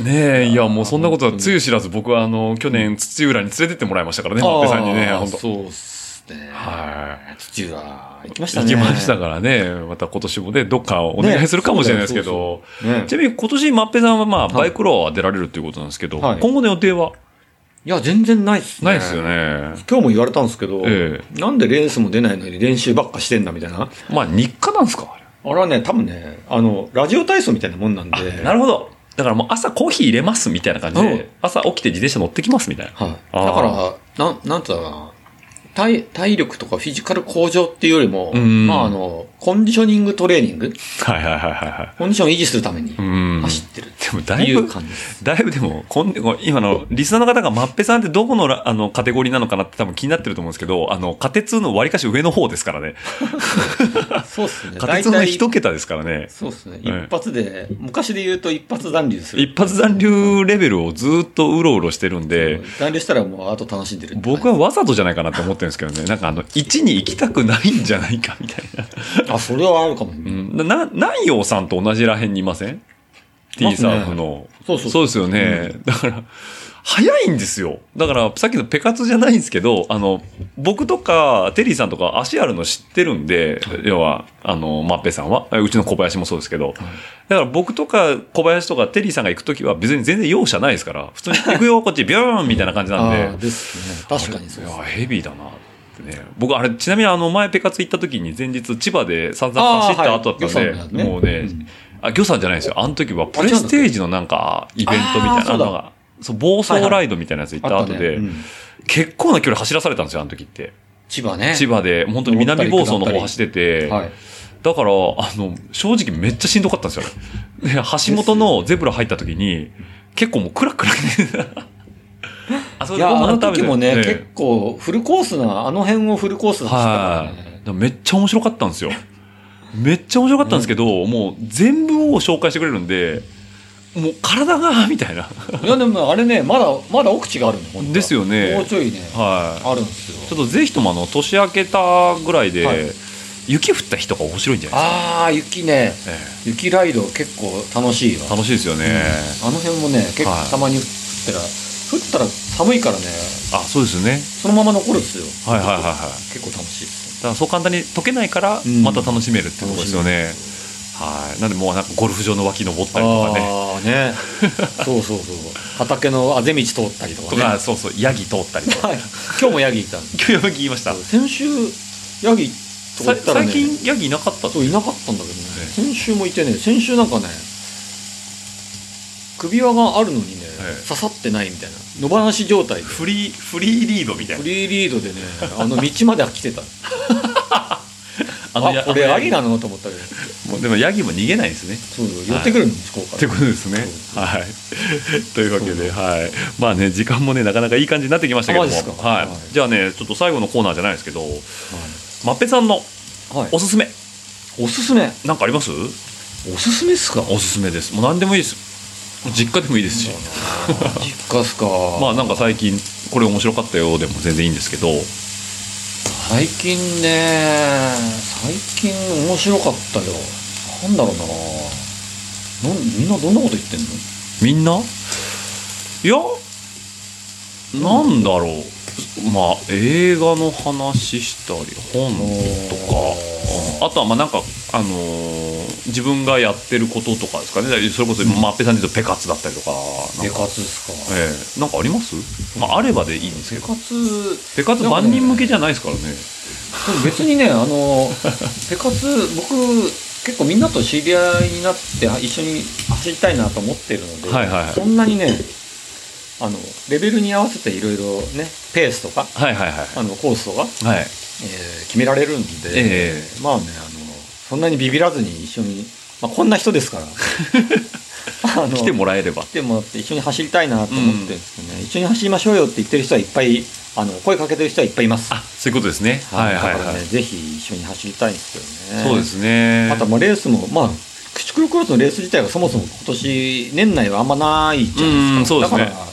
S2: に。ねえ、いや、もうそんなことは、つゆ知らず、僕は、あの、去年、土浦に連れてってもらいましたからね、
S3: あー
S2: マッペさんにね、本当
S3: そうっすってね。
S2: はい。
S3: 土浦、行きました
S2: 行
S3: ね。
S2: きましたからね。また今年もね、どっかお願いするかもしれないですけど。
S3: そうそうそうね
S2: ちなみに今年、まっぺさんはまあ、
S3: は
S2: バ
S3: い
S2: イクロアは出られるということなんですけど、
S3: はい
S2: 今後の予定はい
S3: や、全然ないっすね。
S2: ないですよ。ね。
S3: 今日も言われたんですけど、
S2: え
S3: なんでレースも出ないのに練習ばっかしてんだみたいな。
S2: まあ、日課なんですかあれ
S3: あれはね、多分ね、あの、ラジオ体操みたいなもんなんで。
S2: なるほど。だからもう朝コーヒー入れますみたいな感じ
S3: うん
S2: で、朝起きて自転車乗ってきますみたいな。
S3: はい。
S2: あー
S3: だから、なん、なんつうのかな。体、体力とかフィジカル向上っていうよりも、
S2: うん
S3: まああの、コンディショニングトレーニング
S2: はいはいはいはいはい。
S3: コンディションを維持するために
S2: うん。
S3: 走ってるっ
S2: でも
S3: て
S2: だい
S3: いう
S2: ぶ、
S3: 感じです。
S2: だいぶでも、こん今の、リスナーの方が、まっぺさんってどこのらあのカテゴリーなのかなって多分気になってると思うんですけど、あの、カテ2の割かし上の方ですからね。
S3: そうっすね。
S2: カテ
S3: 大
S2: 2の
S3: 体、
S2: 一桁ですからね。
S3: そうっすね。
S2: はい
S3: 一発で、昔で言うと一発残留する。
S2: 一発残留レベルをずっとうろうろしてるんで、
S3: 残留したらもうあと楽しんでるって感じ。
S2: 僕はわざとじゃないかなって思ってるんですけどね。なんかあの、1に行きたくないんじゃないかみたいな。
S3: あ、それはあるかも。
S2: うん、な、南陽さんと同じらへんにいません
S3: ま
S2: ?T
S3: すね
S2: サーフの。
S3: そうそう
S2: ですよね。だから、早いんですよ。だから、さっきのペカツじゃないんですけど、あの、僕とか、テリーさんとか足あるの知ってるんで、要は、あの、マッペさんは、うちの小林もそうですけど、だから僕とか小林とかテリーさんが行くときは別に全然容赦ないですから、普通に行くよ、こっち、ビューンみたいな感じなんで
S3: あ。ーですね。確かにそう
S2: い
S3: です
S2: やヘビーだなってね僕あれちなみにあの前ペカツ行った時に前日千葉で散々走った後だったん
S3: あーはい魚さんのやつ
S2: で、
S3: ね
S2: もうね、
S3: うん
S2: あ魚さんじゃないですよあの時はプレステージのなんかイベントみたいな
S3: あー
S2: のがそう暴走ライドみたいなやつ行った
S3: あ
S2: 後
S3: った
S2: で、
S3: ねうん
S2: 結構な距離走らされたんですよあの時って
S3: 千葉ね。
S2: 千葉で本当に南房総の方走ってて、
S3: はい。
S2: だから、あの、正直めっちゃしんどかったんですよ。 で、橋本のゼブラ入った時に、結構もうクラクラね。あそこ
S3: い
S2: で
S3: や、
S2: ご飯
S3: あ
S2: 食
S3: の
S2: べ
S3: 時
S2: て
S3: もね、
S2: ええ
S3: 結構フルコースな、あの辺をフルコースで走ったから
S2: は
S3: ね。
S2: い。めっちゃ面白かったんですよ。めっちゃ面白かったんですけど、もう全部を紹介してくれるんで、もう体が、 みたいな。
S3: いやでもあれねまだまだ奥地があるの本当は
S2: ですよね
S3: もうちょいね、
S2: は
S3: あるんですよ
S2: い。ちょっとぜひともあの、年明けたぐらいで、
S3: はい
S2: 雪降った日とか面白いんじゃない
S3: ああ雪ね
S2: ですか。え
S3: 雪ライド結構楽しいわ
S2: え楽しいですよね。
S3: あの辺もね結
S2: はい
S3: 構たまに降ったら、降ったら寒いからね
S2: あ、そうですよね。
S3: そのまま残るっすよ
S2: はいはいはいはい。
S3: 結構楽しいっす
S2: だからそう簡単に解けないから
S3: うん、
S2: また楽しめるってことですよね。はい。なんでもうなんかゴルフ場の脇登ったりとかね。
S3: ああね そうそうそう畑のあぜ道通ったりとか
S2: と
S3: ね
S2: か、そうそう、ヤギ通ったり とか。
S3: はい今日もヤギいたんです
S2: 今日ヤギ言いました。
S3: 先週ヤギ通
S2: さ
S3: ったらね
S2: 最近ヤギいなかった
S3: そういなかったんだけどね
S2: ええ
S3: 先週もいてね先週なんかね首輪があるのにね、
S2: ええ
S3: 刺さってないみたいな野放し状態でフ
S2: フリー、フリーリードみたいな。
S3: リーリードでねあの 道まで来てた
S2: あ
S3: あ
S2: のや
S3: これ
S2: あの
S3: ありなのと思ったけど
S2: もうでもヤギも逃げないんですね。
S3: そうそう寄ってくるの向こう
S2: っ
S3: か
S2: て
S3: ら、
S2: ことですね。はい。というわ けで、はい。まあね、時間もね、なかなかいい感じになってきましたけども。
S3: あマジですか
S2: は
S3: はい
S2: い。じゃあね、ちょっと最後のコーナーじゃないですけど、まっぺさんの
S3: はい
S2: おすすめ、
S3: おすすめ
S2: なんかあります
S3: おすすめっすか
S2: おすすめです。もう何でもいいです。実家でもいいですし。
S3: 実家っすか、
S2: まあなんか最近、これ面白かったよでも全然いいんですけど、
S3: 最近ね最近面白かったよなんだろうななんみんなどんなこと言ってんの
S2: みんないや、なんだろう。まあ、映画の話したり、本とか、うんあとは、まあ、なんか、あのー自分がやってることとかですかね。だからそれこそ、まあ、っぺさんで言うと、ペカツだったりとか、なん
S3: 部
S2: か、
S3: 活っすか
S2: ええなんかありますまあ、あればでいいんですけ
S3: 部
S2: ど。
S3: 活
S2: ペカツ
S3: なんかね
S2: 万人向けじゃないですからね。
S3: でも別 にね、あの、手活、僕、結構みんなと知り合いになって、一緒に走りたいなと思ってるので、
S2: はいはいはい
S3: そんなにね、あの、レベルに合わせていろいろね、ペースとか、
S2: はいはいは
S3: あの、コースとか、
S2: い。はい。
S3: えー決められるんで、
S2: え
S3: まあね、あの、そんなにビビらずに一緒に、まあ、こんな人ですから、 あの
S2: 来てもらえれば
S3: 来。てもらって一緒に走りたいなと思ってるんですけどね、一緒に走りましょうよって言ってる人はいっぱい、あの、声かけてる人はいっぱいいます。
S2: あ、そういうことですね。
S3: は
S2: はいい
S3: は
S2: はいい
S3: だから
S2: は
S3: ね、
S2: い。
S3: ぜひ一緒に走りたいんですけどね。
S2: そうで。すね。
S3: あと、まあ、レースも、まあ、クチクロクロスのレース自体がそもそも今年、年内はあんまないじゃないですか。
S2: うんそうですね
S3: だから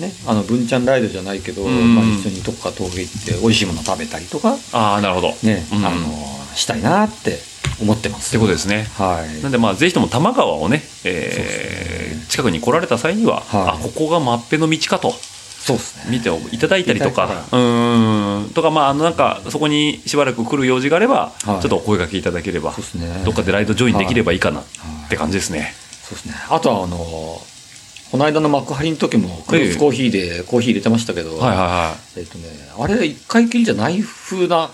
S3: ね、あの、文ちゃんライドじゃないけど、
S2: ん
S3: まあ、一緒にどっか峠行って、美味しいもの食べたりとか、
S2: ああ、なるほど。
S3: ね、
S2: うん
S3: あの
S2: っ、
S3: したいなって思ってます。
S2: てことですね。
S3: はい。
S2: なんでまあぜひとも多摩川をね,、
S3: そうで
S2: えー近くに来られた際には、
S3: はい
S2: あここがマッペの道かと
S3: そうですね。
S2: 見ていただいたりと
S3: いただ
S2: かう
S3: い、
S2: ーん、とか、まあ、あの、なんか、そこにしばらく来る用事があれば、ち
S3: は
S2: ょ
S3: い
S2: っとお声掛けいただければ
S3: そうですね、
S2: どっかでライドジョインできればいいかなって感じですね。
S3: そうですね。あとは、あの、この間の幕張の時も、クロスコーヒーでコーヒー入れてましたけど、
S2: はいはいは
S3: えっとね、あれ一回きりじゃない 風な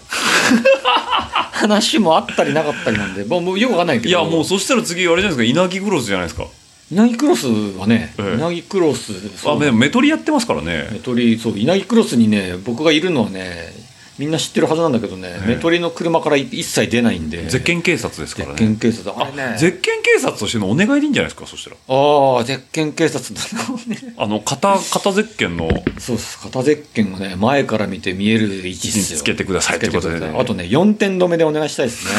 S3: 話もあったりなかったりなんで、もうもうよくわかんない
S2: い。
S3: け
S2: い
S3: ど。
S2: や、もう、そしたら次、あれじゃないですか、稲城グロスじゃないですか。
S3: 稲城クロスはね、
S2: ええ
S3: 稲城クロス、そ
S2: あ、
S3: う
S2: でも、メトリやってますからね。
S3: メトリ、そう、稲城クロスにね、僕がいるのはね、みんな知ってるはずなんだけどね、
S2: え
S3: メトリの車から一切出ないんで。
S2: 絶
S3: 絶
S2: 景警察ですからね。
S3: 景警察。あれね。
S2: 絶景警察としてのお願いでいいんじゃないですか、そしたら。
S3: ああ、絶景警察だな、 ね。
S2: あの、片、片絶景の、
S3: そうです。片ゼッケンをね、前から見て見える位置っすよ
S2: つけてください
S3: つけてくだ
S2: ということでね
S3: あとね、4点止めでお願いしたい ですね。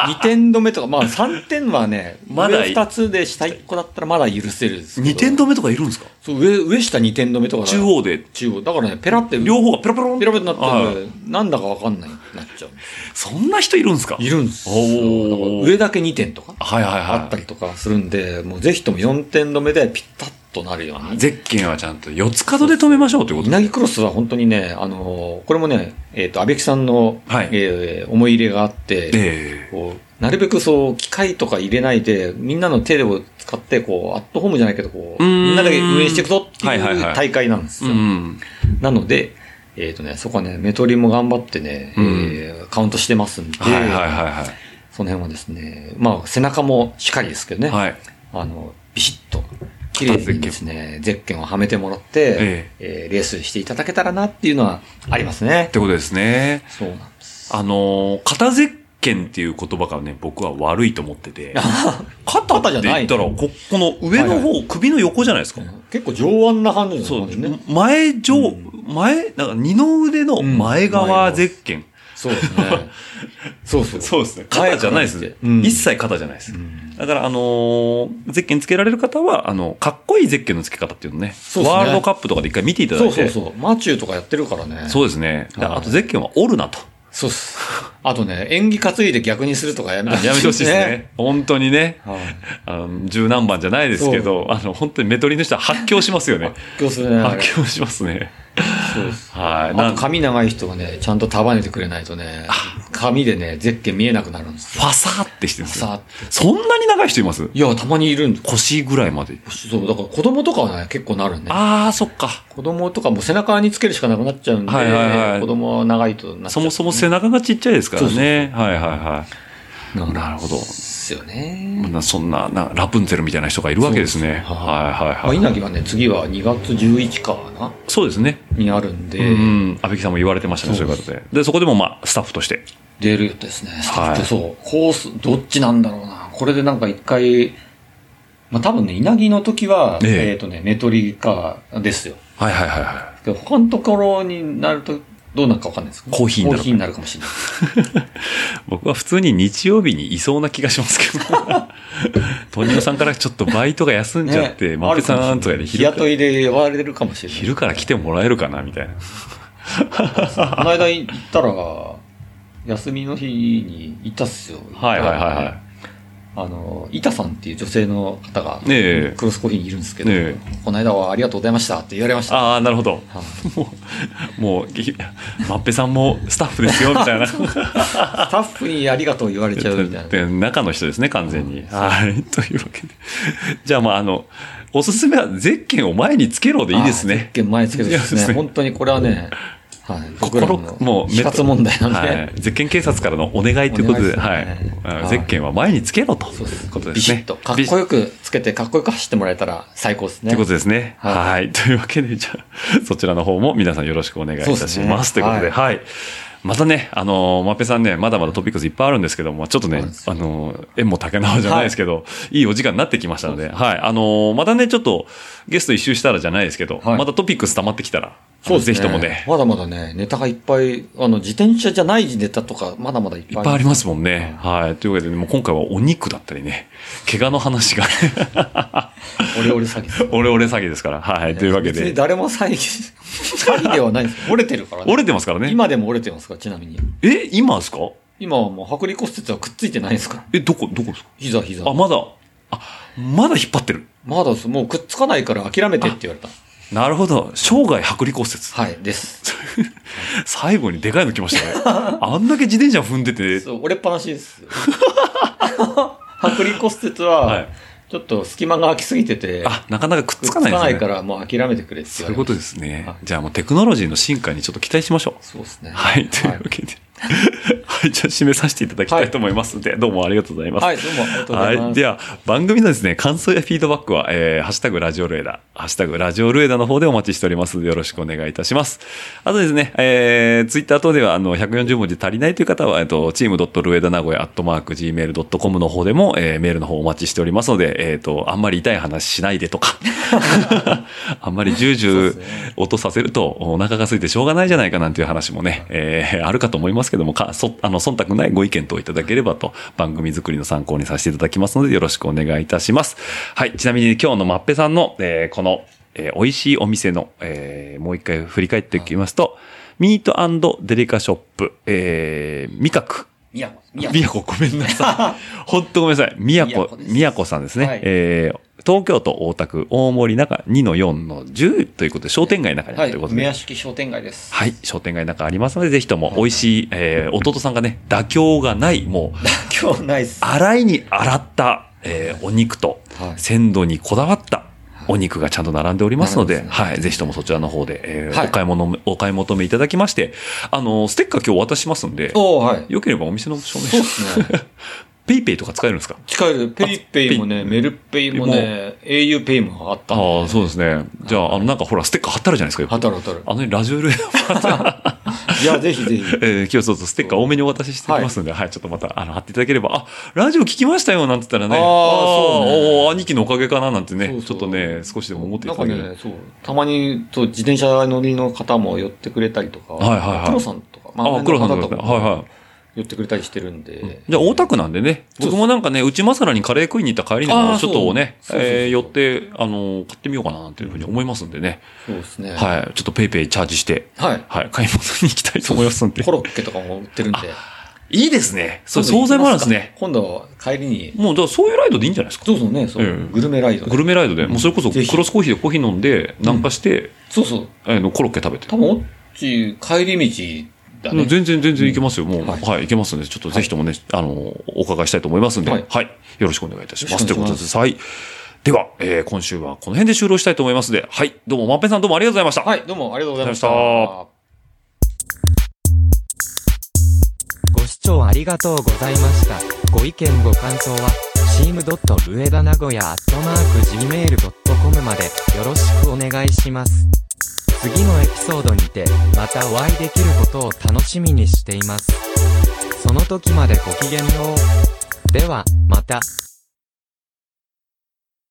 S3: 2点止めとか、まあ3点はね、
S2: まだ
S3: 上2つで下1個だったらまだ許せるですけど
S2: 二点止めとかいるんですか
S3: そう上、上下2点止めとかだ
S2: 中。央で、
S3: 中央。だからね、ペラって、
S2: 両方がペロペロン
S3: ペラペラになっちゃうん
S2: は
S3: で
S2: い、
S3: なんだかわかんないなっちゃうんです
S2: そんな人いるんですか
S3: いるんですよ。だから
S2: おお。
S3: 上だけ2点とか、
S2: はいはい
S3: あっ
S2: は
S3: たりとかするんで、もうぜひとも4点止めでピタッとなるように
S2: い。。ゼッケンはちゃんと四つ角で止めましょうということ
S3: 稲城クロスは本当にね、あのーこれもね、えっ、と、安倍木さんの、
S2: はい
S3: えー思い入れがあって、
S2: で、
S3: こうなるべくそう、機械とか入れないで、みんなの手を使って、こう、アットホームじゃないけど、こう、
S2: うーん
S3: みんなで運営していくぞって
S2: はいはい
S3: い
S2: は
S3: う
S2: い
S3: 大会なんです
S2: う
S3: よ。
S2: ん。
S3: なので、えっ、とね、そこはね、メトリも頑張ってね、
S2: うん
S3: えーカウントしてますんで、
S2: はいはいは
S3: その辺はですね、まあ、背中もしっかりですけどね、
S2: いはい。はい。
S3: あの、ビシッと、綺麗にですね、ゼッケンをはめてもらって、
S2: え
S3: えーレースしていただけたらなっていうのはありますね
S2: っ。てことですね。
S3: そうなんです。
S2: あのー、片ゼッケンっていう言葉がね、僕は悪いと思ってて。肩
S3: 肩じ
S2: っ
S3: ゃ
S2: て
S3: な
S2: 言
S3: い
S2: ったら、こ、この上の
S3: は
S2: 方、首の横じゃないですか。
S3: 結構上腕な感じです
S2: そう、
S3: ね。
S2: 前上、
S3: うん
S2: 前、なんか二の腕の前側ゼッケン。
S3: そうですね。そ うそう。
S2: そうですね。肩じゃないですね
S3: 前か。ら見てうん
S2: 一切肩じゃないです
S3: う。ん
S2: だから、あのーゼッケンつけられる方は、あの、かっこいいゼッケンの付け方っていうのね、
S3: うですね
S2: ワールドカップとかで一回見ていただ
S3: そ
S2: いうて。
S3: そうそう。マチューとかやってるからね。
S2: そうですね。で
S3: はい
S2: あと、ゼッケンは折るなと。
S3: そうっす。あとね、演技担いで逆にするとかやめて
S2: やめてほしいですね。本当にね、
S3: はい。
S2: あの、十何番じゃないですけど、あの、本当にメトリの人は発狂しますよ ね。
S3: 今日するね。あれ
S2: 発狂しますね。
S3: そうです。
S2: はい。なん
S3: あと
S2: か、
S3: 髪長い人がね、ちゃんと束ねてくれないとね、髪でね、ゼッケン見えなくなるんです
S2: フ
S3: よ。
S2: ァサーってしてるんですよ。
S3: さあ、
S2: そんなに長い人います
S3: いや、たまにいるんです
S2: 腰ぐらいまで。
S3: そう、だから子供とかはね、結構なるね。
S2: あー、そっか。
S3: 子供とかも背中につけるしかなくなっちゃうんで、
S2: はいはいはい
S3: 子供は長いとなっちゃう。
S2: そもそも背中がちっちゃいですから
S3: そうそ
S2: ね。はいはいはい。
S3: も
S2: なるほど
S3: ですよね。
S2: なそんななラプンツェルみたいな人がいるわけですね。
S3: そうです
S2: はいはい
S3: まあ、
S2: はい。
S3: 稲城はね、次は2月11日かな
S2: そうですね。
S3: にあるん
S2: う
S3: で、
S2: ん。安倍木さんも言われてましたね、そういうことで。で、そこでもまあ、スタッフとして。
S3: 出るですね。スタッ
S2: は
S3: フ
S2: い
S3: そう。コース、どっちなんだろうな。これでなんか一回、まあ多分ね、稲城の時は、
S2: ええ
S3: えっ、とね、メトリかですよ。
S2: はいはいはいは
S3: けど他のところになると、どうなるかわかんないですけど
S2: コーヒーになる
S3: コーヒーになるかもしれない。
S2: い。僕は普通に日曜日にいそうな気がします けど。トニオさんからちょっとバイトが休んじゃって、
S3: ね
S2: マペさんとかで
S3: 日
S2: 昼か
S3: 雇いで呼ばれるかもしれない。
S2: 昼から来てもらえるかなみたいな。
S3: この間行ったら、休みの日に行ったっすよ。
S2: はいはいはいはい。
S3: あの、板さんっていう女性の方が、
S2: ねえ。
S3: クロスコーヒーにいるんですけど、
S2: ええ
S3: この間はありがとうございましたって言われました。
S2: ああ、なるほど。
S3: はい
S2: もう、もう、ぎマッペさんもスタッフですよ、みたい な。
S3: スタッフにありがとう言われちゃうみたいな。
S2: で中の人ですね、完全に。はい。 というわけで。じゃあ、まあ、あの、おすすめは、ゼッケンを前につけろでいいですね。
S3: 一見前つけてで
S2: い
S3: す
S2: やそ
S3: ね。
S2: うですね
S3: 本当にこれはね、はい、僕らの
S2: 心もう
S3: 死活問題なんで、
S2: はい。ゼッケン警察からのお願いということで、
S3: お願
S2: はいい
S3: ですね。
S2: あ
S3: はい
S2: のゼッケンは前につけろと
S3: そうです
S2: いうことで
S3: ビ
S2: す
S3: シ
S2: ね
S3: ッ。と、かっこよくつけて、かっこよく走ってもらえたら最高ですね。
S2: ということですね。
S3: はい
S2: はい。 というわけで、じゃあ、そちらの方も皆さんよろしくお願いいたします。
S3: そうですね
S2: ということで、
S3: は
S2: はい。またね、あのー、マペさんね、まだまだトピックスいっぱいあるんですけども、ちょっとね
S3: そうです、
S2: あのー、縁も竹縄じゃないですけど、 い、いお時間になってきましたので、はい。あのー、またね、ちょっとゲスト一周したらじゃないですけど、
S3: はい
S2: またトピックス溜まってきたら、あ
S3: そ
S2: の
S3: うです
S2: ぜ
S3: ね
S2: ひともね、
S3: まだまだね、ネタがいっぱい、あの、自転車じゃないネタとか、まだまだいっ
S2: い
S3: ぱい
S2: っぱいあり
S3: ま
S2: ますもんね。はい。というわけで、もう今回はお肉だったりね、怪我の話がね、
S3: す。オレオレ詐欺。
S2: オレオレ詐欺ですから、はい。というわけ
S3: 別に
S2: で、
S3: 誰も詐欺、詐欺ではないんですよ折れてるからね。
S2: 折れてますからね。
S3: 今でも折れてますから、ちなみに。
S2: え、今ですか
S3: 今はもう、剥離骨折はくっついてないですから。
S2: え、どこ、どこですか
S3: 膝、膝
S2: あ、。まだ、あ、まだ引っ張ってる。
S3: まだそうもうくっつかないから諦めてって言われた。
S2: なるほど。生涯剥離骨折。
S3: はい、です。
S2: 最後にでかいの来ま したね。あんだけ自転車踏んでて、
S3: そう、折れっぱなしです。 剥離骨折
S2: は、
S3: はいちょっと隙間が空きすぎてて、
S2: あ、なかなかくっ
S3: くっ
S2: つ
S3: つ
S2: か
S3: か
S2: ないですね。
S3: ないからもう諦めてくれって
S2: そ
S3: 言
S2: ういうこ
S3: われます
S2: とですね
S3: はい。
S2: じゃあもうテクノロジーの進化にちょっと期待しましょう。
S3: そうですね。
S2: はい、というわけで。 はい、じゃあ締めさせていただきたいと思いますので、どうもありがとうございます。
S3: はい、どうもありがとうございます。
S2: はい。では、番組のですね、感想やフィードバックは、えー、ハッシュタグラジオルエダ、ハッシュタグラジオルエダの方でお待ちしておりますので。よろしくお願いいたします。あとですね、えー、ツイッター等では、あの、140文字足りないという方は、えっと、チームルエダ名古屋アットマーク gmail.com の方でも、えー、メールの方お待ちしておりますので、えっ、と、あんまり痛い話しないでと か、あんまりジュージュー音させるとお腹が空いてしょうがないじゃないかなんていう話もね、えーあるかと思いますけども、か、そ、あの、忖度ないご意見等いただければと、番組作りの参考にさせていただきますので、よろしくお願いいたします。はい。ちなみに今日のまっぺさんの、えーこの、えー美味しいお店の、えーもう一回振り返っていきますと、ミートデリカショップ、えー、味覚。
S3: 宮古、宮古
S2: 宮古ごめんなさい。本当ごめんなさい。宮
S3: 宮
S2: 古
S3: 古で、す
S2: 宮古さんですね。
S3: はい
S2: えー東京都大田区大森中2の4の10ということで商店街の中にあ
S3: は
S2: るというこ
S3: い、
S2: とで。
S3: 梅
S2: はい
S3: 屋敷商店街です。
S2: 商店街の中ありますので、ぜひとも美味しい、えー弟さんがね、妥協がない、もう、
S3: 今日ないっす。
S2: 洗いに洗った、えーお肉と
S3: は、い
S2: 鮮度にこだわった、お肉がちゃんと並んでおりますので、
S3: 並んでますね
S2: はい、ぜひともそちらの方で、えー
S3: はい
S2: お買い物、お買い求めいただきまして、あの、ステッカー今日お渡ししますんで、
S3: おーはい。
S2: よければお店の証明
S3: そう
S2: 書
S3: で、すね。
S2: ペイペイとか使えるんですか
S3: 近いです。ペイペイもね、メルペイもね、au ペイもあったんで。
S2: ああ、そうですね。じゃあ、あの、なんかほら、ステッカー貼ってあるじゃないですかよく、
S3: 働たる。
S2: あのねラジオルエダ、
S3: いや、ぜひぜひ。
S2: えー、今日そうそう、ステッカー多めにお渡ししてきますので、はい、ちょっとまた、あの、貼っていただければ、あ、ラジオ聞きましたよ、なんて言ったらね、
S3: あーそうね
S2: おー兄貴のおかげかな、なんてね
S3: そうそう
S2: ちょっとね、少しでも思ってい
S3: なん
S2: ただ
S3: か
S2: ければ。
S3: ね、そう。たまに、そう、自転車乗りの方も寄ってくれたりとか、
S2: はいはいはい
S3: 黒さんとか、
S2: あ、黒さんとかね、はいはい。
S3: 寄ってくれたりしてるんで、
S2: じゃあ、大田区なんでね、僕もなんかね、内まさらにカレー食いに行った帰りに
S3: あー
S2: ちょっとね、
S3: そうそうそうそう
S2: えー寄って、あの、買ってみようかな、なんていうふうに思いますんでね、
S3: そうですね。い。
S2: はい、ちょっとペイペイチャージして、
S3: はい。
S2: はい、買い物に行きたいと思いますんで
S3: コ。ロッケとかも売ってるんで。
S2: いいですね。そう、
S3: 今
S2: 惣
S3: 度行き
S2: 菜もあるん
S3: ま
S2: ですす
S3: か
S2: ね。。
S3: 今度、帰りに、
S2: もう、じゃあそういうライドでいいんじゃないですか。
S3: そうそうね、そう、
S2: ええ
S3: グルメライドで
S2: グルメライドで、もうそれこそ
S3: ぜひ
S2: クロスコーヒーでコーヒー飲んで、南下して、
S3: そうそう。
S2: あのコロッケ食べて。
S3: 多分、オッチー、帰り道だ
S2: うん
S3: ね。
S2: 全然、全然いけますよ。もう、
S3: はい
S2: はい、いけますんで、ちょっとぜひともね、あの、お伺いしたいと思いますんで、は
S3: はいい、
S2: よろしくお願いいたしま
S3: よろ
S2: す。
S3: し
S2: とい
S3: く
S2: うこ
S3: お願い
S2: とで。
S3: します
S2: はい。では、えー今週はこの辺で終了したいと思いますので、はい、どうも、まっぺんさんどうもありがとうございました。
S3: はい、どうもありがとうございま
S2: ありがと
S3: し。
S2: うございました
S5: ご視聴ありがとうございました。ご意見ご感想は、チームドットルエダ名古屋アットマーク Gmail.com までよろしくお願いします。次のエピソードにて、またお会いできることを楽しみにしています。その時までごきげんよう。では、また。